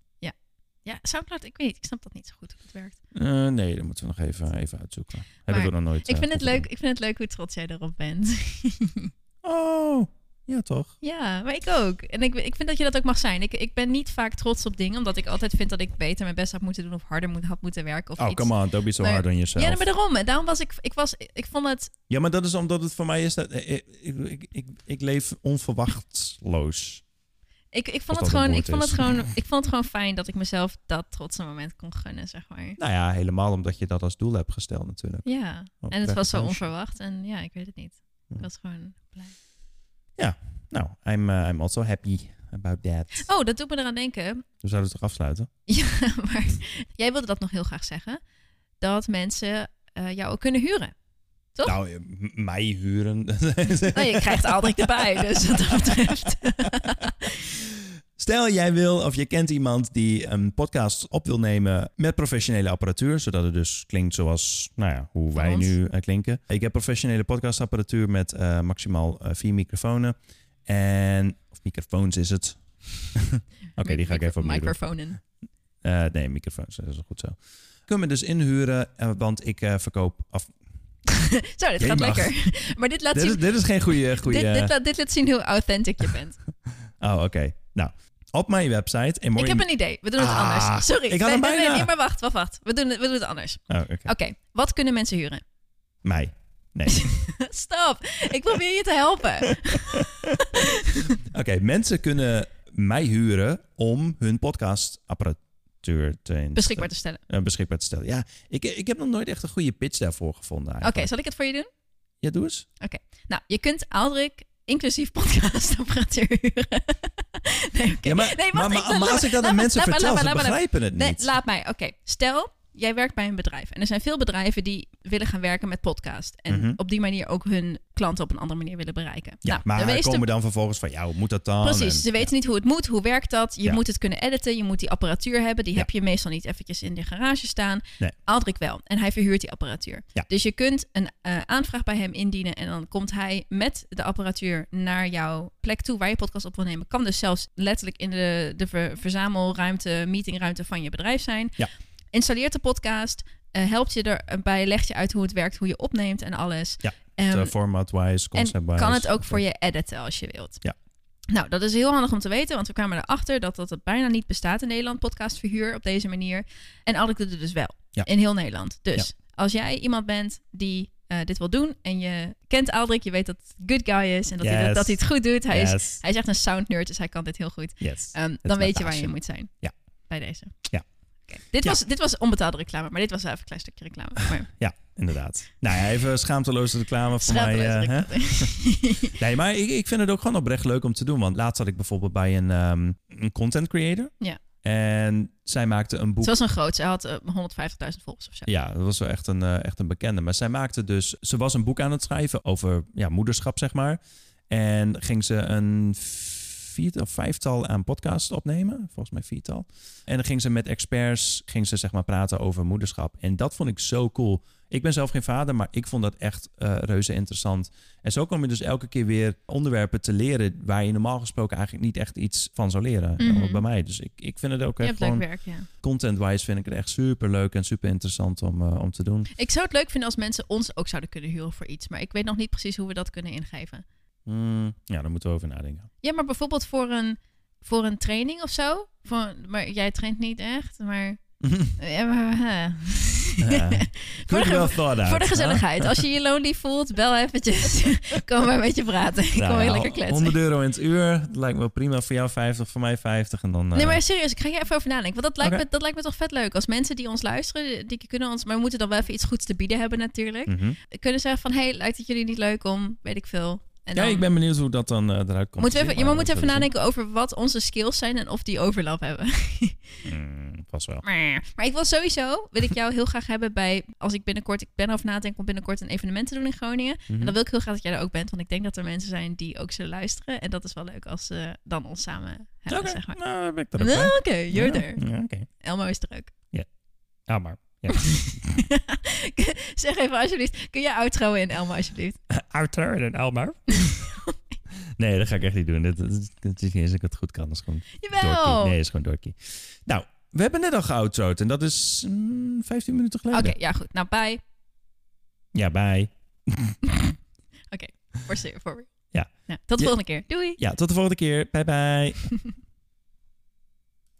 [SPEAKER 2] Ja, Soundcloud, ik weet niet. Ik snap dat niet zo goed hoe het werkt.
[SPEAKER 1] Eh, nee, dat moeten we nog even, even uitzoeken. Hebben we
[SPEAKER 2] Maar
[SPEAKER 1] nog nooit.
[SPEAKER 2] Ik
[SPEAKER 1] eh,
[SPEAKER 2] vind, het
[SPEAKER 1] over
[SPEAKER 2] leuk, ik vind het leuk hoe trots jij erop bent.
[SPEAKER 1] gedaan. Oh, ja toch?
[SPEAKER 2] ja, maar ik ook. En ik, ik vind dat je dat ook mag zijn. Ik, ik ben niet vaak trots op dingen, omdat ik altijd vind dat ik beter mijn best had moeten doen of harder moet, had moeten werken. Of
[SPEAKER 1] Oh,
[SPEAKER 2] iets.
[SPEAKER 1] come on, don't be so
[SPEAKER 2] Maar-
[SPEAKER 1] hard on yourself.
[SPEAKER 2] Ja, maar daarom. En daarom was ik, ik was, ik vond het,
[SPEAKER 1] dat is omdat het voor mij is dat ik, ik, ik, ik leef onverwachtsloos.
[SPEAKER 2] ik, ik
[SPEAKER 1] dat
[SPEAKER 2] vond
[SPEAKER 1] een
[SPEAKER 2] het gewoon, ik
[SPEAKER 1] woord
[SPEAKER 2] vond
[SPEAKER 1] is.
[SPEAKER 2] het gewoon, ik vond het gewoon fijn dat ik mezelf dat trotse moment kon gunnen, zeg maar.
[SPEAKER 1] Nou ja, helemaal omdat je dat als doel hebt gesteld natuurlijk.
[SPEAKER 2] Ja.
[SPEAKER 1] Ook
[SPEAKER 2] En het
[SPEAKER 1] weg
[SPEAKER 2] was zo
[SPEAKER 1] thuis.
[SPEAKER 2] onverwacht. En ja, ik weet het niet. Ik
[SPEAKER 1] Ja.
[SPEAKER 2] was gewoon blij.
[SPEAKER 1] Nou, I'm, eh, I'm also happy about that.
[SPEAKER 2] Oh, dat doet me eraan denken.
[SPEAKER 1] We zouden het toch afsluiten?
[SPEAKER 2] Ja, maar jij wilde dat nog heel graag zeggen. Dat mensen eh, jou ook kunnen huren. Toch?
[SPEAKER 1] Nou, eh, m- mij huren.
[SPEAKER 2] Nou, je krijgt Aldrik erbij, dus wat dat betreft.
[SPEAKER 1] Stel jij wil of je kent iemand die een podcast op wil nemen met professionele apparatuur, zodat het dus klinkt zoals nou ja, hoe wij
[SPEAKER 2] ons.
[SPEAKER 1] nu eh, klinken. Ik heb professionele podcastapparatuur met eh, maximaal eh, vier microfoons. En, of microfoons is het. Oké, die ga ik even opnieuw doen.
[SPEAKER 2] Microfoon in.
[SPEAKER 1] Eh, nee, microfoons, dat is wel goed zo. Kunnen we dus inhuren, eh, want ik eh, verkoop... Af...
[SPEAKER 2] Zo, dit
[SPEAKER 1] Jij
[SPEAKER 2] gaat
[SPEAKER 1] mag.
[SPEAKER 2] lekker. Maar dit laat
[SPEAKER 1] Dit,
[SPEAKER 2] zien...
[SPEAKER 1] is, dit is geen goede... goede...
[SPEAKER 2] Dit, dit, laat, dit laat zien hoe authentic je bent.
[SPEAKER 1] Oh, oké. Nou, op mijn website... en
[SPEAKER 2] Ik heb een idee. We doen het
[SPEAKER 1] Ah,
[SPEAKER 2] anders. Sorry.
[SPEAKER 1] ik had hem
[SPEAKER 2] Nee, nee,
[SPEAKER 1] bijna.
[SPEAKER 2] nee, maar wacht, wacht, wacht. We doen het, we doen het anders.
[SPEAKER 1] Oh, oké.
[SPEAKER 2] Oké, wat kunnen mensen huren?
[SPEAKER 1] Mij. Nee.
[SPEAKER 2] Stop. Ik probeer je te helpen.
[SPEAKER 1] Oké, mensen kunnen mij huren om hun podcastapparatuur te
[SPEAKER 2] Beschikbaar te stellen.
[SPEAKER 1] eh, beschikbaar te stellen. Ja, ik, ik heb nog nooit echt een goede pitch daarvoor gevonden.
[SPEAKER 2] Oké,
[SPEAKER 1] eigenlijk.
[SPEAKER 2] zal ik het voor je doen?
[SPEAKER 1] Ja, doe eens.
[SPEAKER 2] Nou, je kunt Aldrik inclusief podcastapparatuur huren. nee, oké.
[SPEAKER 1] Ja, maar,
[SPEAKER 2] nee,
[SPEAKER 1] maar,
[SPEAKER 2] wacht, ik-
[SPEAKER 1] maar, maar
[SPEAKER 2] laat-
[SPEAKER 1] als ik dat aan
[SPEAKER 2] laat maar-
[SPEAKER 1] mensen
[SPEAKER 2] laat
[SPEAKER 1] vertel,
[SPEAKER 2] maar- laat
[SPEAKER 1] ze
[SPEAKER 2] maar- laat maar-
[SPEAKER 1] begrijpen het
[SPEAKER 2] Nee,
[SPEAKER 1] niet.
[SPEAKER 2] laat mij. Oké, stel jij werkt bij een bedrijf. En er zijn veel bedrijven die willen gaan werken met podcast. En
[SPEAKER 1] Mhm.
[SPEAKER 2] op die manier ook hun klanten op een andere manier willen bereiken.
[SPEAKER 1] ja,
[SPEAKER 2] Nou, de
[SPEAKER 1] maar
[SPEAKER 2] meeste-
[SPEAKER 1] komen dan vervolgens van, ja, hoe moet dat dan?
[SPEAKER 2] Precies,
[SPEAKER 1] En-
[SPEAKER 2] ze weten niet hoe het moet, hoe werkt dat. Je
[SPEAKER 1] Ja.
[SPEAKER 2] moet het kunnen editen, je moet die apparatuur hebben. Die
[SPEAKER 1] Ja.
[SPEAKER 2] heb je meestal niet eventjes in de garage staan.
[SPEAKER 1] Nee.
[SPEAKER 2] Aldrik wel, en hij verhuurt die apparatuur.
[SPEAKER 1] Ja.
[SPEAKER 2] Dus je kunt een eh, aanvraag bij hem indienen en dan komt hij met de apparatuur naar jouw plek toe waar je podcast op wil nemen. Kan dus zelfs letterlijk in de, de ver- verzamelruimte, meetingruimte van je bedrijf zijn.
[SPEAKER 1] Ja.
[SPEAKER 2] Installeert de podcast, eh, helpt je erbij, legt je uit hoe het werkt, hoe je opneemt en alles.
[SPEAKER 1] Ja,
[SPEAKER 2] Ehm,
[SPEAKER 1] Eh, Format-wise,
[SPEAKER 2] en
[SPEAKER 1] concept-wise.
[SPEAKER 2] kan het ook voor je editen als je wilt.
[SPEAKER 1] Ja.
[SPEAKER 2] Nou, dat is heel handig om te weten, want we kwamen erachter dat dat, dat bijna niet bestaat in Nederland, podcastverhuur op deze manier. En Alrik doet het dus wel,
[SPEAKER 1] Ja.
[SPEAKER 2] in heel Nederland. Dus als jij iemand bent die eh, dit wil doen en je kent Aldrik, je weet dat het good guy is en dat, hij,
[SPEAKER 1] Yes.
[SPEAKER 2] dat, dat hij het goed doet. Hij,
[SPEAKER 1] Yes,
[SPEAKER 2] is, hij is echt een sound nerd, dus hij kan dit heel goed.
[SPEAKER 1] yes.
[SPEAKER 2] Ehm,
[SPEAKER 1] my
[SPEAKER 2] dan weet je waar je
[SPEAKER 1] passion.
[SPEAKER 2] moet zijn.
[SPEAKER 1] Ja.
[SPEAKER 2] Bij deze.
[SPEAKER 1] Ja.
[SPEAKER 2] Oké. Dit,
[SPEAKER 1] Ja.
[SPEAKER 2] Was, dit was onbetaalde reclame, maar dit was wel even een klein stukje reclame. Maar
[SPEAKER 1] Ja, inderdaad. Nou ja, even schaamteloze reclame voor mij.
[SPEAKER 2] schaamteloos
[SPEAKER 1] eh, hè?
[SPEAKER 2] reclame.
[SPEAKER 1] Nee, maar ik, ik vind het ook gewoon oprecht leuk om te doen. Want laatst had ik bijvoorbeeld bij een, ehm, een content creator.
[SPEAKER 2] Ja.
[SPEAKER 1] En zij maakte een boek.
[SPEAKER 2] Ze was een groot, ze had eh, 150.000 volgers of zo.
[SPEAKER 1] Ja, dat was wel echt een, eh, echt een bekende. Maar zij maakte dus... Ze was een boek aan het schrijven over ja, moederschap, zeg maar. En ging ze een viertal, vijftal aan podcasts opnemen. Volgens mij viertal. En dan ging ze met experts ging ze, zeg maar, praten over moederschap. En dat vond ik zo cool. Ik ben zelf geen vader, maar ik vond dat echt eh, reuze interessant. En zo kom je dus elke keer weer onderwerpen te leren... waar je normaal gesproken eigenlijk niet echt iets van zou leren.
[SPEAKER 2] Mhm.
[SPEAKER 1] Bij mij. Dus ik, ik vind het ook
[SPEAKER 2] Je
[SPEAKER 1] echt
[SPEAKER 2] hebt leuk
[SPEAKER 1] gewoon...
[SPEAKER 2] werk, ja.
[SPEAKER 1] Content-wise vind ik het echt super leuk en super interessant om, eh, om te doen.
[SPEAKER 2] Ik zou het leuk vinden als mensen ons ook zouden kunnen huren voor iets. Maar ik weet nog niet precies hoe we dat kunnen ingeven.
[SPEAKER 1] Hmm, ja, daar moeten we over nadenken.
[SPEAKER 2] Ja, maar bijvoorbeeld voor een, voor een training of zo. Voor, maar jij traint niet echt, maar... Ja, maar, hè.
[SPEAKER 1] Ja. Could
[SPEAKER 2] ge-
[SPEAKER 1] well thought out.
[SPEAKER 2] Voor de
[SPEAKER 1] hè?
[SPEAKER 2] gezelligheid. Als je je lonely voelt, bel eventjes. Kom maar met je praten. Ik
[SPEAKER 1] Nou
[SPEAKER 2] kom heel
[SPEAKER 1] ja,
[SPEAKER 2] lekker kletsen.
[SPEAKER 1] 100 euro in het uur. Dat lijkt me wel prima. Voor jou 50, voor mij 50. En dan, eh,
[SPEAKER 2] Nee, maar serieus, ik ga hier even over nadenken. Want dat lijkt,
[SPEAKER 1] Oké.
[SPEAKER 2] me, dat lijkt me toch vet leuk. Als mensen die ons luisteren, die kunnen ons... Maar we moeten dan wel even iets goeds te bieden hebben natuurlijk.
[SPEAKER 1] mhm.
[SPEAKER 2] Kunnen zeggen van, hey, lijkt het jullie niet leuk om... Weet ik veel. En
[SPEAKER 1] Ja,
[SPEAKER 2] dan-
[SPEAKER 1] ik ben benieuwd hoe dat dan eh, eruit komt.
[SPEAKER 2] Moeten we
[SPEAKER 1] te zien,
[SPEAKER 2] even, ja, maar
[SPEAKER 1] maar
[SPEAKER 2] we moeten
[SPEAKER 1] dat
[SPEAKER 2] even
[SPEAKER 1] zullen
[SPEAKER 2] nadenken over wat onze skills zijn en of die overlap hebben.
[SPEAKER 1] we zien. Mm, Pas wel.
[SPEAKER 2] Maar ik wil sowieso, wil ik jou heel graag hebben bij, als ik binnenkort, ik ben over nadenken om binnenkort een evenement te doen in Groningen.
[SPEAKER 1] Mhm.
[SPEAKER 2] En dan wil ik heel graag dat jij er ook bent, want ik denk dat er mensen zijn die ook zullen luisteren. En dat is wel leuk als ze dan ons samen hebben,
[SPEAKER 1] Oké,
[SPEAKER 2] zeg maar.
[SPEAKER 1] nou dan ben ik er ook
[SPEAKER 2] Nou,
[SPEAKER 1] bij.
[SPEAKER 2] Oké, you're
[SPEAKER 1] Ja,
[SPEAKER 2] there.
[SPEAKER 1] ja, Oké,
[SPEAKER 2] Elmo is er ook.
[SPEAKER 1] ja maar.
[SPEAKER 2] zeg even alsjeblieft, kun je outroen in Elmo alsjeblieft?
[SPEAKER 1] Outer en Elmer. nee, dat ga ik echt niet doen. Dat, dat, dat is niet eens dat ik het goed kan. Dat is gewoon dorky.
[SPEAKER 2] Jawel!
[SPEAKER 1] Nee, dat is gewoon dorky. Nou, we hebben net al geoutrood en dat is mm, 15 minuten
[SPEAKER 2] Oké,
[SPEAKER 1] geleden.
[SPEAKER 2] ja goed. Nou, bye.
[SPEAKER 1] Ja, bye.
[SPEAKER 2] Voor voor.
[SPEAKER 1] Ja.
[SPEAKER 2] Tot de
[SPEAKER 1] Je-
[SPEAKER 2] volgende keer. Doei!
[SPEAKER 1] Ja, tot de volgende keer. Bye bye.